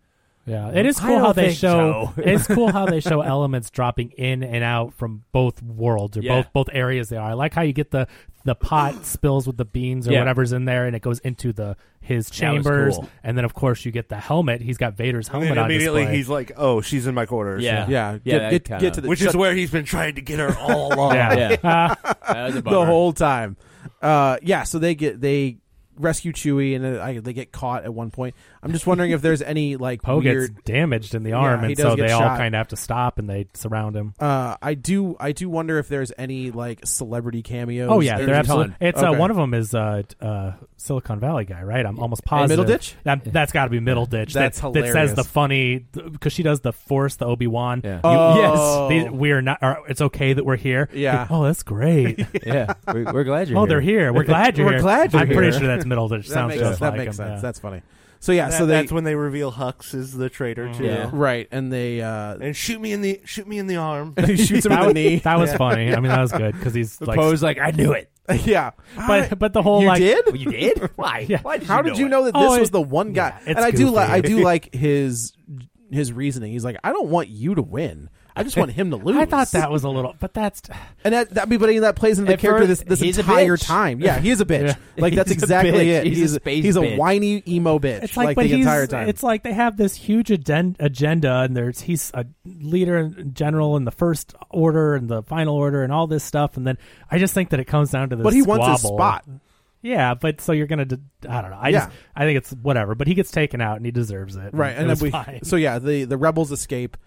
Yeah, it is I cool don't how they think show. so. it's cool how they show elements dropping in and out from both worlds or Yeah. both both areas they are. I like how you get the the pot spills with the beans or Yeah. whatever's in there, and it goes into the his That was chambers, cool. and then of course you get the helmet. He's got Vader's And helmet then on immediately display. he's like, "Oh, she's in my quarters." yeah, yeah yeah, get, that get, kinda- get to the which is where he's been trying to get her all along. yeah, yeah. Ah, That was a the bummer. whole time. Uh, yeah, so they get they rescue Chewie and uh, I, they get caught at one point. I'm just wondering if there's any like Poe weird. gets damaged in the arm, Yeah, he and does so get they all shot. kind of have to stop and they surround him. Uh, I do I do wonder if there's any like celebrity cameos. Oh yeah, There's they're a absolutely. ton. It's uh, Okay. one of them is uh, d- uh, Silicon Valley guy, right? I'm almost positive. Middleditch? That, that's got to be Middle Ditch. That's that, That hilarious. says the funny because she does the force, the Obi Wan. Yeah. Oh. Yes, we are not. Or, it's okay that we're here. Yeah. Oh, that's great. yeah. We're, we're glad you're. oh, they're here. We're glad you're We're here. glad you're I'm pretty here. sure that's Middle Ditch. that Sounds makes, just sense. like that makes him, sense. yeah. That's funny. So yeah, That- so they that's when they reveal Hux is the traitor too. Yeah. right and they uh, and shoot me in the shoot me in the arm. he shoots him in the knee. That was funny. I mean, that was good because he's The like Poe's like, I knew it. yeah, but but the whole you like did you did why Yeah. Why did How you did know you it? know that Oh, this it- was the one guy? Yeah, it's and I do goofy. like I do like his his reasoning. He's like, I don't want you to win. I just want him to lose. I thought that was a little, but that's and that, that but I mean, that plays into the At character first, this this he's a entire bitch. time. Yeah, he is a bitch. Yeah. Like that's He's a bitch. exactly it. He's a space he's a bitch. whiny emo bitch. it's like, the but he's, entire time. it's like they have this huge agen- agenda, and there's he's a leader and general in the first order and the final order and all this stuff, and then I just think that it comes down to this. But he wants his squabble. spot. Yeah, but so you're gonna. d I don't know. I Yeah. just I think it's whatever. But he gets taken out, and he deserves it. right It and then was we fine. so yeah the the rebels escape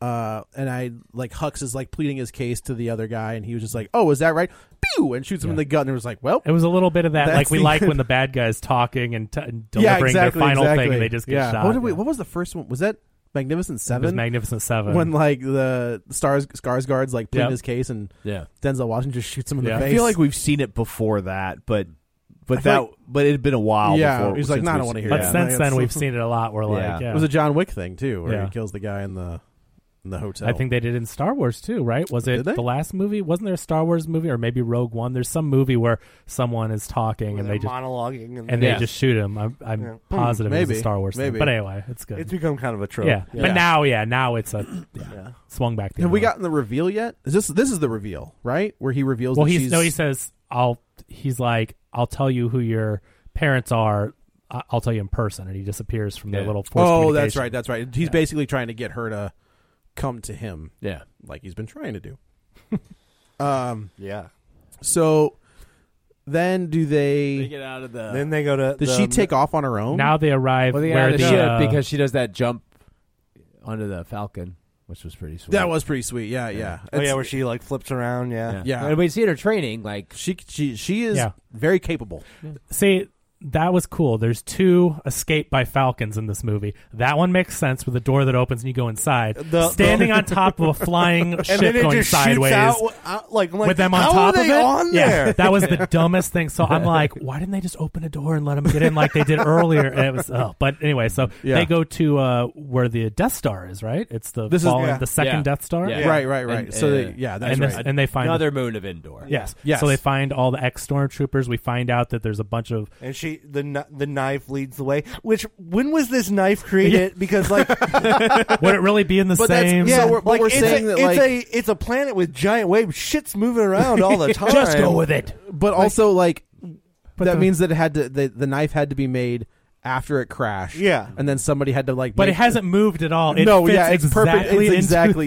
uh and i like hux is like pleading his case to the other guy and he was just like oh is that right Pew! and shoots him in the gut and it was like well It was a little bit of that, That's like we the- like when the bad guy's talking and, t- and delivering yeah exactly their final exactly. thing, and they just get yeah. shot. what, did we, what was the first one was that magnificent seven Magnificent Seven. when like the stars scars guards like pleading Yep. his case and Yeah. denzel washington just shoots him in Yeah. the face I feel like we've seen it before that, but I but feel that like- but it had been a while. Yeah, before, he's like, since "Nah, I we've don't wanna seen- hear But Yeah. that." since Like, then, it's- we've seen it a lot. We're like, Yeah. yeah. it was a john wick thing too where Yeah. he kills the guy in the in the hotel I think they did in Star Wars too, right? Was it Did they? the last movie? Wasn't there a Star Wars movie or maybe Rogue One? There's some movie where someone is talking and they're they just monologuing and- they Yeah. just shoot him. I'm, I'm Yeah. positive it was Maybe, a Star Wars maybe. thing, but anyway, it's good. It's become kind of a trope. Yeah, Yeah. but now, yeah, now it's a yeah. swung back. The have other we way. gotten the reveal yet? Is this this is the reveal, right? Where he reveals Well, that he's she's no. He says, "I'll." He's like, "I'll tell you who your parents are. I- I'll tell you in person." And he disappears from their little. Forced oh, that's communication. right, that's right. He's basically trying to get her to come to him. Yeah. like he's been trying to do. um. Yeah. So then, do they? They get out of the- Then they go to Does the- she take off on her own? um, Now they arrive Well, they where had the, the ship uh, because she does that jump onto the Falcon, which was pretty sweet. That was pretty sweet. Yeah, yeah. Oh yeah, It's- where she like flips around. Yeah. Yeah. And we see in her training, like she she she is Yeah. very capable. See, that was cool. There's two escape by falcons in this movie. That one makes sense with a door that opens and you go inside. The- Standing the- on top of a flying ship And then it going just shoots sideways. out, uh, like- like, with them on how top are of they it, on yeah, there? that was the dumbest thing. So I'm like, why didn't they just open a door and let them get in like they did earlier? And it was, oh, but anyway, so Yeah. they go to uh, where the Death Star is, right? It's the This is- fallen- yeah. the second Yeah. Death Star, Yeah. Right, right, right. And- so they, uh, yeah, that's and right. this- and they find another moon of Endor. Yes. Yes. So they find all the ex stormtroopers. We find out that there's a bunch of And she the kn- the knife leads the way. Which when was this knife created? Because like would it really be in the But that's- same? so we're- but like, we're it's saying a, that, it's like- a it's a planet with giant waves. Shit's moving around all the time. Just go with it. but also like that the- means that it had to the, the knife had to be made after it crashed. Yeah. and then somebody had to like. But it make- hasn't moved at all. It no, fits yeah, it's perfect. exactly It's into exactly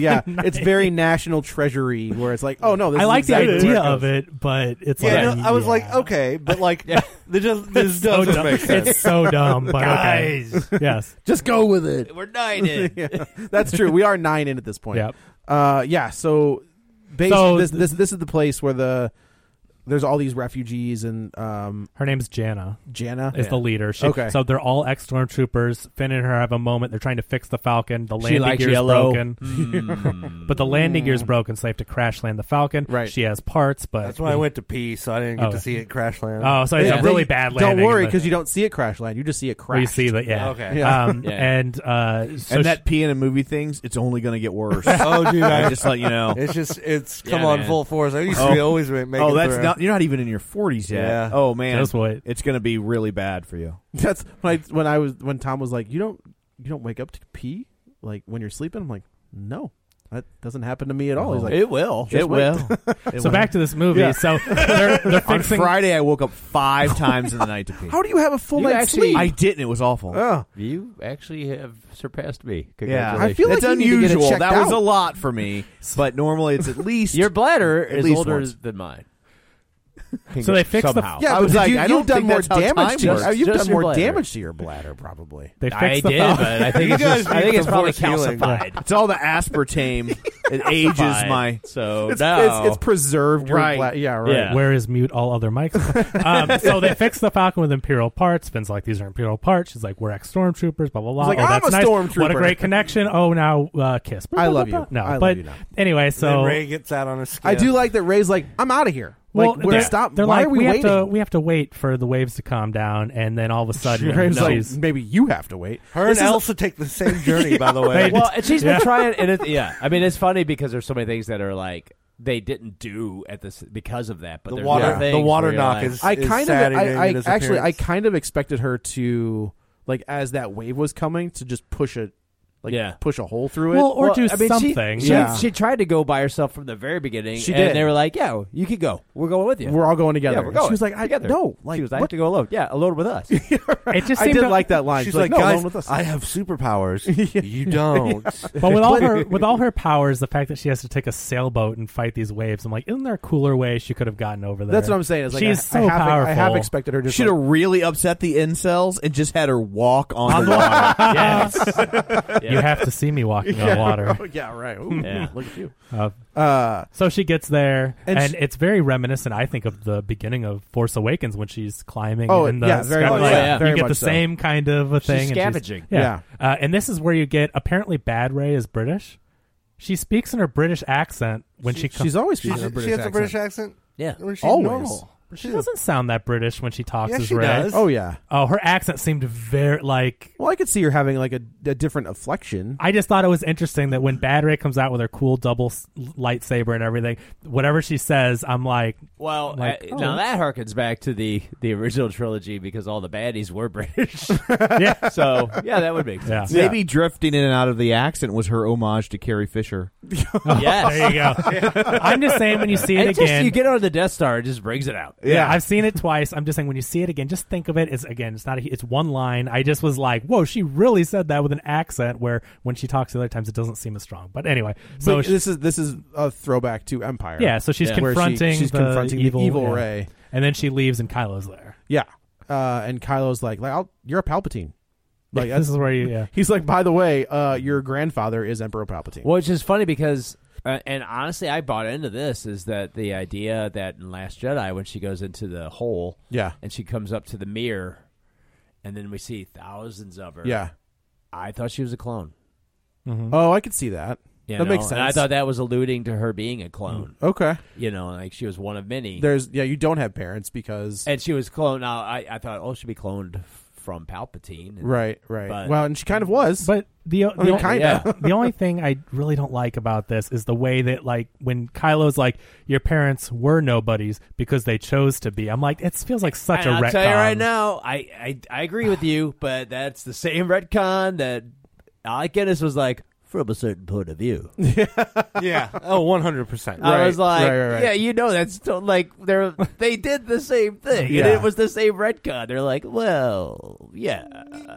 the yeah. knife. It's very national treasury where it's like, oh no, this I is like exactly the where idea goes. of it, but it's Yeah, like no, I was yeah. like, okay, but like this, just, It's this so Oh, doesn't dumb. make sense. It's so dumb, but okay. yes, Just go with it. We're knighted. yeah, that's true. We are nine in at this point. Yep. Uh, yeah. So, based, So this, th- this this is the place where the there's all these refugees and um, her name's Jana. Jana Is the leader? She, Okay. So they're all ex stormtroopers. Finn and her have a moment. They're trying to fix the Falcon. The landing likes gear's yellow. Mm. broken, but the landing gear's broken, so they have to crash land the Falcon. Right. She has parts, but That's why I went to pee, so I didn't get Okay. to see it crash land. Oh, so it's Yeah. a really They- bad landing. Don't worry, but- because you don't see it crash land. You just see it Well, crash. you see that, yeah. Okay. Yeah. Um, Yeah. And uh, so and she- that peeing in movie things, it's only going to get worse. oh, dude, I I just let you know. It's just it's Yeah, come on man. full force. I used to be always ma- make. oh, it that's through. not. You're not even in your 40s yet. Yeah. Oh man, Just wait. it's going to be really bad for you. That's when I when I was when Tom was like, you don't you don't wake up to pee like when you're sleeping. I'm like, no, that doesn't happen to me at all. Oh. He's like, it will. just It will. so back to this movie. So they're, they're On fixing. Friday, I woke up five times in the night to pee. how do you have a full You night's actually- sleep? I didn't. It was awful. Ugh. You actually have surpassed me. yeah, Congratulations. I feel like that's you need to get it unusual. checked that was out. a lot for me, but normally it's at least your bladder at is least older once. than mine. So they fix the- somehow. yeah, I but was did like, you, I have don't done think more that's how time damage to works. your, you've Just done your more bladder. damage to your bladder probably. They I fix the did, Falcon. but I think You it's just, guys I think need it's the probably force healing. calcified. It's all the aspartame. it ages Fine. my so It's, now- it's, it's preserved your Right. bladder. Yeah, right. Yeah. Where is mute all other mics? um, so they fix the Falcon with Imperial parts. Finn's like, these are Imperial parts. She's like, we're ex stormtroopers, blah, blah, blah. He's like, oh, "I'm that's a nice. What a stormtrooper." great connection. Oh, now uh, kiss. Blah, I blah, love blah, you. blah. No, I love but you now. anyway, And then so. Ray gets out on a skin. I do like that. Ray's like, I'm out of here. well, like, we're they're- stop. They're Why like, are we, have waiting? to we have to wait for the waves to calm down, and then all of a sudden, Ray's no. like, she's- maybe you have to wait. Her This and is- Elsa take the same journey, by the They way. do. well, and she's been Yeah. trying, and it, yeah, I mean, it's funny because there's so many things that are like they didn't do at this because of that. But The there's water- other the things water where you're knock like- is- I kind of Saturday I, I in his actually I appearance. kind of expected her to like as that wave was coming to just push it like Yeah. push a hole through it Well, or Well, uh, do I mean, she- something. she- yeah. she tried to go by herself from the very beginning. She and did. they were like, "Yeah, you could go. We're going with you. We're all going together." Yeah, we're going. She was like, "I- together. no, like, she was like, I what- have to go alone. Yeah, alone with us. it just I seemed did to- like that line. She's She's like, like, "No, guys, alone with us." I have superpowers. you don't. But with all her with all her powers, the fact that she has to take a sailboat and fight these waves, I'm like, isn't there a cooler way she could have gotten over there? That's what I'm saying. It's like she's I, so I have, powerful. I have expected her just Should have like, really upset the incels and just had her walk on, the water. You have to see me walking on water. yeah, right. Ooh, Yeah. Look at you. Uh, so she gets there, and and, she- it's very reminiscent, I think, of the beginning of Force Awakens when she's climbing. Oh, in the yeah, very sky- much like, so. Yeah, You very get much the so. same kind of a She's thing. and scavenging. yeah, Uh, and this is where you get apparently Bad Ray is British. She speaks in her British accent when she, She- comes. she's always She, speaking she in has a British a British accent. Yeah, Or she's Always. normal. She doesn't sound that British when she talks Yeah, as she Ray. does. Oh, yeah. Oh, her accent seemed very like. Well, I could see her having like a, a different afflection. I just thought it was interesting that when Bad Ray comes out with her cool double s- lightsaber and everything, whatever she says, I'm like, Well, Like, uh, oh. now that harkens back to the the original trilogy because all the baddies were British. yeah. So yeah, that would make sense. Maybe drifting in and out of the accent was her homage to Carrie Fisher. There you go. I'm just saying when you see it And just- again- you get on the Death Star, it just brings it out. Yeah. I've seen it twice. I'm just saying when you see it again, just think of it as again, it's not a, it's one line. I just was like, whoa, she really said that with an accent where when she talks the other times it doesn't seem as strong. But anyway, so But she- this is this is a throwback to Empire. yeah, so she's Where she- confronting she's the confronting evil, the evil yeah. Ray. and then she leaves and Kylo's there. Yeah. Uh, and Kylo's like, like I'll, you're a Palpatine. Like This is where you- yeah. He's like, by the way, uh, your grandfather is Emperor Palpatine. Which is funny because, uh, and honestly, I bought into this is that the idea that in Last Jedi, when she goes into the hole, Yeah. and she comes up to the mirror, and then we see thousands of her. Yeah. I thought she was a clone. Oh, I could see that. you that know? makes sense. Mm. And I thought that was alluding to her being a clone. Okay. you know, like she was one of many. There's yeah, you don't have parents because and she was cloned. Now I, I thought, oh, she'd be cloned from Palpatine. And- right, right. but- well, and she kind of was, but the, I mean, kind of. the only thing I really don't like about this is the way that like when Kylo's like your parents were nobodies because they chose to be. I'm like it feels like such And a I'll retcon. tell you right now, I, I I agree with you, but that's the same retcon that Alec Guinness was like from a certain point of view. yeah. Oh, one hundred percent. I was like, yeah, you know, that's to- like they're they did the same thing, and Yeah. it was the same retcon. They're like, well, yeah,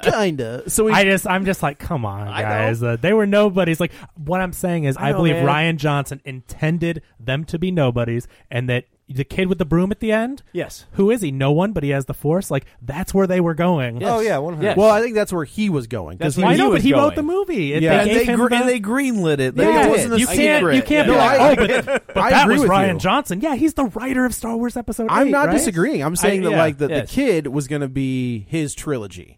kinda. So we, Uh, I just, I'm just like, come on, guys. Uh, they were nobodies. Like, what I'm saying is, I I, know, believe man. Ryan Johnson intended them to be nobodies, and that the kid with the broom at the end, Yes. who is he? No one, but he has the force. Like, that's where they were going. Oh yeah, one hundred. Yes. well, I think that's where he was going because That's where I he know, was but he going. wrote the movie. It- Yeah. they And gave they, him gr- the- and they greenlit it. Yeah. It wasn't a you secret. can't, you can't No, be I- like, oh, but, but I that agree was with Ryan you. Johnson. Yeah, he's the writer of Star Wars Episode I'm eight, not right? disagreeing. I'm saying I- that yeah. like that Yes. the kid was going to be his trilogy.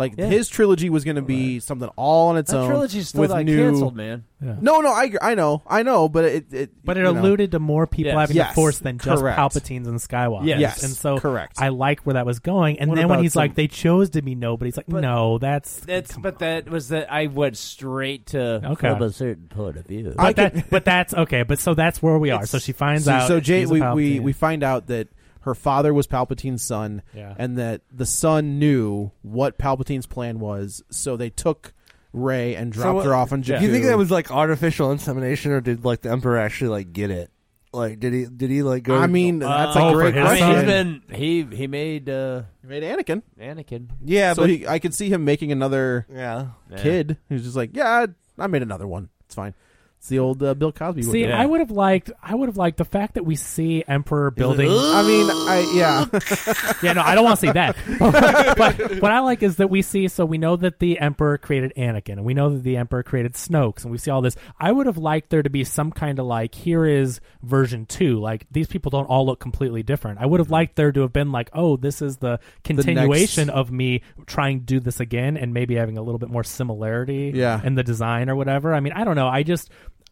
Like his trilogy was going to be something all on its that own. trilogy's still with not new, canceled, man. No, no, I I know, I know, but it, it But it you know. alluded to more people Yes. having Yes. the force than just Correct. Palpatines and Skywalker. Yes. Yes. and so Correct. I like where that was going. And What then when about he's like, some- "They chose to be nobody," he's like, But- "No, that's That's but that was that I went straight to Okay. from a certain point of view. but, that, but that's okay. But so that's where we are. So she finds so, out. So Jay, he's a we, we Palpatine. we find out that her father was Palpatine's son, Yeah. and that the son knew what Palpatine's plan was. So they took Ray and dropped her off on Jakku. Do you think that was like artificial insemination, or did like the emperor actually like get it? Like, did he? Did he like go? I mean, uh, that's Oh, a for great his I mean, question. he's been he he made uh, He made Anakin. Anakin. yeah, so but he, I could see him making another yeah. kid who's just like, yeah, I made another one. It's fine. It's the old uh, Bill Cosby. see. one. I would have liked. I would have liked the fact that we see Emperor building. I mean, I yeah. yeah, no, I don't want to see that. but what I like is that we see. So we know that the Emperor created Anakin, and we know that the Emperor created Snoke's, and we see all this. I would have liked there to be some kind of like, here is version two. Like these people don't all look completely different. I would Mm-hmm. have liked there to have been like, oh, this is the continuation of me trying to do this again, and maybe having a little bit more similarity Yeah. in the design or whatever. I mean, I don't know. I just.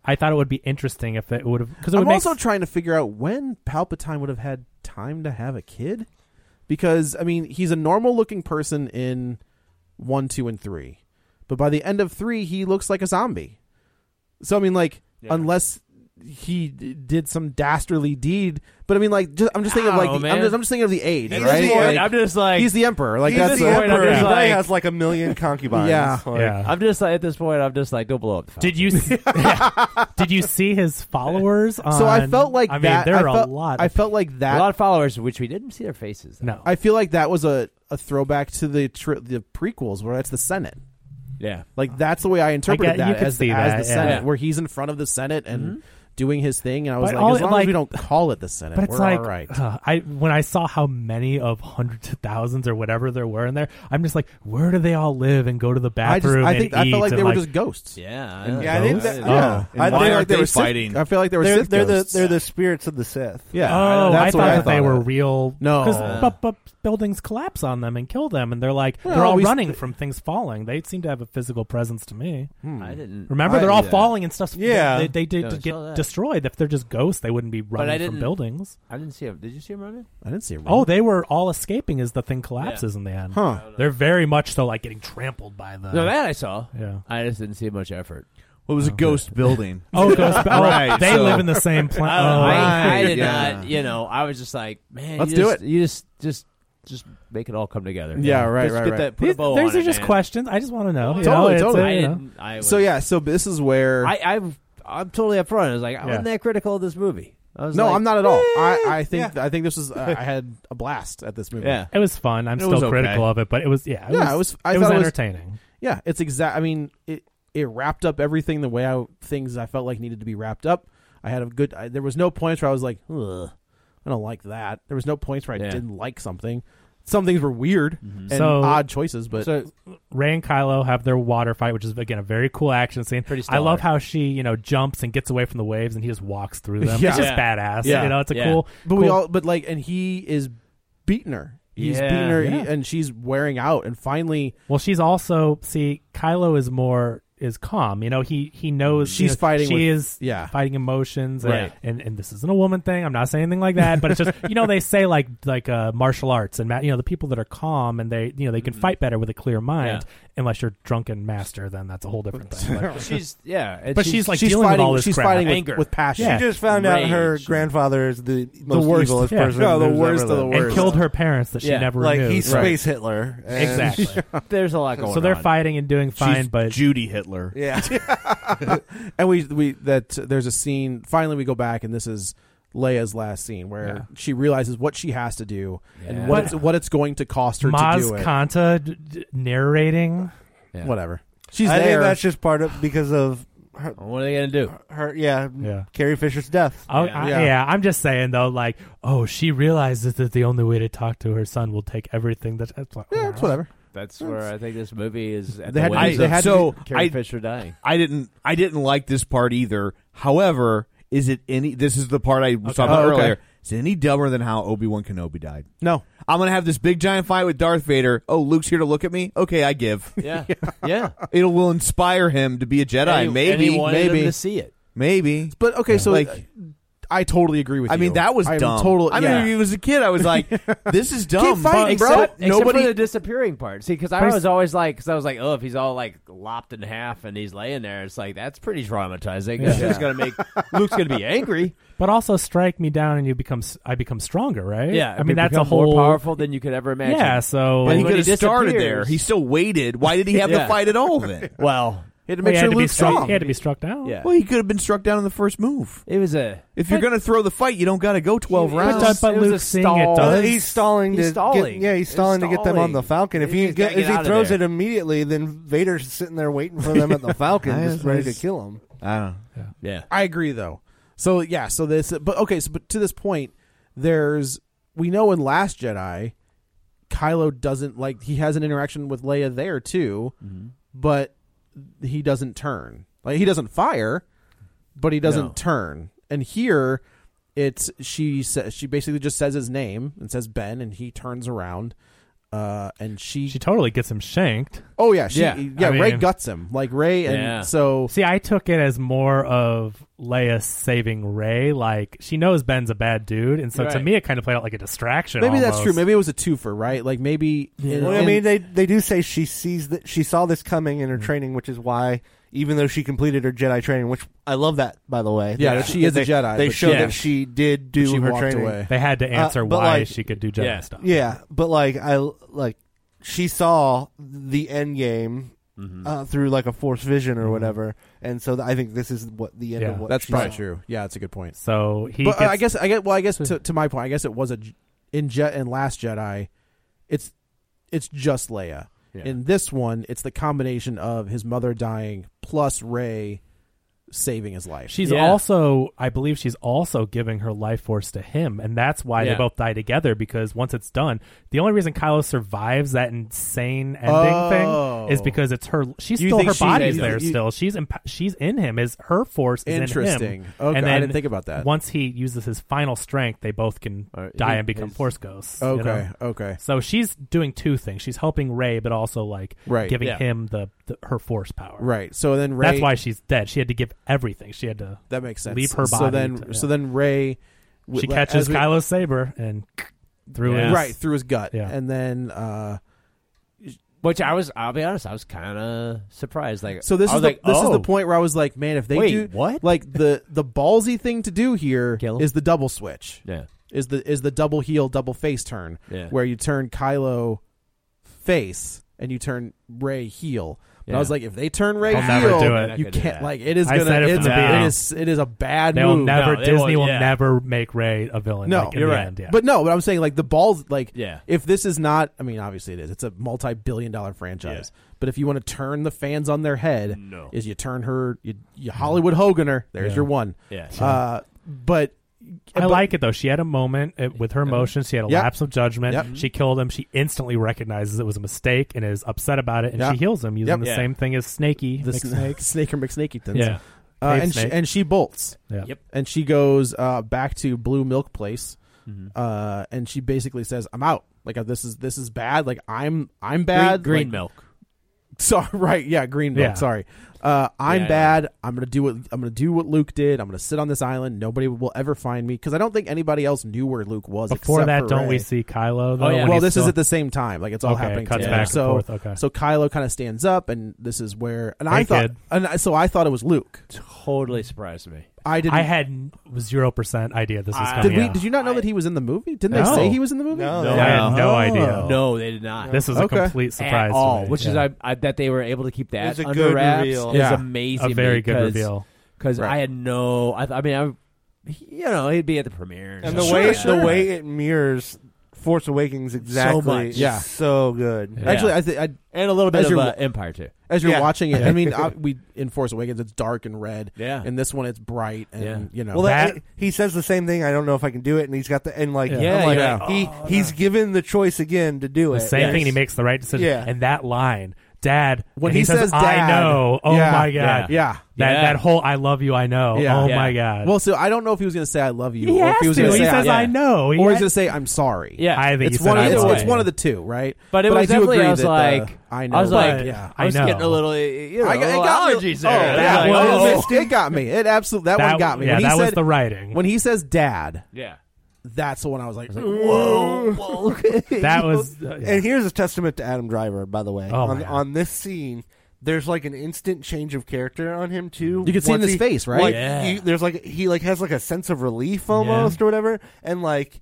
I thought it would be interesting if it would have because it would I'm make also trying to figure out when Palpatine would have had time to have a kid, because I mean he's a normal looking person in one, two, and three, but by the end of three he looks like a zombie. So I mean, like unless he d- did some dastardly deed. But I mean, like, just, I'm just thinking of like, Oh, the, I'm, man. just, I'm just thinking of the age, He's right? the- Like, I'm just like- he's the emperor. Like He's that's the a- emperor. He's Everybody like- has like a million concubines. Yeah. Like, I'm just like at this point. I'm just like, don't blow up. The Did you see, did you see his followers? On, So I felt like I mean, that. there I are felt, a lot. I felt like that. a lot of followers, which we didn't see their faces. No. I feel like that was a, a throwback to the tri- the prequels where that's the Senate. Yeah. Like that's the way I interpreted get- you that could as the, see as that, the yeah. Senate, Yeah. Mm-hmm. where he's in front of the Senate and doing his thing. And I was But like, all as it, long as like- we don't call it the Senate, But it's we're like, all right. uh, I when I saw how many of hundreds of thousands or whatever there were in there, I'm just like, where do they all live and go to the I just, bathroom? I think and I eat felt like and, they were just ghosts. Yeah, And yeah, I think ghosts? that, yeah. And why I aren't think like they they were Sith- fighting? I feel like they were they're, Sith they're the ghosts. they're the spirits of the Sith. Yeah. Oh, That's I what thought I that they thought. were real. No. because but, buildings collapse on them and kill them, and they're like Well, they're all we- running from things falling. They seem to have a physical presence to me. Mm, I didn't Remember, I they're all didn't- falling and stuff. Yeah. they, they did No, I get saw that. destroyed. If they're just ghosts, they wouldn't be But I running didn't from buildings. I didn't see him. Did you see him running? I didn't see a Oh, they were all escaping as the thing collapses in the end. Huh. They're very much so like getting trampled by the. no, that I saw. Uh, Yeah. I just didn't see much effort. Well, it was a ghost building. Oh, ghost- oh, they live in the same I, pla- don't know. oh, I, I right, did yeah. not. You know, I was just like, man, Let's you do just, it. You just, just, just make it all come together. Yeah, right, Just right, get right. That, put a These, bow these on are it, just man. questions. I just want to know. you know, Totally, it's a- totally. you I know. didn't- I So was- yeah, so this is where I, I'm, I'm totally upfront. I was like, I Yeah. wasn't that critical of this movie. I was no, like, I'm not at all. I, I think I think this was I had a blast at this movie. Yeah. It was fun. I'm It was still okay. critical of it, but it was yeah. It yeah, was, it was. I it was thought entertaining. yeah, it's exact. I mean, it it wrapped up everything the way I things I felt like needed to be wrapped up. I had a good. I, there was no points where I was like, Ugh, I don't like that. There was no points where I Yeah. didn't like something. Some things were weird and So- odd choices, but so Ray and Kylo have their water fight, which is again a very cool action scene. Pretty I stellar. love how she you know jumps and gets away from the waves, and he just walks through them. Yeah. It's just Yeah. badass. Yeah. You know, it's a Yeah. cool. but we cool- all but like and he is beating her. He's Yeah. beating her, Yeah. and she's wearing out. And finally, Well, she's also see Kylo is more is calm. You know, he he knows She's you know, fighting She with- is yeah. fighting emotions. Right. And, and and this isn't a woman thing. I'm not saying anything like that. But it's just you know they say like like uh, martial arts and ma- you know the people that are calm and they you know they Mm-hmm. can fight better with a clear mind. Unless you're drunken master, then that's a whole different thing. But- She's yeah, and But she's, like she's dealing fighting. with all this she's crap. fighting Anger. with, with passion. Yeah. She just found out her Rage. grandfather is the most worst. evilest Yeah. person. No, the who's worst ever of the lived. worst. and killed her parents that Yeah. she never Like knew. he's Right. space Hitler. And- Exactly. there's a lot going on. so they're fighting and doing fine, but Judy Hitler. Yeah. and we we that there's a scene. Finally, we go back, and this is Leia's last scene where she realizes what she has to do and what But- it's, what it's going to cost her to do Maz it. Kanta d- d- narrating. Whatever. She's I there. think that's just part of because of her. What are they gonna do? her yeah, Yeah. Carrie Fisher's death. Oh, I- yeah. Yeah. I'm just saying though, like, oh, she realizes that the only way to talk to her son will take everything that. That's like, yeah, it's whatever. That's where I think this movie is. At They the had to wings do- they of had to so do- Carrie I- Fisher dying. I didn't I didn't like this part either. However, is it any this is the part I was talking about Oh, okay. earlier. Is it any dumber than how Obi-Wan Kenobi died? No, I'm going to have this big giant fight with Darth Vader. Oh, Luke's here to look at me. Okay, I give. Yeah, yeah. It will inspire him to be a Jedi Any- maybe anyone wanted maybe him to see it. maybe. but okay. So Like- like, I totally agree with I you. mean that was I'm dumb. Total. I yeah. mean, when I was a kid, I was like, "This is dumb." but fighting, bro. Except- except Nobody. for the disappearing part. See, because I But was always like, because I was like, oh, if he's all like lopped in half and he's laying there, it's like that's pretty traumatizing. It's just gonna make Luke's gonna be angry. But also, strike me down and you become. s- I become stronger, right? Yeah, I mean, that's a become whole more powerful than you could ever imagine. Yeah. So but he when could have he started there. disappears- He still waited. Why did he have Yeah. to fight at all then? Well, he had to Well, make he, had sure oh, to be Luke's struck, strong. he had to be struck down. yeah, Well, he could have been struck down in the first move. it was a If you're going to throw the fight, you don't got to go 12 But rounds. that- but It was a Luke's seeing it stall. does. he's stalling. He's to stalling. Get, yeah, he's He's stalling to get them on stalling. the Falcon. If He's he gotta get, get if he out of throws there. it immediately, then Vader's sitting there waiting for them at the Falcon, just ready to kill him. I don't know. yeah. I agree though. So yeah, so this but okay, so but to this point, there's we know in Last Jedi, Kylo doesn't like he has an interaction with Leia there too, but he doesn't turn. Like he doesn't fire, but he doesn't No. turn. And here it's she says she basically just says his name and says Ben and he turns around. Uh, and she, She totally gets him shanked. oh yeah, she, yeah, Yeah, I Ray mean- guts him like Ray, and Yeah. so See, I took it as more of Leia saving Ray. Like she knows Ben's a bad dude, and so to Right. me, it kind of played out like a distraction. maybe that's true. almost. Maybe it was a twofer, right? Like maybe, in- Well, I in- mean, they they do say she sees that she saw this coming in her training, which is why even though she completed her Jedi training, which I love that by the way. Yeah, That she is a they, Jedi, They but showed yeah. that she did do But she her walked training. away. They had to answer but, why she could do Jedi yeah. stuff. Yeah, but like I like she saw the end game. Uh, through like a force vision or whatever, and so th- I think this is what the end of what that's she probably saw. true. Yeah, that's a good point. So he but uh, I gets- guess I get well. I guess to, to my point, I guess it was a j- in Jet and Last Jedi, it's it's just Leia. Yeah. In this one, it's the combination of his mother dying plus Ray saving his life. She's also, I believe, she's also giving her life force to him, and that's why Yeah. they both die together. Because once it's done, the only reason Kylo survives that insane ending Oh. thing is because it's her. She's You still think her she- body's you- there you- still. She's imp- she's in him. Is her force is in him. Interesting. Okay, and I then didn't think about that. Once he uses his final strength, they both can die he- and become his- force ghosts. Okay, okay. So she's doing two things. She's helping Ray, but also like Right. giving Yeah. him the, the her force power. Right. So then Rey- that's why she's dead. She had to give everything. She had to that makes sense. Leave her body. So then, to- yeah. so then Ray she catches Kylo. Kylo's saber and through Yeah. his right through his gut, Yeah. and then uh, Which I was, I'll be honest, I was kind of surprised. Like, so this is I was the, like, this is oh. the point where I was like, man, if they Wait, do what? like the the ballsy thing to do here Kill him? is the double switch. Yeah. is the is the double heel, double face turn. Yeah. where you turn Kylo face and you turn Ray heel. But I Yeah. was like, if they turn Ray They'll heel, never do it. you They're not gonna do can't. that. Like it is I gonna. said it from it's, the it beginning. is it is a bad They will move. never. No, they Disney will won't, yeah. never make Ray a villain. No, like, in you're the right. End, yeah. But no, but I'm saying like the balls, like Yeah. if this is not, I mean, obviously it is. It's a multi-billion-dollar franchise. But if you want to turn the fans on their head, No. is you turn her, you, you Hollywood Hogan her. There's Yeah. your one. Yeah. Uh, but I but- like it though. She had a moment uh, with her emotions. She had a Yep. lapse of judgment. Yep. She killed him. She instantly recognizes it was a mistake and is upset about it. And Yep. she heals him using Yep. the Yeah. same thing as Snaky. the snake, Snaker McSnakeytons. Yeah. Uh, Cave and she, snake. and she bolts. Yeah. Yep. And she goes uh, back to Blue Milk Place, Mm-hmm. uh, and she basically says, "I'm out. Like uh, this is this is bad. Like I'm I'm bad. green Like, milk. Sorry, right? Yeah, green milk. Yeah. Sorry, uh, I'm Yeah. bad. I'm gonna do what I'm gonna do what Luke did. I'm gonna sit on this island. Nobody will ever find me because I don't think anybody else knew where Luke was. Before except that, for don't Rey. we see Kylo? Though, Oh, yeah. when Well, he's this is still- at the same time. Like it's all Okay, happening. cuts together. back and so, forth, okay. so Kylo kind of stands up, and this is where. And I Hey, thought, kid. and I, so I thought it was Luke. Totally surprised me. I didn't. I had zero percent idea this was I- coming. Did we? out. Did you not know that he was in the movie? Didn't they No. say he was in the movie? No. I had no idea. Oh. No, they did not. This is Okay. a complete surprise at all, to me. which yeah. is I, I that they were able to keep that It was a under good wraps reveal. is Yeah. amazing. A very good because- reveal. because Right. I had no. I, I mean, I, you know, he'd be at the premiere And the stuff way like that. the way it mirrors Force Awakens exactly, much. is Yeah. so good. Yeah. Actually, I, th- I and a little as bit of you're- uh, Empire too. as you're Yeah. watching it, I mean, I, we in Force Awakens it's dark and red. Yeah. In this one, it's bright and Yeah. you know. Well, that, That- he says the same thing. I don't know if I can do it, and he's got the and like Yeah. I'm Yeah, like, yeah. he he's given the choice again to do the it. same thing. and He makes the right decision. Yeah. And that line, Dad, When and he, he says, says, "I "Dad," know," oh yeah, my god, yeah. that Yeah. that whole "I love you," I know, Yeah. oh Yeah. my god. well, so I don't know if he was going to say "I love you" he or has if he was to. going He say says, "I know," He or has- he's going to say "I'm sorry." Yeah. I think it's he said, one. Of, "I it's, love it's you." one of the two, right? But it was I do definitely. agree I was that like, the, I know. was but- like, yeah. I was I know. getting a little. You know, I, it got me. allergies Oh, there. that Like, one- oh. it, got me. It absolutely that, That one got w- me. yeah, when he that was said- the writing. When he says "Dad," Yeah. that's the one I was like, Whoa, whoa. that was uh, yeah. And here's a testament to Adam Driver, by the way. Oh, on my God. on this scene, there's like an instant change of character on him too. You can see it in his Once he- face, right? like, Yeah. you- there's like he like has like a sense of relief almost or whatever, and like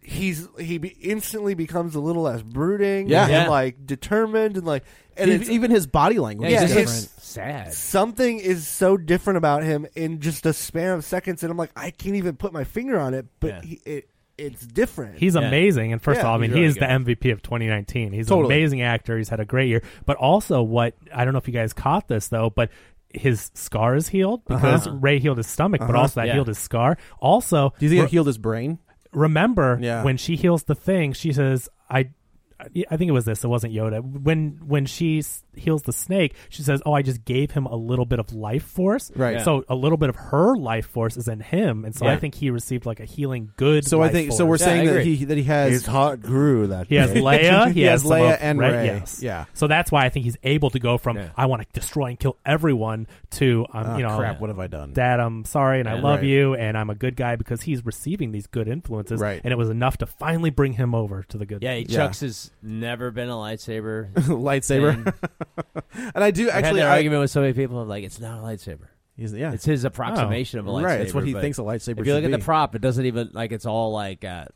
he's he be, instantly becomes a little less brooding, Yeah. and Yeah. like determined, and like and and it's, even his body language Yeah, is it's- different. sad. something is so different about him in just a span of seconds, and I'm like I can't even put my finger on it, but Yeah. he, it it's different. He's Yeah. amazing, and first Yeah, of all, I mean, he's he really is good. the MVP of 2019. He's Totally. an amazing actor. He's had a great year. But also, what I don't know if you guys caught this though, but his scar is healed Uh-huh. because Ray healed his stomach, but also that Yeah. healed his scar. Also, Do you think re- it healed his brain? remember Yeah. when she heals the thing, she says, "I." I think it was this. It wasn't Yoda. When when she s- heals the snake, she says, "Oh, I just gave him a little bit of life force." Right. Yeah. So a little bit of her life force is in him, and so I Yeah. think he received like a healing good. So I life think so. force. We're saying I that agree. he that he has his heart grew that He has day. Leia. He, He has, has some Leia of and Rey, Rey. Yes. Yeah. So that's why I think he's able to go from Yeah. I want to destroy and kill everyone to um, Ah, you know crap, what have I done? Dad, I'm sorry and I Yeah. love Right. you and I'm a good guy because he's receiving these good influences. Right. And it was enough to finally bring him over to the good. Yeah, he Yeah. chucks his It's never been a lightsaber. lightsaber. and I do I actually had that I- argument with so many people. I'm like, it's not a lightsaber. He's- yeah. it's his approximation Oh, of a lightsaber. right, it's what he but thinks a lightsaber If you look should be. at the prop, it doesn't even like it's all like uh,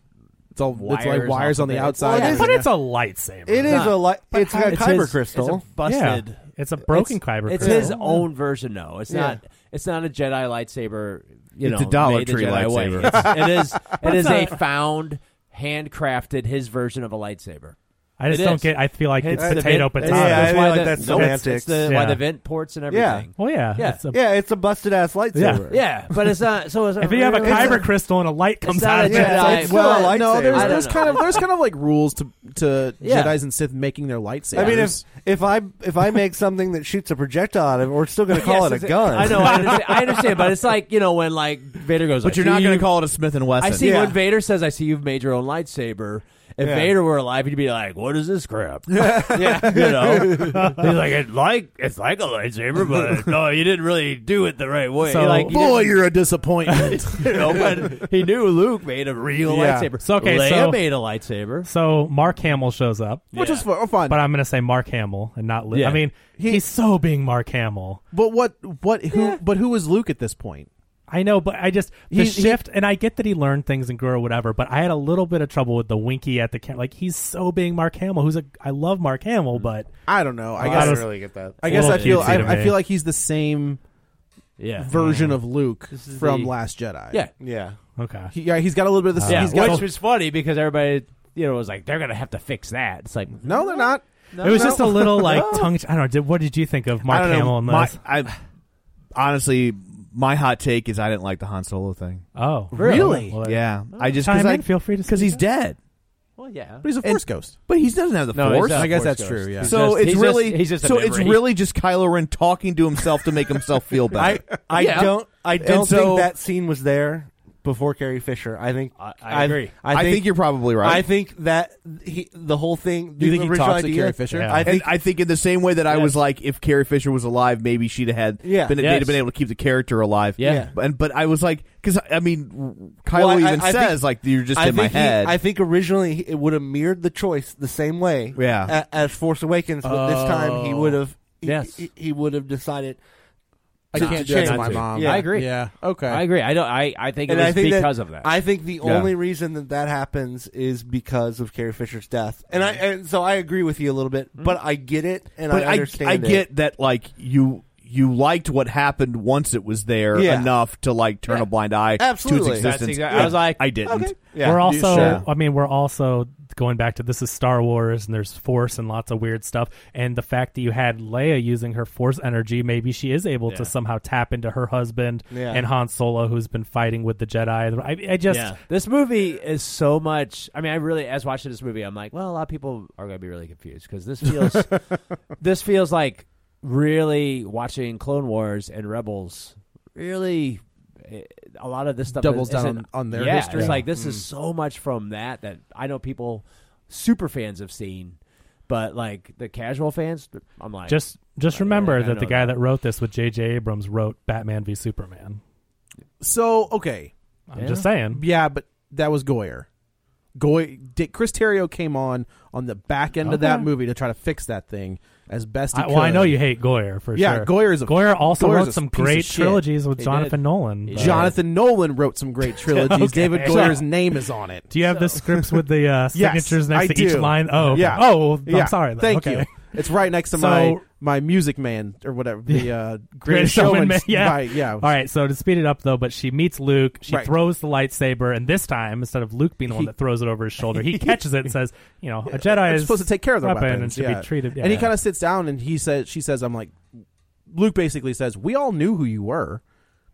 it's all wires like wires off on the of it. outside. Well, it is- but it's a lightsaber. It is not. a light. But It's how- got it's kyber his- crystal. It's a busted. Yeah. It's a broken it's, kyber It's crystal. his own version, though. It's Yeah. not. It's not a Jedi lightsaber. You It's know, a Dollar made the Tree Jedi way. lightsaber. It's- It is. But It is it's a not- found, handcrafted his version of a lightsaber. I just It don't is. get- I feel like Hence it's the potato, vent- potato. Yeah, I that's feel why like the- that's no, it's- semantics. It's the, why Yeah. the vent ports and Yeah. everything. Well, yeah, Yeah. it's a- yeah, it's a busted ass lightsaber. Yeah, but it's not. So it's If you have a it's kyber crystal and a light comes out of it, it's like, well, no, lightsaber. I there's, don't there's know. kind of there's kind of like rules to to Yeah. Jedi's and Sith making their lightsabers. I mean, if if I if I make something that shoots a projectile out of it, we're still going to call Yes, it a it's- gun. I know. I understand, I understand, but it's like you know when like Vader goes, but "I you're see not going to you- call it a Smith and Wesson. I see when Vader says, "I see you've made your own lightsaber." If Yeah. Vader were alive, he'd be like, "What is this crap?" yeah, you know. He's like, "It like it's like a lightsaber, but no, you didn't really do it the right way." So- like, you Boy, didn't- "Oh, you're a disappointment. you know, but he knew Luke made a real Yeah. lightsaber. So, okay, Leia so- made a lightsaber. So Mark Hamill shows up, Which is fu- fun. but I'm going to say Mark Hamill and not Luke. Yeah. I mean, he's so being Mark Hamill. But what what who but who is Luke at this point? I know, but I just He- the he- shift, and I get that he learned things and grew or whatever. But I had a little bit of trouble with the Winky at the camp. Like he's so being Mark Hamill, who's a I love Mark Hamill, but I don't know. I Well, guess I don't really get that. I guess I Little feel cutesy to I, I me. feel like he's the same Yeah. version Uh-huh. of Luke is from the- Last Jedi. Yeah. Yeah. okay, He, yeah, he's got a little bit Uh, of the. yeah, he's got which was funny because everybody, you know, was like, "They're gonna have to fix that." It's like, no, they're not. it was no. just a little like tongue. I don't know. Did, what did you think of Mark I don't know. Hamill in My- this? I honestly, my hot take is I didn't like the Han Solo thing. oh, Really? Well, Yeah, I just chime because I in, feel free to because speak he's up. dead, oh. Well, yeah. but he's a And- Force ghost. But he doesn't have the No, he's Force. not a I guess Force that's ghost. true. Yeah. He's so just- it's he's just- really he's just a so it's memory. really just Kylo Ren talking to himself to make himself feel I better. I Yeah. don't I And don't so- think that scene was there before Carrie Fisher. I think I- I agree. I think, you're probably right. I think that he, the whole thing. Do you the think he original talks to idea, Carrie Fisher? Yeah. I I think think, I think in the same way that I was like, if Carrie Fisher was alive, maybe she'd have had Yeah. been, Yes. they'd have been able to keep the character alive. Yeah. And but I was like, because I mean, Kylo Well, I- even I- I says think- like, you're just I in my think he- head. I think originally he- it would have mirrored the choice the same way. Yeah. a- As, Force Awakens, but this time he would have. he- Oh. Yes. He, he would have decided. I to- to change. Yeah. I agree. Yeah. Okay. I agree. I don't. I, I think it And was I think because that, of that. I think the Yeah. only reason that that happens is because of Carrie Fisher's death, and I and so I agree with you a little bit, but I get it and but I I, understand. I it. get that like you you liked what happened once it was there Yeah. enough to like turn Yeah. a blind eye to Absolutely. its That's existence. exact- I was like, I didn't. Okay. Yeah. We're also, Sure. I mean, we're also going back to this is Star Wars and there's force and lots of weird stuff. And the fact that you had Leia using her force energy, maybe she is able Yeah. to somehow tap into her husband Yeah. and Han Solo, who's been fighting with the Jedi. I, I just, yeah. This movie is so much. I mean, I really, as watching this movie, I'm like, well, a lot of people are going to be really confused because this feels, this feels like really watching Clone Wars and Rebels. Really, eh, a lot of this stuff Doubles is- isn't- down on their yeah, history. Mm. It's like this is so much from that that I know people, super fans have seen, but like the casual fans, I'm like, just, just I- remember I that the know guy that. that. wrote this with J.J. Abrams wrote Batman v Superman. So okay, I'm Yeah. just saying. yeah, but that was Goyer. Goy, Dick, Chris Terrio came on on the back end of that Okay. movie to try to fix that thing as best he I, could. well, I know you hate Goyer for Yeah, sure. Goyer is a- Goyer also Goyer is a wrote some piece of great shit. trilogies with He Jonathan did. Nolan. He but- did. Jonathan Nolan wrote some great trilogies. Okay. David So- Goyer's name is on it. Do you have the scripts with the uh, Yes, signatures next I to do. each line? Oh, okay. yeah. Oh, well, I'm Yeah. sorry. then. Thank Okay. you. It's right next to So- my my Music Man or whatever the uh, Greatest Greatest Showman. Showman, yeah. by- yeah. All right, so to speed it up though, but she meets Luke. She Right. throws the lightsaber, and this time instead of Luke being the one He- that throws it over his shoulder, he catches it and says, "You know, a Jedi They're is supposed to take care of their weapon weapons and should yeah. be treated." And he yeah. kind of sits down and he says, "She says, I'm like." Luke basically says, "We all knew who you were,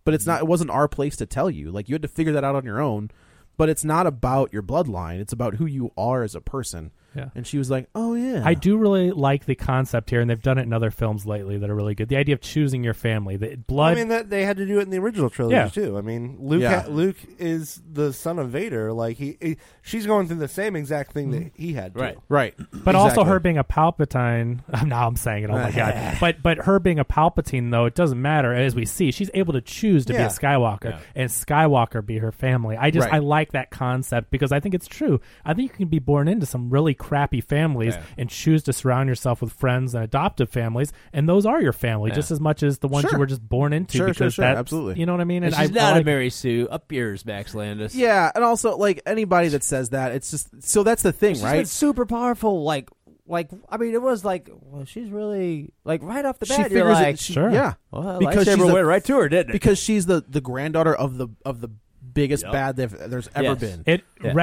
but it's not. It wasn't our place to tell you. Like you had to figure that out on your own. But it's not about your bloodline. It's about who you are as a person." Yeah. And she was like, "Oh yeah, I do really like the concept here, and they've done it in other films lately that are really good. The idea of choosing your family, the I blood. mean that they had to do it in the original trilogy Yeah. too. I mean, Luke Yeah. ha- Luke is the son of Vader. Like he, he- she's going through the same exact thing that he had. to. Right. right." But also Exactly. her being a Palpatine. Now I'm saying it. Oh my god! But but her being a Palpatine though, it doesn't matter. As we see, she's able to choose to be Yeah. a Skywalker Yeah. and Skywalker be her family. I just Right. I like that concept because I think it's true. I think you can be born into some really crappy families yeah. and choose to surround yourself with friends and adoptive families, and those are your family yeah. just as much as the ones sure. you were just born into. Sure, because sure, that, absolutely. You know what I mean? And, and she's I, not I like, a Mary Sue. Up yours, Max Landis. Yeah, and also like anybody that says that, it's just so that's the thing, she's right? super powerful, like like I mean, it was like, well, she's really like right off the bat. She you're figures like, it, she, sure, yeah, well, because she went right to her, didn't it? Because she's the the granddaughter of the of the biggest yep. bad there's ever yes. been. It yes.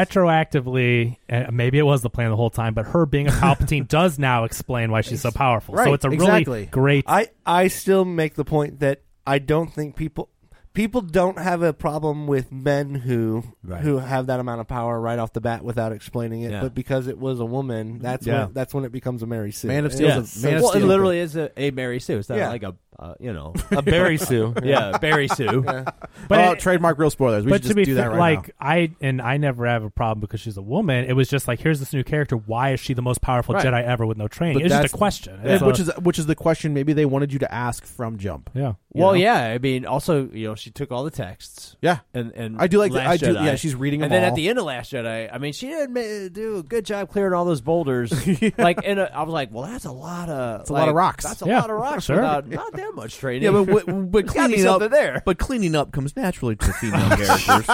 retroactively, uh, maybe it was the plan the whole time, but her being a Palpatine does now explain why she's so powerful. Right, so it's a exactly. Uh, really great. I I still make the point that I don't think people. People don't have a problem with men who right. who have that amount of power right off the bat without explaining it, yeah. but because it was a woman, that's yeah. when, that's when it becomes a Mary Sue. Man of Steel, yes. so, well, it literally is a, a Mary Sue. It's not yeah. like a uh, you know, a Barry Sue. yeah, Barry Sue. Yeah. But uh, it, trademark real spoilers. We but to be do fair, right like now. I and I never have a problem because she's a woman. It was just like here's this new character. Why is she the most powerful right. Jedi ever with no training? But it's just a question, yeah. so, which is which is the question maybe they wanted you to ask from jump. Yeah. Well, know? yeah. I mean, also you know she took all the texts. Yeah. And and I do like Last the, I do, Jedi. yeah. She's reading and all. then at the end of Last Jedi, I mean, she did do a good job clearing all those boulders. yeah. Like and uh, I was like, well, that's a lot of that's a like, lot of rocks. That's a lot of rocks. Sure. Without, not that much training. Yeah, but but, but cleaning up there. But cleaning up comes naturally to female characters.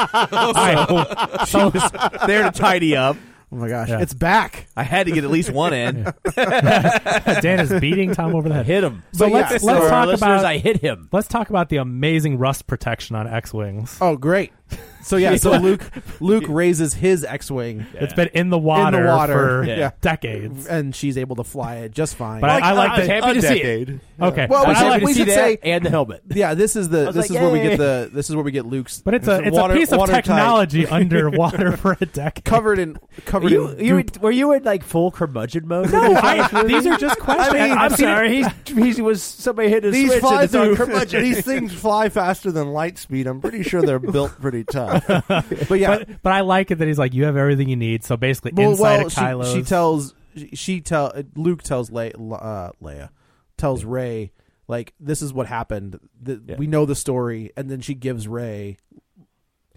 so she was there to tidy up. Oh my gosh, yeah. it's back! I had to get at least one in. Dan is beating Tom over the head. Hit him. So, so let's yeah. let's so talk about. I hit him. Let's talk about the amazing rust protection on X wings. Oh, great! So yeah, yeah, so Luke Luke raises his X-wing. Yeah. It's been in the water, in the water. for yeah. decades, and she's able to fly it just fine. But like, I, uh, like I that. Happy to decade. see it. Okay. Well, we, should, like we should say and the helmet. Yeah, this is the this like, is Yay. where we get the this is where we get Luke's. But it's a it's water, a piece of technology underwater for a decade, covered in covered you, in. You were, were, you in like full curmudgeon mode? No, I, these are just questions. I mean, I'm sorry. He's, he was somebody hit his these switch fly and it's curmudgeon. These things fly faster than light speed. I'm pretty sure they're built pretty tough. but yeah, but, but, I like it that he's like, you have everything you need. So basically, well, inside well, of Kylo, she, she, tells she tell Luke tells Le- uh, Leia tells yeah. Ray like this is what happened. The, yeah. We know the story, and then she gives Ray.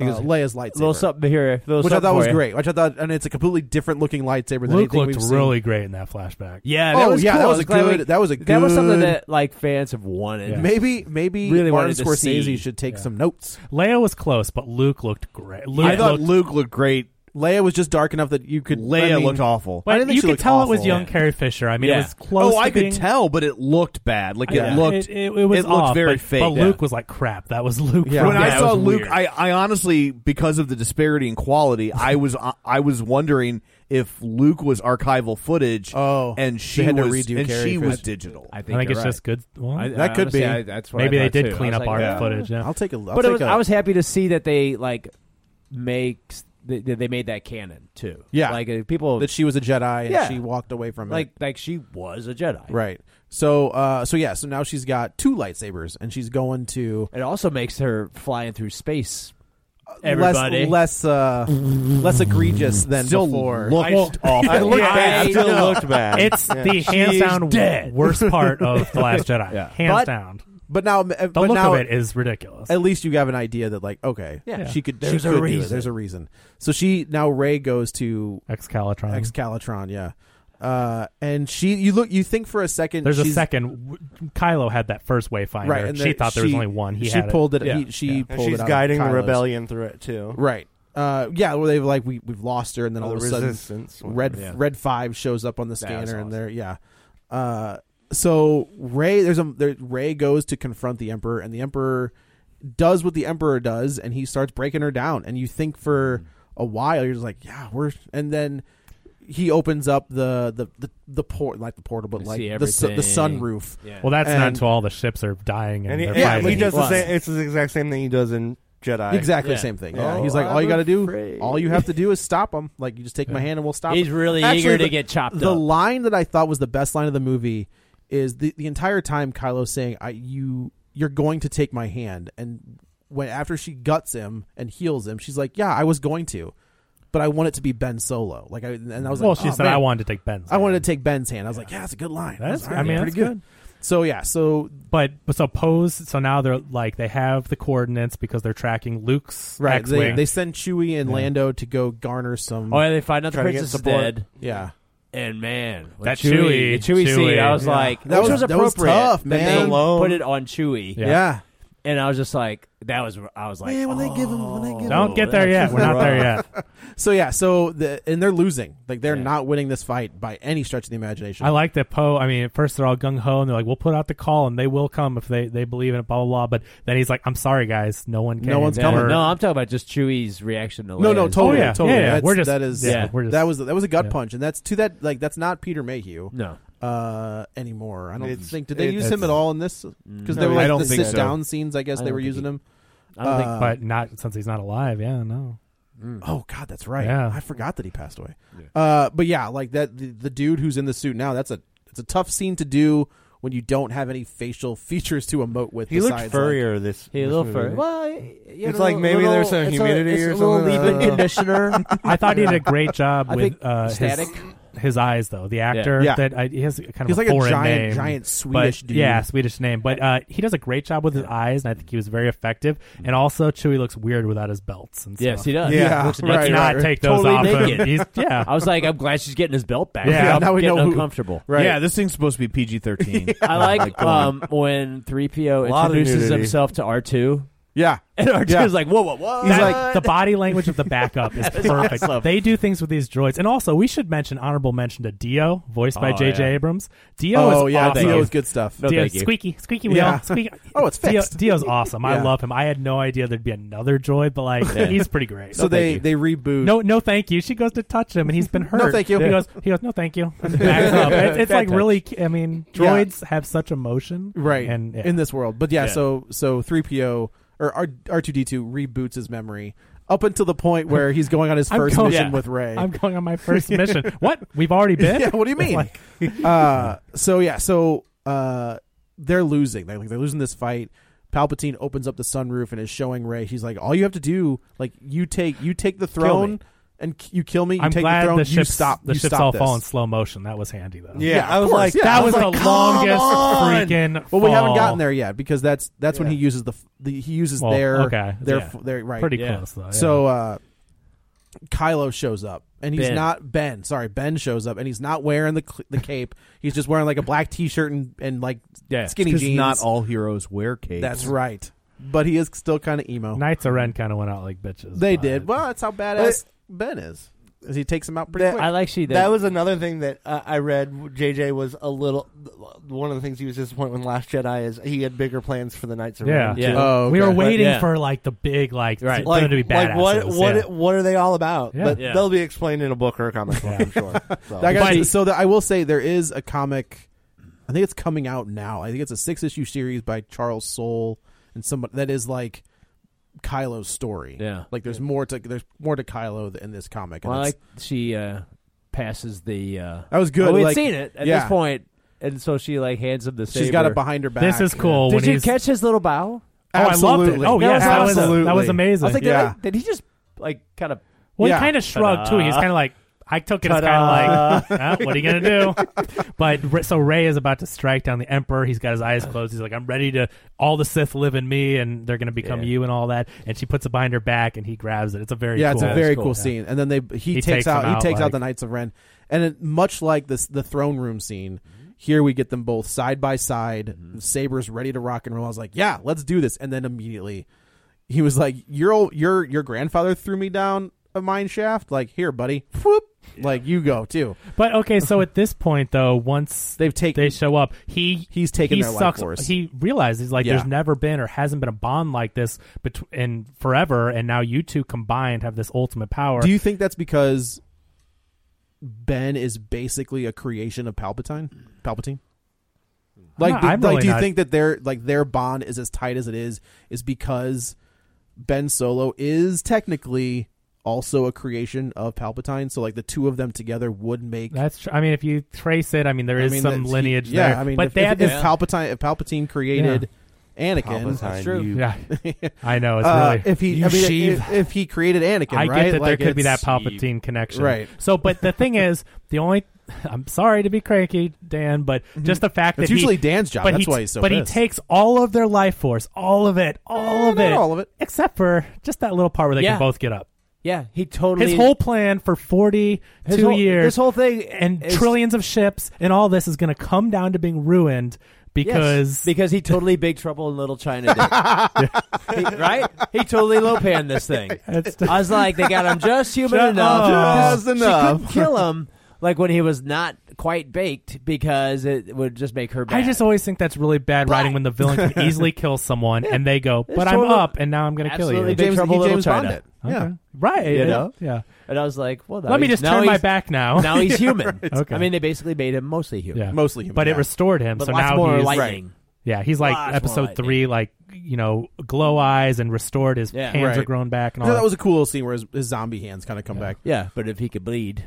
Uh, goes, Leia's lightsaber, little something here, little which I thought was you. great. Which I thought, and it's a completely different looking lightsaber. Than Luke looked really seen. great in that flashback. Yeah, that oh was yeah, cool. that was a good. We, that was a that good, was something that like fans have wanted. Yeah. Maybe maybe really Martin Scorsese should take yeah. some notes. Leia was close, but Luke looked great. Luke I thought looked, Luke looked great. Leia was just dark enough that you could. I Leia mean, looked awful. But I didn't you could tell awful. it was young yeah. Carrie Fisher. I mean, yeah. it was close. Oh, I being... could tell, but it looked bad. Like yeah. it looked. It, it, it was it looked off, very but, fake. But Luke was like crap. That was Luke. Yeah. When I saw Luke, weird. I, I honestly, because of the disparity in quality, I was I was wondering if Luke was archival footage. Oh, and she had was, to redo and Carrie she was Fisher. digital. I think, I think it's right. just good. Well, I, that could honestly, be. I, that's what maybe I they did too. clean up like, art footage. Yeah, I'll take a. I'll but take was, a, I was happy to see that they like makes they, they, made that canon too. Yeah, like uh, people that she was a Jedi and yeah. she walked away from it. Like like she was a Jedi. Right. So uh so yeah so now she's got two lightsabers and she's going to. It also makes her flying through space. Everybody. Less less, uh, less egregious than still before. Looked I, awful. I, looked bad. I still looked bad. It's yeah. the hands down dead. worst part of the Last Jedi. Yeah. Hands But- down. But now, uh, the but look now, of it is ridiculous. At least you have an idea that, like, okay, yeah, she could. There's she a could reason. Do it. There's a reason. So she now Ray goes to Excalitron. Excalitron, yeah. Uh, and she, you look, you think for a second. There's a she's- second. Kylo had that first wayfinder. Right, and she the- thought there was she- only one. He she had pulled it. Yeah. he- she Yeah. And pulled she's it out of guiding the Kylo's. rebellion through it too. Right. Uh, yeah, where they've like we we've lost her, and then All all, the of a sudden, resistance. red Yeah. red five shows up on the scanner, was and awesome. there, yeah. Uh, so Ray, there's a there, Ray goes to confront the Emperor, and the Emperor does what the Emperor does, and he starts breaking her down. And you think for Mm-hmm. a while, you're just like, yeah, we're, and then he opens up the the the, the port, like the portal, but You like see the su- the everything. sunroof. Yeah. Well, that's not And- until all the ships are dying and, And he, they're yeah, fighting. he does the Plus. same. It's the exact same thing he does in Jedi. Exactly Yeah. the same thing. Yeah, Oh, he's like, all you I'm got to do, afraid. all you have to do is stop him. Like you just take my hand and we'll stop. He's him. really Actually, eager to the- get chopped The up. line that I thought was the best line of the movie is the the entire time Kylo's saying, "I you you're going to take my hand," and when after she guts him and heals him, she's like, "Yeah, I was going to." But I want it to be Ben Solo, like I and I was well, like, she "Oh, said man." I wanted to take Ben's. I wanted hand." to take Ben's hand. I was like, yeah, that's a good line. That's- That was I mean, pretty that's good. So yeah, so But but so pose. So now they're like they have the coordinates because they're tracking Luke's right, X-wing. they, they send Chewie and Lando to go garner some. Oh, yeah, they find out the Trying to get princess is support. dead. yeah, And man, when That Chewy- Chewy, Chewy, scene, Chewy, I was yeah. like, That which was- was, that was appropriate. tough, that man. they Alone. put it on Chewy. Yeah. Yeah. And I was just like, that was. I was like, Man, when oh, they give him, when they give Don't him, get there yet. We're not there yet. so yeah, so the, and they're losing. Like they're not winning this fight by any stretch of the imagination. I like that Poe. I mean, at first they're all gung ho and they're like, "We'll put out the call and they will come if they, they believe in it." Blah blah blah. But then he's like, "I'm sorry, guys, no one, came. Yeah. We're- No, I'm talking about just Chewie's reaction to No, no, Leia's. totally, Oh, yeah. totally. Yeah, yeah. That's, We're just- that is yeah, we're just- that was that was a gut yeah. punch, and that's to that like that's not Peter Mayhew. No. Uh, anymore. I don't It's- think did they it's- use him at all in this because they Mm. No, were I like don't the think sit so. down scenes. I guess I they don't were think using he- him. I don't Uh, think, but not since he's not alive. Yeah, no. Oh God, that's right. Mm. Yeah. I forgot that he passed away. Uh, but yeah, like that the, the dude who's in the suit now. That's a it's a tough scene to do when you don't have any facial features to emote with. He looked besides, furrier this- He a this little movie. furry. Well, you It's know, like maybe little- there's some it's a- humidity it's or a little something, I leave-in don't know. conditioner. I thought he did a great job I with think uh, his, static. his eyes, though. The actor Yeah. that I, he has kind of He's a like a foreign giant- name, giant but- Swedish dude. Yeah, Swedish name, but uh, he does a great job with his eyes, and I think he was very effective. And also, Chewie looks weird without his belts. And Yes, stuff. he does. Let's not take those Totally off. naked. Him. He's, yeah, I was like, I'm glad she's getting his belt back. Yeah, I'm now we getting know who- Oh uncomfortable. Right. Yeah, this thing's supposed to be PG thirteen. I like um, when A 3PO lot of introduces nudity. himself to R2. Yeah. And R2 Yeah. is like, whoa, whoa, whoa. That- the body language of the backup is That is perfect. awesome. They do things with these droids, and also we should mention honorable mention to Dio, voiced by Oh, J.J. yeah. Abrams. Dio Oh, is yeah, awesome. Dio is good stuff. No, Dio- thank you. squeaky, squeaky wheel. Yeah. Squeaky. Oh, it's Dio, fixed. Dio's awesome. I Yeah. love him. I had no idea there'd be another droid, but like Yeah. he's pretty great. So they they reboot. No, no, thank you. She goes to touch him, and he's been hurt. No, thank you. He Yeah. goes, he goes, no, thank you. And backs up. It's, it's Bad like touch. really. cu- I mean, Yeah. droids have such emotion, right And yeah. in this world but yeah, Yeah. so so 3po or R- r2d2 reboots his memory up until the point where he's going on his I'm first going- mission Yeah. with ray I'm going on my first mission. What? We've already been? yeah what do you mean Like- uh so yeah so uh they're losing they're, like, they're losing this fight palpatine opens up the sunroof and is showing ray he's like all you have to do like you take you take the me. throne and c- you kill me you I'm take glad the throne the you ships, stop the you ships stop all this. fall in slow motion. That was handy though. Yeah, Yeah, I was of course. like- that yeah, I was, was the like, "Come longest on!" freaking. Well, we haven't fall. gotten there yet because that's that's when he uses the, f- the he uses Well, their okay, their yeah. f- their right Pretty Yeah. close, though, yeah. So uh, Kylo shows up and he's Ben. not Ben. Sorry, Ben shows up and he's not wearing the cl- the cape. he's just wearing like a black t shirt and and like skinny It's 'cause jeans. Not all heroes wear capes. That's right. But he is still kind of emo. Knights of Ren kind of went out like bitches. They but- did. Well, that's how badass Ben is. Is he takes him out pretty That- quick. that was another thing that uh, I read. JJ was a little. One of the things he was disappointed when Last Jedi is he had bigger plans for the Knights of Yeah, Ren. yeah. too. Oh, Oh, We were But- waiting Yeah. for like the big like right. Like, to be like badass. what what what are they all about? Yeah. But Yeah. they'll be explained in a book or a comic book, I'm sure. Oh. So. I gotta- so that I will say there is a comic. I think it's coming out now. I think it's a six issue series by Charles Soule and somebody that is like Kylo's story. Yeah. like there's more to there's more to Kylo th- in this comic. And Well, I it's- like she uh, passes the. Uh, That was good, Oh, we'd like- seen it at yeah. this point, and so she like hands him the. Saber. She's got it behind her back. This is cool. Did when you he's- catch his little bow? Oh, I loved it. Oh, yes, that was, awesome. that was amazing. I was like, did, I- did he just like kind of? Well, he kind of shrugged too. He was kind of like, I took it as Ta-da. kind of like, "Huh, what are you gonna do? but Ra- so Ray is about to strike down the Emperor. He's got his eyes closed. He's like, I'm ready to. All the Sith live in me, and they're gonna become you and all that. And she puts it behind her back, and he grabs it. It's a very yeah, cool, it's a very cool, yeah. scene. And then they he, He takes, takes out him he out, takes out like- the Knights of Ren, and it, much like this the throne room scene. Here we get them both side by side, sabers ready to rock and roll. I was like, yeah, let's do this. And then immediately, he was like, your old, your your grandfather threw me down a mine shaft. Like here, buddy, whoop, like you go too. But okay, so at this point though, once they've taken they show up, he He's taken he their life sucks. force. He realizes he's like Yeah. there's never been or hasn't been a bond like this between in forever, and now you two combined have this ultimate power. Do you think that's because Ben is basically a creation of Palpatine? Palpatine. Like, not- do, I'm like, really do you not- think that their like their bond is as tight as it is is because Ben Solo is technically also a creation of Palpatine? So like the two of them together would make. That's true. I mean, if you trace it, I mean, there I is mean, some that's- he- lineage yeah, there. I mean, but if, they if- had if this. Palpatine if Palpatine created Anakin, Palpatine, That's true. you- Yeah. I know, it's Uh, really- if he, You I mean, Sheev. if, if he created Anakin, I right? get that Like, there could be that it's- Palpatine connection, Right. So, but the thing is, the only I'm sorry to be cranky, Dan, but just the fact Mm-hmm. It's that he- usually Dan's job. but That's he, why he's so But pissed. he takes all of their life force, all of it, all Eh, of not it, all of it, except for just that little part where they Yeah. can both get up. Yeah, he totally. His whole plan for forty His two whole- years, this whole thing and is- trillions of ships, and all this is going to come down to being ruined because Yes, because he totally Big Trouble in Little China did. He- right? He totally Lopan this thing. That's- I was like, they got him just human Just- oh, enough. just She enough. couldn't kill him like when he was not quite baked because it would just make her bad. I just always think that's really bad writing when the villain can easily kill someone and they go, It's "But I'm totally- up, and now I'm going to kill you." Absolutely Big Trouble in Little China. Okay. right. You it- know? yeah. And I was like, well, now Let me he's- just now turn my he's- back now. Now he's human. Oh. Right. Okay. I mean, they basically made him mostly human. Yeah. But it restored him. But so lots now more he's lightning. Yeah, he's like Lots more episode lightning. three, like you know, glow eyes and restored. His Yeah. hands are Right. grown back, and all No, that. that was a cool little scene where his, his zombie hands kind of come back. Yeah, but if he could bleed,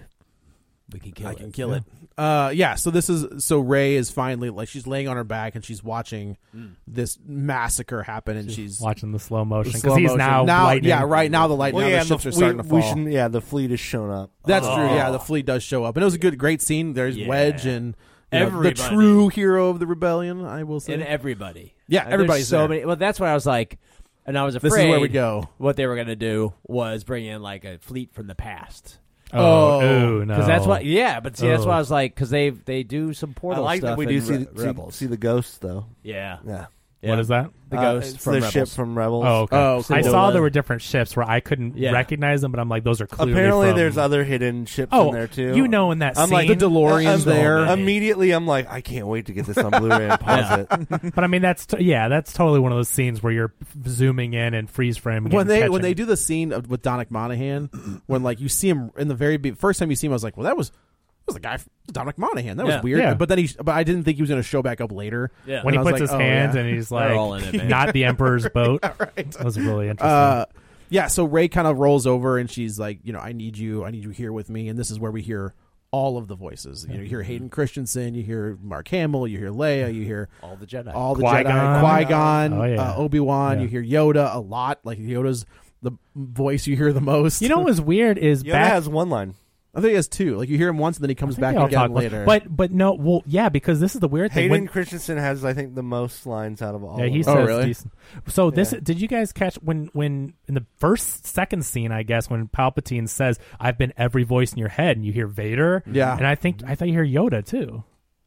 we could kill I it. can kill it. Uh, yeah. So this is so Ray is finally like she's laying on her back and she's watching Mm. this massacre happen and she's, watching the slow motion slow because he's motion. now, Now- lightning. yeah, right now the lightning- now the and ships are starting we, to we fall. shouldn't- yeah, the fleet has shown up. That's Oh. true. Yeah, the fleet does show up, and it was a good, great scene. There's Yeah. Wedge and you know, the Everybody. true hero of the rebellion. I will say, and everybody. Yeah, Uh, there's everybody's so there. many. Well, that's why I was like, and I was afraid. This is where we go. What they were going to do was bring in like a fleet from the past. Oh, Oh. ooh, no. that's what. Yeah, but see, that's Oh. why I was like, because they they do some portal I like stuff. that we in do see, Re- see- rebels. see the ghosts though. Yeah. yeah. Yeah. What is that? The Uh, ghosts it's from the Rebels. ship from Rebels. Oh, okay. I saw Cinderella. there were different ships where I couldn't Yeah. recognize them, but I'm like, those are clearly Apparently, from- there's other hidden ships Oh, in there too. you know in that I'm like scene- The DeLorean's I'm- there. Immediately, I'm like, I can't wait to get this on Blu-ray and pause Yeah. it. but I mean, that's t- yeah, that's totally one of those scenes where you're zooming in and freeze framing. when and they catching when they do the scene of, with Donick Monaghan, when like you see him in the very be- first time you see him, I was like, well, that was. that was the guy, from Dominic Monaghan. That was Yeah. weird. Yeah. But then he, but I didn't think he was going to show back up later. Yeah. And When he I was puts his oh, hands yeah. and he's They're like, all in it, man. "Not the Emperor's boat." That was really interesting. Uh, yeah. So Ray kind of rolls over and she's like, you know, I need you. I need you here with me. And this is where we hear all of the voices. You, know, you hear Hayden Christensen. You hear Mark Hamill. You hear Leia. You hear all the Jedi. All the Qui-Gon. Jedi. Qui Gon. Oh, yeah. uh, Obi Wan. Yeah. You hear Yoda a lot. Like Yoda's the voice you hear the most. You know what was weird is Yoda back has one line. I think he has two. Like you hear him once, and then he comes back They all again talk- later. But but no, well, yeah, because this is the weird Hayden thing. When, Christensen has, I think, the most lines out of all. yeah, of Oh, he them. says decent. So this Yeah. did you guys catch when when in the first second scene I guess when Palpatine says I've been every voice in your head and you hear Vader Yeah. Ah. and I think I thought you hear Yoda too.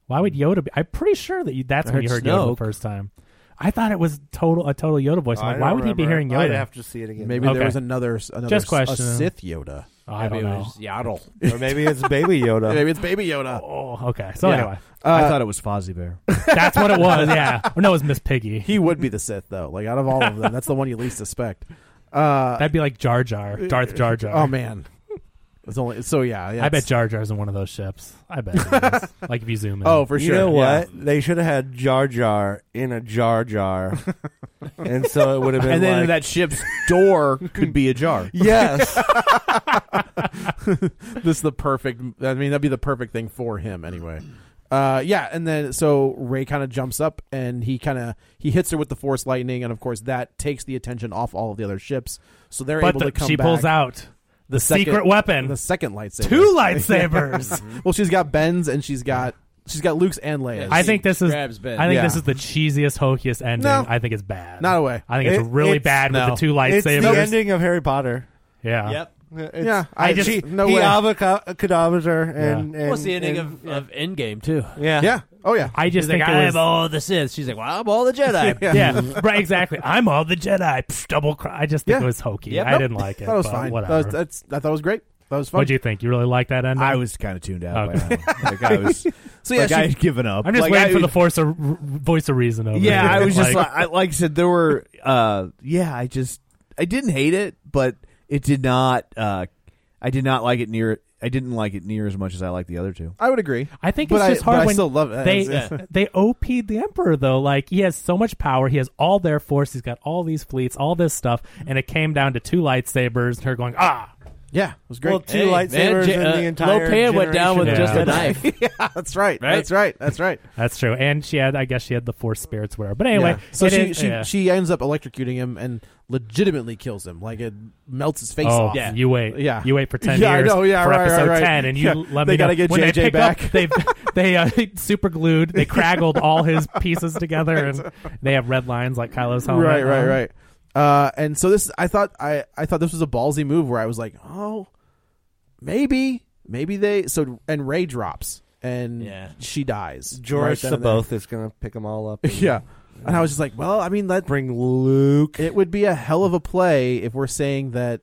Why would Yoda be? I'm pretty sure that you, that's I when you heard heard Yoda Snoke. the first time. I thought it was total a total Yoda voice. I'm Oh, I like, don't why would he be hearing remember. Yoda? I'd have to see it again. Maybe there Okay. was another another just question Oh, a Sith Yoda. I don't Maybe it know. was Yaddle. or maybe it's Baby Yoda. Maybe it's Baby Yoda. Oh, okay. So Yeah. anyway, Uh, it was Fozzie Bear. that's what it was. Yeah. Or no, it was Miss Piggy. He would be the Sith though. Like out of all of them, that's the one you least suspect. Uh, That'd be like Jar Jar, Darth Jar Jar. Oh man, it's only so yeah. yeah I bet it's- Jar Jar's in one of those ships. I bet. It is. like if you zoom in. Oh, for you sure. know Yeah. what? Uh, They should have had Jar Jar in a Jar Jar, and so it would have been. and then like, that ship's door could be ajar. Yes. this is the perfect. I mean, that'd be the perfect thing for him anyway. Uh, yeah, and then so Ray kind of jumps up and he kind of he hits her with the force lightning, and of course that takes the attention off all of the other ships, so they're But able the- to come. she back. pulls out the secret weapon. the second lightsaber, Two lightsabers. Yeah. well, she's got Ben's and she's got she's got Luke's and Leia's. I think this is. I grabs think Ben. Yeah. this is the cheesiest, hokiest ending. No. I think it's bad. Not a way. I think it's It- really it's- bad no. with the two It's the lightsabers. ending of Harry Potter. yeah. Yep. It's- Yeah, I just- she, no he way. avocado- cadaver and, and What's the ending and- of, of Endgame too? yeah yeah. Oh yeah. I just He's like, think I it have was. all the Sith. She's like, well, I'm all the Jedi. yeah, right. Exactly. I'm all the Jedi. Pfft, double. Cry. I just think Yeah. it was hokey. Yep. I Nope. didn't like it. That was but fine. That Whatever. was, that's I thought it was great. That was fun. What'd you think? You really like that ending? I was kind of tuned out. Okay. By now. Like I was. So, yeah, like she- I had given up. I'm just Like, waiting I- for the force of, r- voice of reason over. Yeah, here. I was just like, I, like I said, there were. Uh, yeah, I just I didn't hate it, but it did not. Uh, I did not like it near. I didn't like it near as much as I like the other two. I would agree. I think But it's I- just but hard I when still love it. they uh, Yeah. they OP'd the emperor though. Like he has so much power, he has all their force, he's got all these fleets, all this stuff, and it came down to two lightsabers and her going ah. Yeah, it was great. Well, two lightsabers J- in uh, the entire. Lopan went down with generation. just Yeah. a knife. yeah, that's right. Right? That's right. That's right. That's true. And she had, I guess, she had the force spirits, whatever. But anyway, Yeah. so it she is- she yeah. she ends up electrocuting him and legitimately kills him. Like it melts his face Oh, off. yeah. you wait. Yeah. You wait for 10 Yeah, I years know. Yeah, for right, right, episode right. 10, and you Yeah. let They me gotta know. get when JJ they pick back. Up, they've, they uh, super glued, they craggled all his pieces together, and they have red lines like Kylo's helmet. Right, right, Um, right. Uh, and so this, I thought, I, I thought this was a ballsy move where I was like, oh, maybe, maybe they. So and Ray drops and Yeah. she dies. George then and Saboth there. is gonna pick them all up. yeah. And I was just like, well, I mean, let bring Luke. It would be a hell of a play if we're saying that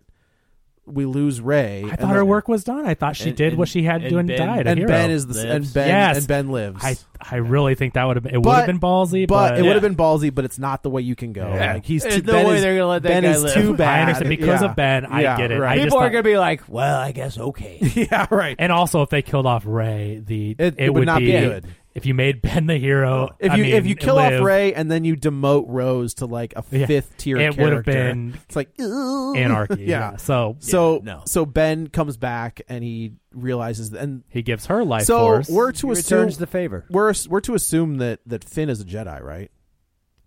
we lose Ray. I thought her work was done. I thought she And- did and- what she had to do and Ben- died. A and hero. Ben is the- Lives. and Ben- yes. and Ben lives. I I really think that would have been it would But- have been ballsy, but, but, it would have been ballsy. But it's not the way you can go. Yeah. Like he's There's too, no ben way is- they're gonna let that Ben guy is live. too I bad understand. Because of Ben, I Yeah, get it. I right. just People are thought- gonna be like, "Well, I guess okay." yeah, right. And also, if they killed off Ray, the it, it would would not be good. If you made Ben the hero, If I you if mean, you kill live, off Ray and then you demote Rose to like a Yeah. fifth tier, It would would've been it's like "Ew." anarchy, yeah. So- so Yeah, no. so Ben comes back and he realizes and he gives her life So force. we're to He assume returns the favor. We're we're to assume that that Finn is a Jedi, right?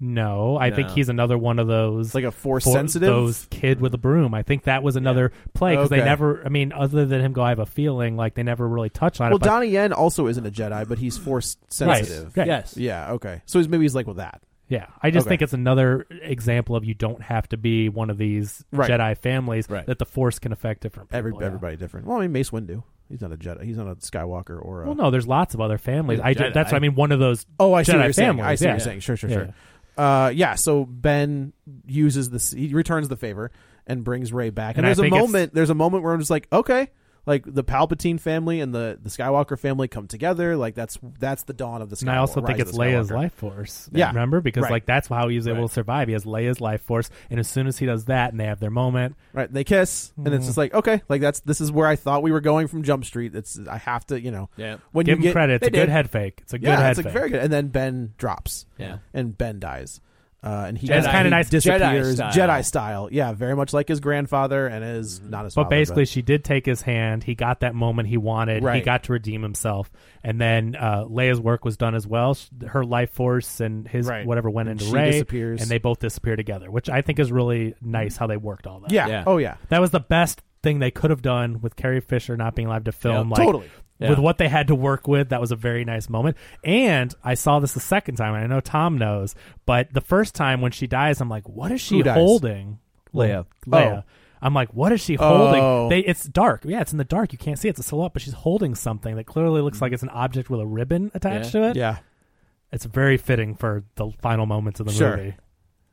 No, I think No. he's another one of those like a force for- sensitive? those kid with a broom. I think that was another play because they Okay. never. I mean, other than him go, I have a feeling like they never really touch on Well, it. but- Donnie Yen also isn't a Jedi, but he's force sensitive. Right. Yes. Yeah. Okay. So he's, maybe he's like with that. Yeah, I just Okay. think it's another example of you don't have to be one of these Right. Jedi families that the Force can affect different people. Every, yeah. Everybody different. Well, I mean, Mace Windu. He's not a Jedi. He's not a Skywalker or a. Well, no, there's lots of other families. I ju- Jedi. that's what I mean. One of those. Oh, I Jedi see what you're saying. families. I see yeah. what you're saying. Sure, sure, Yeah. sure. Uh, yeah. So Ben uses this. He returns the favor and brings Ray back. And, And I there's a think it's- moment. There's a moment where I'm just like, okay, like the Palpatine family and the the Skywalker family come together. Like that's that's the dawn of the. Skywalker, And I also think rise of it's the Skywalker. Leia's life force. Yeah. remember because Right. like that's how he was able to survive. He has Leia's life force, and as soon as he does that, and they have their moment, Right, they kiss, and it's Mm. just like okay, like that's this is where I thought we were going from Jump Street. It's I have to, you know, Yeah. When Give you him get, credit. It's they a good did. head fake. It's a good yeah, head it's like fake. very good. And then Ben drops, Yeah. and Ben dies, uh, and he Jedi. It's kinda he nice- Jedi disappears style. Jedi style, yeah, very much like his grandfather and his not his. But father, basically, she did take his hand. He got that moment he wanted. He Right. got to redeem himself. And then uh, Leia's work was done as well. Sh- Her life force and his Right. whatever went And into she Rey, disappears. Mm-hmm. and they both disappear together, which I think is really nice how they worked all that. Yeah. Yeah. Oh, yeah. That was the best thing they could have done with Carrie Fisher not being allowed to film. Yeah, like, totally. With Yeah. what they had to work with, that was a very nice moment. And I saw this the second time, and I know Tom knows, but the first time when she dies, I'm like, what is she Who dies? holding? Leia. Leia. Oh. I'm like, what is she holding? Oh. They, it's dark. Yeah, it's in the dark. You can't see it. It's a silhouette, but she's holding something that clearly looks like it's an object with a ribbon attached Yeah. to it. Yeah. It's very fitting for the final moments of the Sure. movie.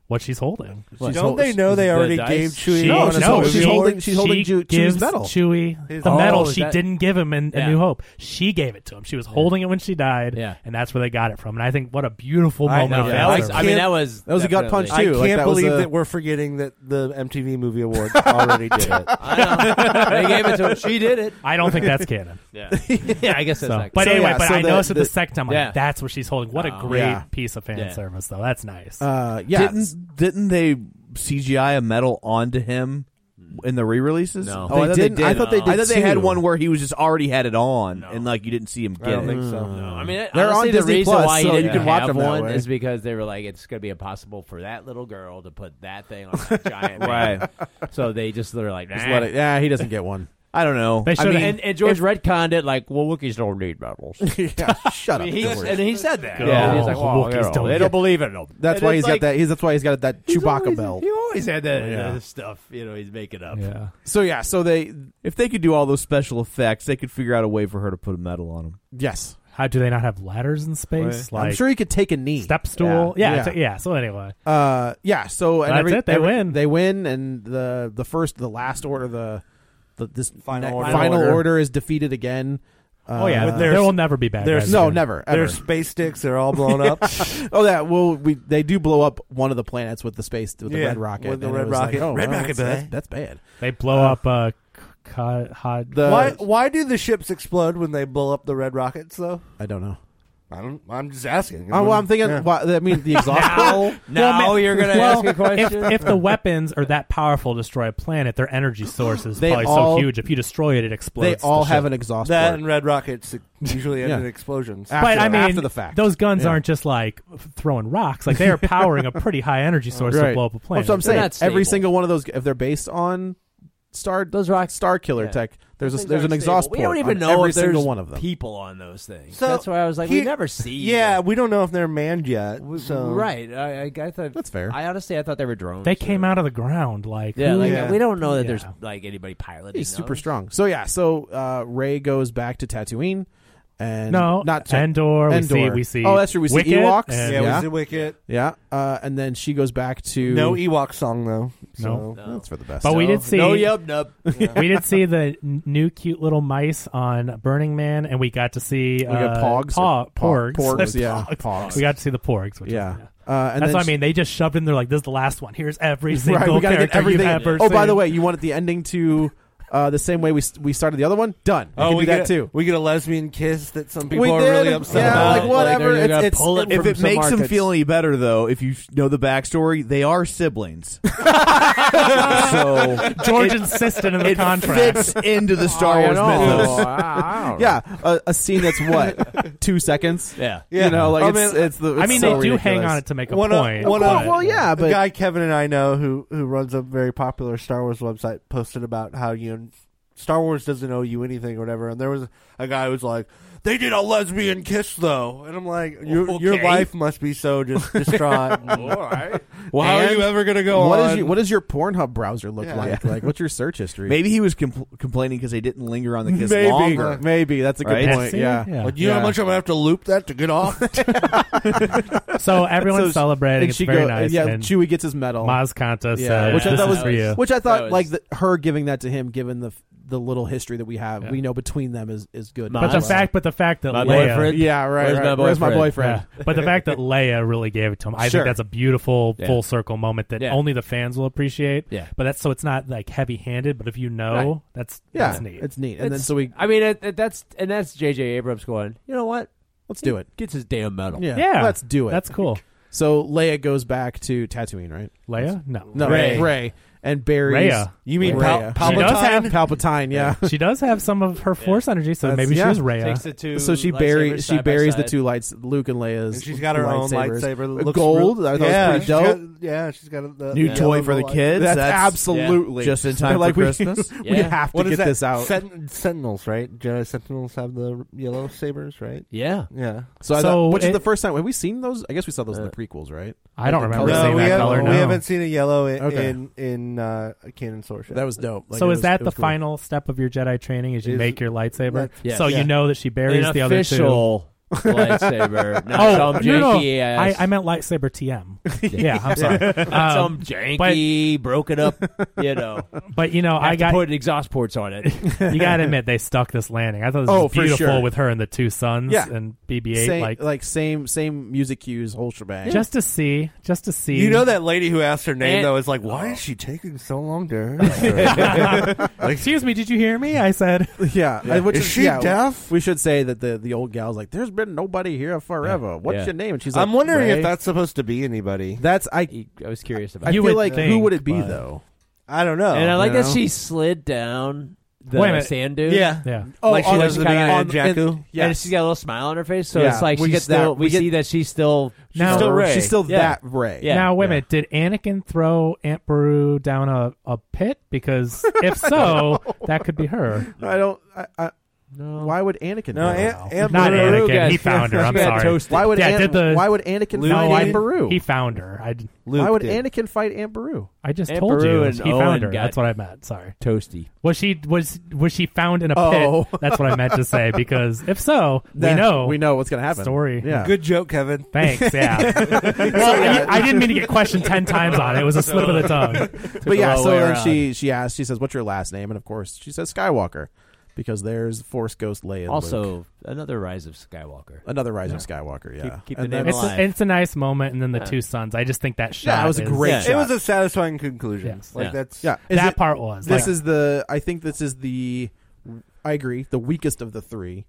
What she's holding. Don't hol- they know they already gave Chewie She- one of no, those she's awards? holding. She's holding she Ju- Chewie's gives medal. Chewie His- the Oh, medal is she that- didn't give him in Yeah. A New Hope. She gave it to him. She was holding it when she died. Yeah, and that's where they got it from. And I think what a beautiful I moment. know. of Yeah, fan I service. can't- I can't believe that we're forgetting that the MTV Movie Awards already did it. I know. They gave it to her. She did it. I don't think that's canon. Yeah. Yeah, I guess that's so, not- But So, anyway, yeah, but so I the- noticed the- the second time, like, yeah. that's what she's holding. What Oh. a great Yeah. piece of fan Yeah. service, though. That's nice. Oh, uh, Didn't, didn't they CGI a medal onto him in the re-releases? No. Oh, They I thought didn't. They I did. thought they I did thought they had too. one where he was just already had it on, and like you didn't see him get I don't it. think so. No. I mean, They're honestly, on the Disney reason Plus, why so he didn't you can watch have them that one way. is because they were like, it's going to be impossible for that little girl to put that thing on that giant Right. man. So they just they're like, nah. Just let it- yeah, he doesn't get one. I don't know. They I should mean- and, and George retconned it like, well, Wookiees don't need medals. shut up, He, George. and he said that. Go. Yeah. He's like, well, Wookiees you know, don't they need- don't believe in them. That's And why it's he's like, got that. He's that's why he's got that Chewbacca belt. He always had that Yeah. uh, stuff. You know, he's making up. Yeah. So yeah, so they if they could do all those special effects, they could figure out a way for her to put a medal on him. Yes. How do they not have ladders in space? I'm sure he could take a knee, step stool. Yeah, it's- yeah, so anyway. uh, yeah. So and That's every- it, they every- win. They win, and the the first, the last order, the, the this Final ne- order. final Order. order is defeated again. Oh, yeah, Uh, there will never be bad there's- guys No, again. never. Their Ever. space sticks are all blown up. Uh, oh, that well, we they do blow up one of the planets with the space with the Yeah, red rocket. with the and it red was like, rocket. oh, Red well, rocket, that's, boy. that's, that's bad. They blow up uh, c- ca- hot. why why do the ships explode when they blow up the red rockets though? I don't know. I don't I'm just asking. Oh, well, I'm thinking. Why, I mean, the exhaust. Now- Well, oh, now ma- you're gonna well, ask a question? If, if the weapons are that powerful, to destroy a planet. Their energy source is They probably all- so huge. If you destroy it, it explodes. all the have ship. an exhaust that port. and red rockets usually end Yeah. in explosions. Uh, but I mean, after the fact. those guns Yeah. aren't just like f- throwing rocks. Like they are powering a pretty high energy source to blow up a planet. That's what I'm saying. Every single. single one of those, if they're based on star those rock star killer Yeah. tech. There's Those a, things there's an aren't exhaust stable. We port don't even on know every if there's single one of them. people on those things. So, That's why I was like, here- we never Um, see. Yeah, we don't know if they're manned yet. them. So right. I, I, I thought that's fair. I honestly I thought they were drones. They came out of the ground like yeah, who- like we don't know that Yeah. there's like anybody piloting. He's super those. strong. So yeah, so uh, Ray goes back to Tatooine, and No, not Ta- Endor, we see- we see Oh, that's true. We Wicket, see Ewoks. and- Yeah, we see Wicket. Yeah, uh, and then she goes back to No E- Ewok song though. No. So That's for the best. But Oh, we did see No, yep, nope. we did see the n- new cute little mice on Burning Man, and we got to see uh, We got pogs paw- or paw- porgs. porgs, There's yeah. Pogs. We got to see the porgs. Which Yeah. is, Uh, and that's then what I she- mean. They just shoved in there like this is the last one. Here's every single right, we gotta character get everything. you've ever Oh, by seen. the way, you wanted the ending to uh, the same way we we started the other one. Done. We Oh, can we do that get, too. We get a lesbian kiss that some people We are did. really upset Yeah, about. like, whatever, they're gonna it's- it's- pull it If from it some makes them markets. feel any better, though, if you know the backstory, they are siblings. so George it- insisted in the it contract. fits into the Oh, Star I Wars don't know. mythos. I- yeah, a, a scene that's what two seconds. Yeah. you know, like I it's, mean- it's the. I it's mean, so they do ridiculous. hang on it to make a One of- point. one of- but- Well, yeah, the but guy Kevin and I know who who runs a very popular Star Wars website posted about how you Star Wars doesn't owe you anything or whatever, and there was a guy who was like, "They did a lesbian kiss though," and I'm like, "Your your Okay. life must be so just distraught." right. Well, how are And you ever gonna go What on? is your, what does your Pornhub browser look Yeah. like? Like, what's your search history? Maybe he was compl- complaining because they didn't linger on the kiss maybe, longer. maybe that's a good Right? point. See? Yeah, Yeah. Like, you know Yeah. how much I'm gonna have to loop that to get off? so everyone's So- celebrating. And it's she very go- nice. Yeah, and Chewie gets his medal. Maz Kanata yeah, said, which I "This thought is was, for you." which I thought That was- like the, her giving that to him, given the the little history that we have, we know between them is is good. But the Maz- fact, but the fact that My Leia, boyfriend. yeah, right. Where's right. my Where's my boyfriend? Yeah. but the fact that Leia really gave it to him, I Sure. think that's a beautiful Yeah. full circle moment that Yeah. only the fans will appreciate. Yeah. But that's so it's not like heavy handed, but if you know, Right. that's Yeah, that's neat. it's neat. And then It's- so we I mean, it, it- that's and that's J.J. Abrams going. You know what? let's do it. Gets his damn medal. Yeah, Yeah. let's do it. That's cool. so Leia goes back to Tatooine, right? Leia? No. No, Ray. Ray and Barry. Raya. You mean Raya. Pal- She Palpatine? does have- Palpatine? Yeah. She does have some of her force energy, so That's- maybe yeah. she is Raya. Takes the two. so she lightsabers buries she side by buries the side. two lights, Luke and Leia's. And she's got her own lightsabers. lightsaber. Uh, Looks gold. real- I thought it yeah, was she's pretty dope. got- yeah, she's got a the, New the toy yellow for the light- kids. That's, absolutely just in time They're for like, Christmas. We, we Yeah. have to What is get that? this out. Sent- Sentinels, right? Jedi Sentinels have the yellow sabers, right? Yeah. Yeah. So, I So thought, which is it- the first time have we seen those? I guess we saw those in the prequels, right? I don't Like the remember color- seeing we, that haven't, color. we no. haven't seen a yellow in Okay. in, in uh, canon source. yet. That was dope. Like, so it is was- that it the was cool. final step of your Jedi training? Is you Is- make your lightsaber, Yes. so Yeah. you know that she buries An the other two. official lightsaber. Not Oh some no, no! janky uh, I, ass. I meant lightsaber TM. yeah, I'm sorry. not Um, some janky, broken up. You know, But you know, have I to got put exhaust ports on it. you gotta admit they stuck this landing. I thought this Oh, was for beautiful sure. with her and the two sons Yeah. and BB-8. Same, like, like, same same music cues, whole shebang. just to see, just to see. You know that lady who asked her name And- though is like, why is she taking so long to answer? Excuse me, did you hear me? I said. yeah, and which Is she yeah, deaf? We should say that the the old gal's like, "There's been nobody here forever. What's Yeah. your name?" And she's like, I'm wondering "Ray." if that's supposed to be anybody. that's I. I was curious I about. You feel would like who think, would it be but- though? I don't know. and I like you know? that she slid down the Wait a minute. sand dune. Yeah. Yeah. Oh, like she on does the- the beginning on of the- Jakku. and- yes. And she's got a little smile on her face, so Yeah, it's like we we get she's still. that- we we get- see that she's still. She's Now- still still She's still Yeah. that Ray. Yeah. now, wait a minute. Did Anakin throw Aunt Beru down a, a pit? Because if so, that could be her. I don't. I, I, No. why would Anakin? No, do that? Aunt, Aunt Not Beru Anakin. got- He found her. I'm She got sorry. toasted. why would Yeah, Aunt, did the- why would Anakin Luke find did. Aunt Beru? He found her. I, Luke why would did. Anakin fight Aunt Beru? I just Aunt told Beru you and he Owen found her. got- That's what I meant. Sorry. Toasty. Was she was was she found in a pit? Oh. That's what I meant to say. Because if so, Then we know We know what's going to happen. Story. Yeah. Good joke, Kevin. Thanks. Yeah. well, yeah. I, I didn't mean to get questioned ten times on it. It was a slip of the tongue. but yeah, long so way then around. she she asks, she says, "What's your last name?" And of course, she says Skywalker, because there's Force Ghost Leia. and Luke. Also, another Rise of Skywalker. another Rise of Skywalker. Yeah, Keep- keep the and name that's- It's alive. a, it's a nice moment, and then the two sons. I just think that shot. Yeah, it was a is- great. Yeah. shot. It was a satisfying conclusion. Yes. Like Yeah. that's yeah. Is That it- part was. This like, is the. I think this is the. I agree, the weakest of the three,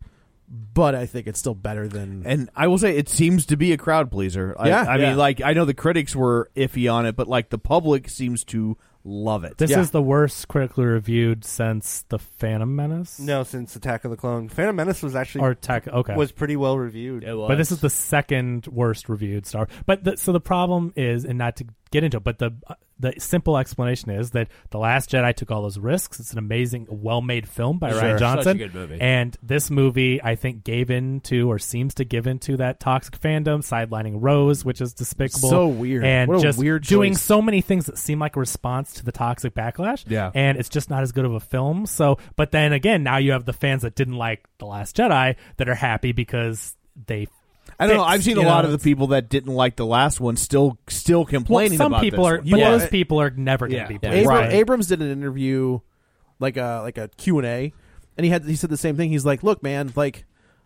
but I think it's still better than. And I will say, it seems to be a crowd pleaser. I, Yeah. I mean, Yeah. like I know the critics were iffy on it, but like the public seems to love it. this yeah. is the worst critically reviewed since the Phantom Menace. No, since Attack of the Clone, Phantom Menace was actually Or tech. Okay. was pretty well reviewed. It was. but this is the second worst reviewed Star. But the, so the problem is, and not to get into it. But the uh, the simple explanation is that the Last Jedi took all those risks. It's an amazing, well made film by Sure. Ryan Johnson. Such a good movie. And this movie, I think, gave in to or seems to give in to that toxic fandom, sidelining Rose, which is despicable, So weird. and What a just weird doing choice. so many things that seem like a response to the toxic backlash. Yeah. and it's just not as good of a film. So, but then again, now you have the fans that didn't like the Last Jedi that are happy because they. I don't know. fixed, I've seen a you lot of know, the people that didn't like the last one still still complaining. some about people this are- one. but Yeah. those people are never gonna be Abram- pleased. Right. Abrams did an interview, like a like a Q and A, and he had he said the same thing. He's like, "Look, man, like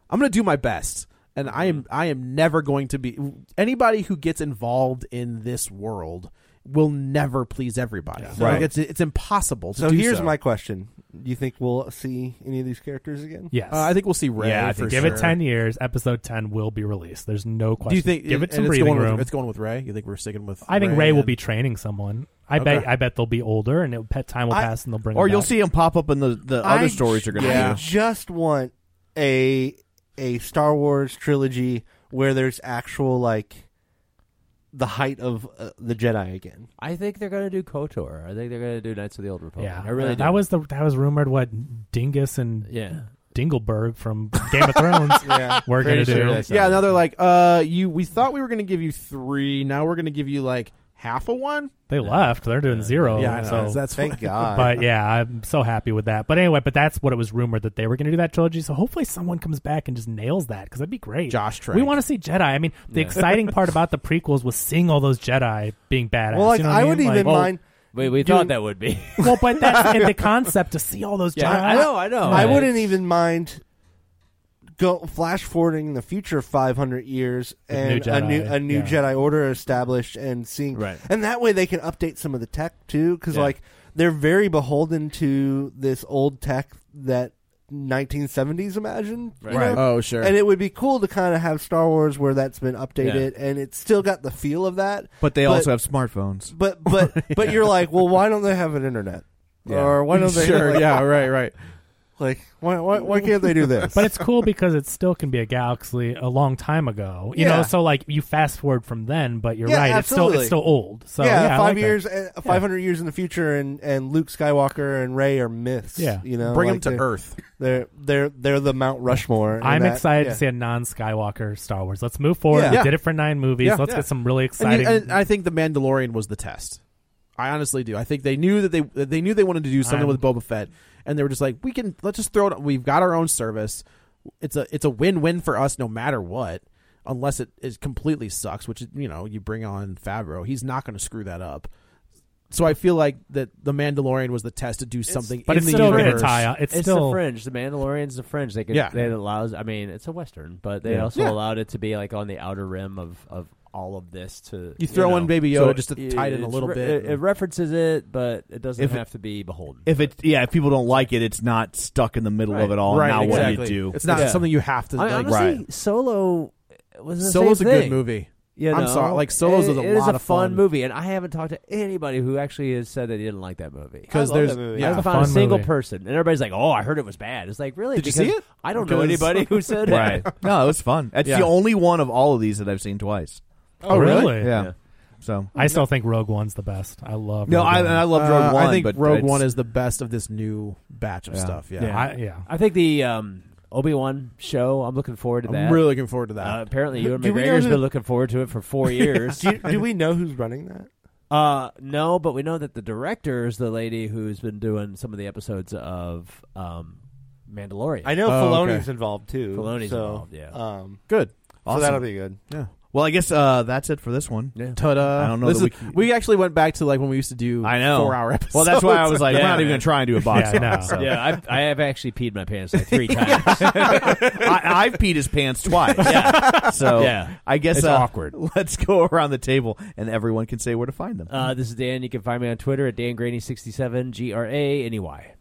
I'm going to do my best, and I am I am never going to be anybody who gets involved in this world will never please everybody. Like, Right. it's it's impossible. To So do here's so. my question: Do you think we'll see any of these characters again? Yes, Uh, I think we'll see Rey Yeah, I for think give sure. it ten years. Episode ten will be released. There's no question. Do you think Give it and some it's breathing going with- room. it's going with Ray. You think we're sticking with? I think Rey Ray will and- be training someone. I Okay. bet. I bet they'll be older, and it, pet time will I- pass, and they'll bring. or them you'll back. see them pop up in the the other I stories j- are going to I do. just want a a Star Wars trilogy where there's actual like the height of uh, the Jedi again. I think they're going to do KOTOR. I think they're going to do Knights of the Old Republic. Yeah, I really do. That was the that was rumored what Dingus and Yeah. Dingleberg from Game of Thrones Yeah. were going to Pretty sure do. that's Yeah, now they're like, uh, you. We thought we were going to give you three. Now we're going to give you like half a one. They left. They're doing zero. Yeah, I know. so That's- thank God. But yeah, I'm so happy with that. But anyway, but that's what it was rumored that they were going to do that trilogy. So hopefully someone comes back and just nails that because that'd be great. Josh, Trank. we want to see Jedi. I mean, the Yeah. exciting part about the prequels was seeing all those Jedi being badass. Well, like, you know what I mean? wouldn't Like- oh, even mind We, we doing- thought that would be. Well, but that's in the concept to see all those Jedi. oh, I wouldn't even mind go flash forwarding in the future 500 years With and new a new Jedi, a new yeah. Jedi order established and seeing Right. and that way they can update some of the tech too cuz Yeah. like they're very beholden to this old tech that 1970s imagined you Right. know? Oh, sure. and it would be cool to kind of have Star Wars where that's been updated and it's still got the feel of that But they also have smartphones. but but but you're like, well, why don't they have an internet? Yeah. Or why don't they? Sure, like- yeah, right, right. Like, why why why can't they do this? But it's cool because it still can be a galaxy a long time ago. You Yeah. know, so like you fast forward from then, but you're Yeah, right. absolutely. It's still it's still old. So yeah, I five like that. years, uh, five hundred years in the future, and and Luke Skywalker and Ray are myths. Yeah. you know, Bring 'em like to they're- Earth. They're they're they're the Mount Rushmore. and I'm that- excited yeah. to see a non-Skywalker Star Wars. Let's move forward. Yeah. We Yeah. did it for nine movies. Yeah. Let's Yeah. get some really And you- exciting. And, I think the Mandalorian was the test. I honestly do. I think they knew that they that they knew they wanted to do something I'm- with Boba Fett, and they were just like, we can let's just throw it. We've got our own service. It's a it's a win win for us no matter what, unless it is completely sucks. Which you know you bring on Favreau, he's not going to screw that up. So I feel like that the Mandalorian was the test to do something. but in it's the still gonna universe. tie- it's the still- fringe. The Mandalorian's the fringe. They could, Yeah. It allows. I mean, it's a western, but they Yeah. also Yeah. allowed it to be like on the outer rim of of all of this. To You throw in know. Baby Yoda So just to it- tie it in a it's little re- bit It, and- it references it, but it doesn't If it- have to be beholden. If it, yeah, if people don't like it, it's not stuck in the middle of Right. it all. Right, now what exactly. do you do? It's not Yeah. something you have to. I like, honestly, Solo was the Solo's same a good thing. movie. You I'm know? sorry, like Solo's it, was a it is lot a of fun, fun. movie, and I haven't talked to anybody who actually has said that he didn't like that movie. 'Cause I love there's- that movie. yeah. I It's a haven't found a fun single movie. person, and everybody's like, "Oh, I heard it was bad." It's like, really? Did you see Because it? I don't know Because- anybody who said right. it. No, it was fun. That's Yeah. the only one of all of these that I've seen twice. Oh, really? Yeah. Yeah. So I still think Rogue One's the best. I love. No, Rogue I- One. and I love Uh, Rogue One, I think but Rogue it's- One is the best of this new batch of stuff. Yeah, I- yeah. I think the um, Obi Wan show. I'm looking forward to I'm that. really looking forward to that. Uh, apparently, you and Do we know McGregor's who- been looking forward to it for four years. do, do we know who's running that? Uh, no, but we know that the director is the lady who's been doing some of the episodes of um, Mandalorian. I know Filoni's involved too. Filoni's so, involved. Yeah. Um, Good. So that'll be good. Yeah. Well, I guess uh, that's it for this one. Ta-da. I don't know. This that we is- can- we, actually went back to like when we used to do I know. four hour episodes. Well, that's why I was like, Yeah. we're not even going to try and do a box. Yeah, office, no. so. yeah, I've, I have actually peed my pants like three times. I, I've peed his pants twice. Yeah. So Yeah. I guess It's uh, awkward. Let's go around the table and everyone can say where to find them. Uh, this is Dan. You can find me on Twitter at DanGraney67, G R A N E Y.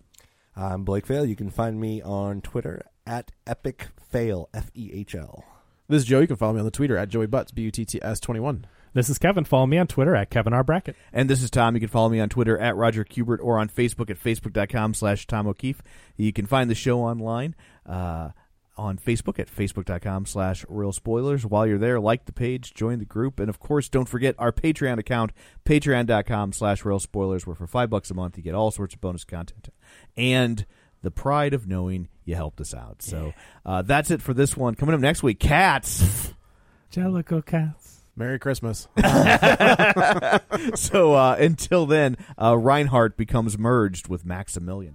I'm Blake Fail. You can find me on Twitter at Epic Fail F E H L. this is Joe. You can follow me on the Twitter at Joey Butts B U T T S twenty one. This is Kevin. Follow me on Twitter at Kevin R Brackett. And this is Tom. You can follow me on Twitter at Roger Kubert or on Facebook at facebook.com slash Tom O'Keefe. You can find the show online. Uh, on Facebook at facebook.com slash real spoilers. While you're there, like the page, join the group, and of course, don't forget our Patreon account, patreon.com slash real spoilers, where for five bucks a month you get all sorts of bonus content and the pride of knowing you helped us out. So uh, that's it for this one. Coming up next week, cats. Jellicle cats. Merry Christmas. so uh, until then, uh, Reinhardt becomes merged with Maximilian.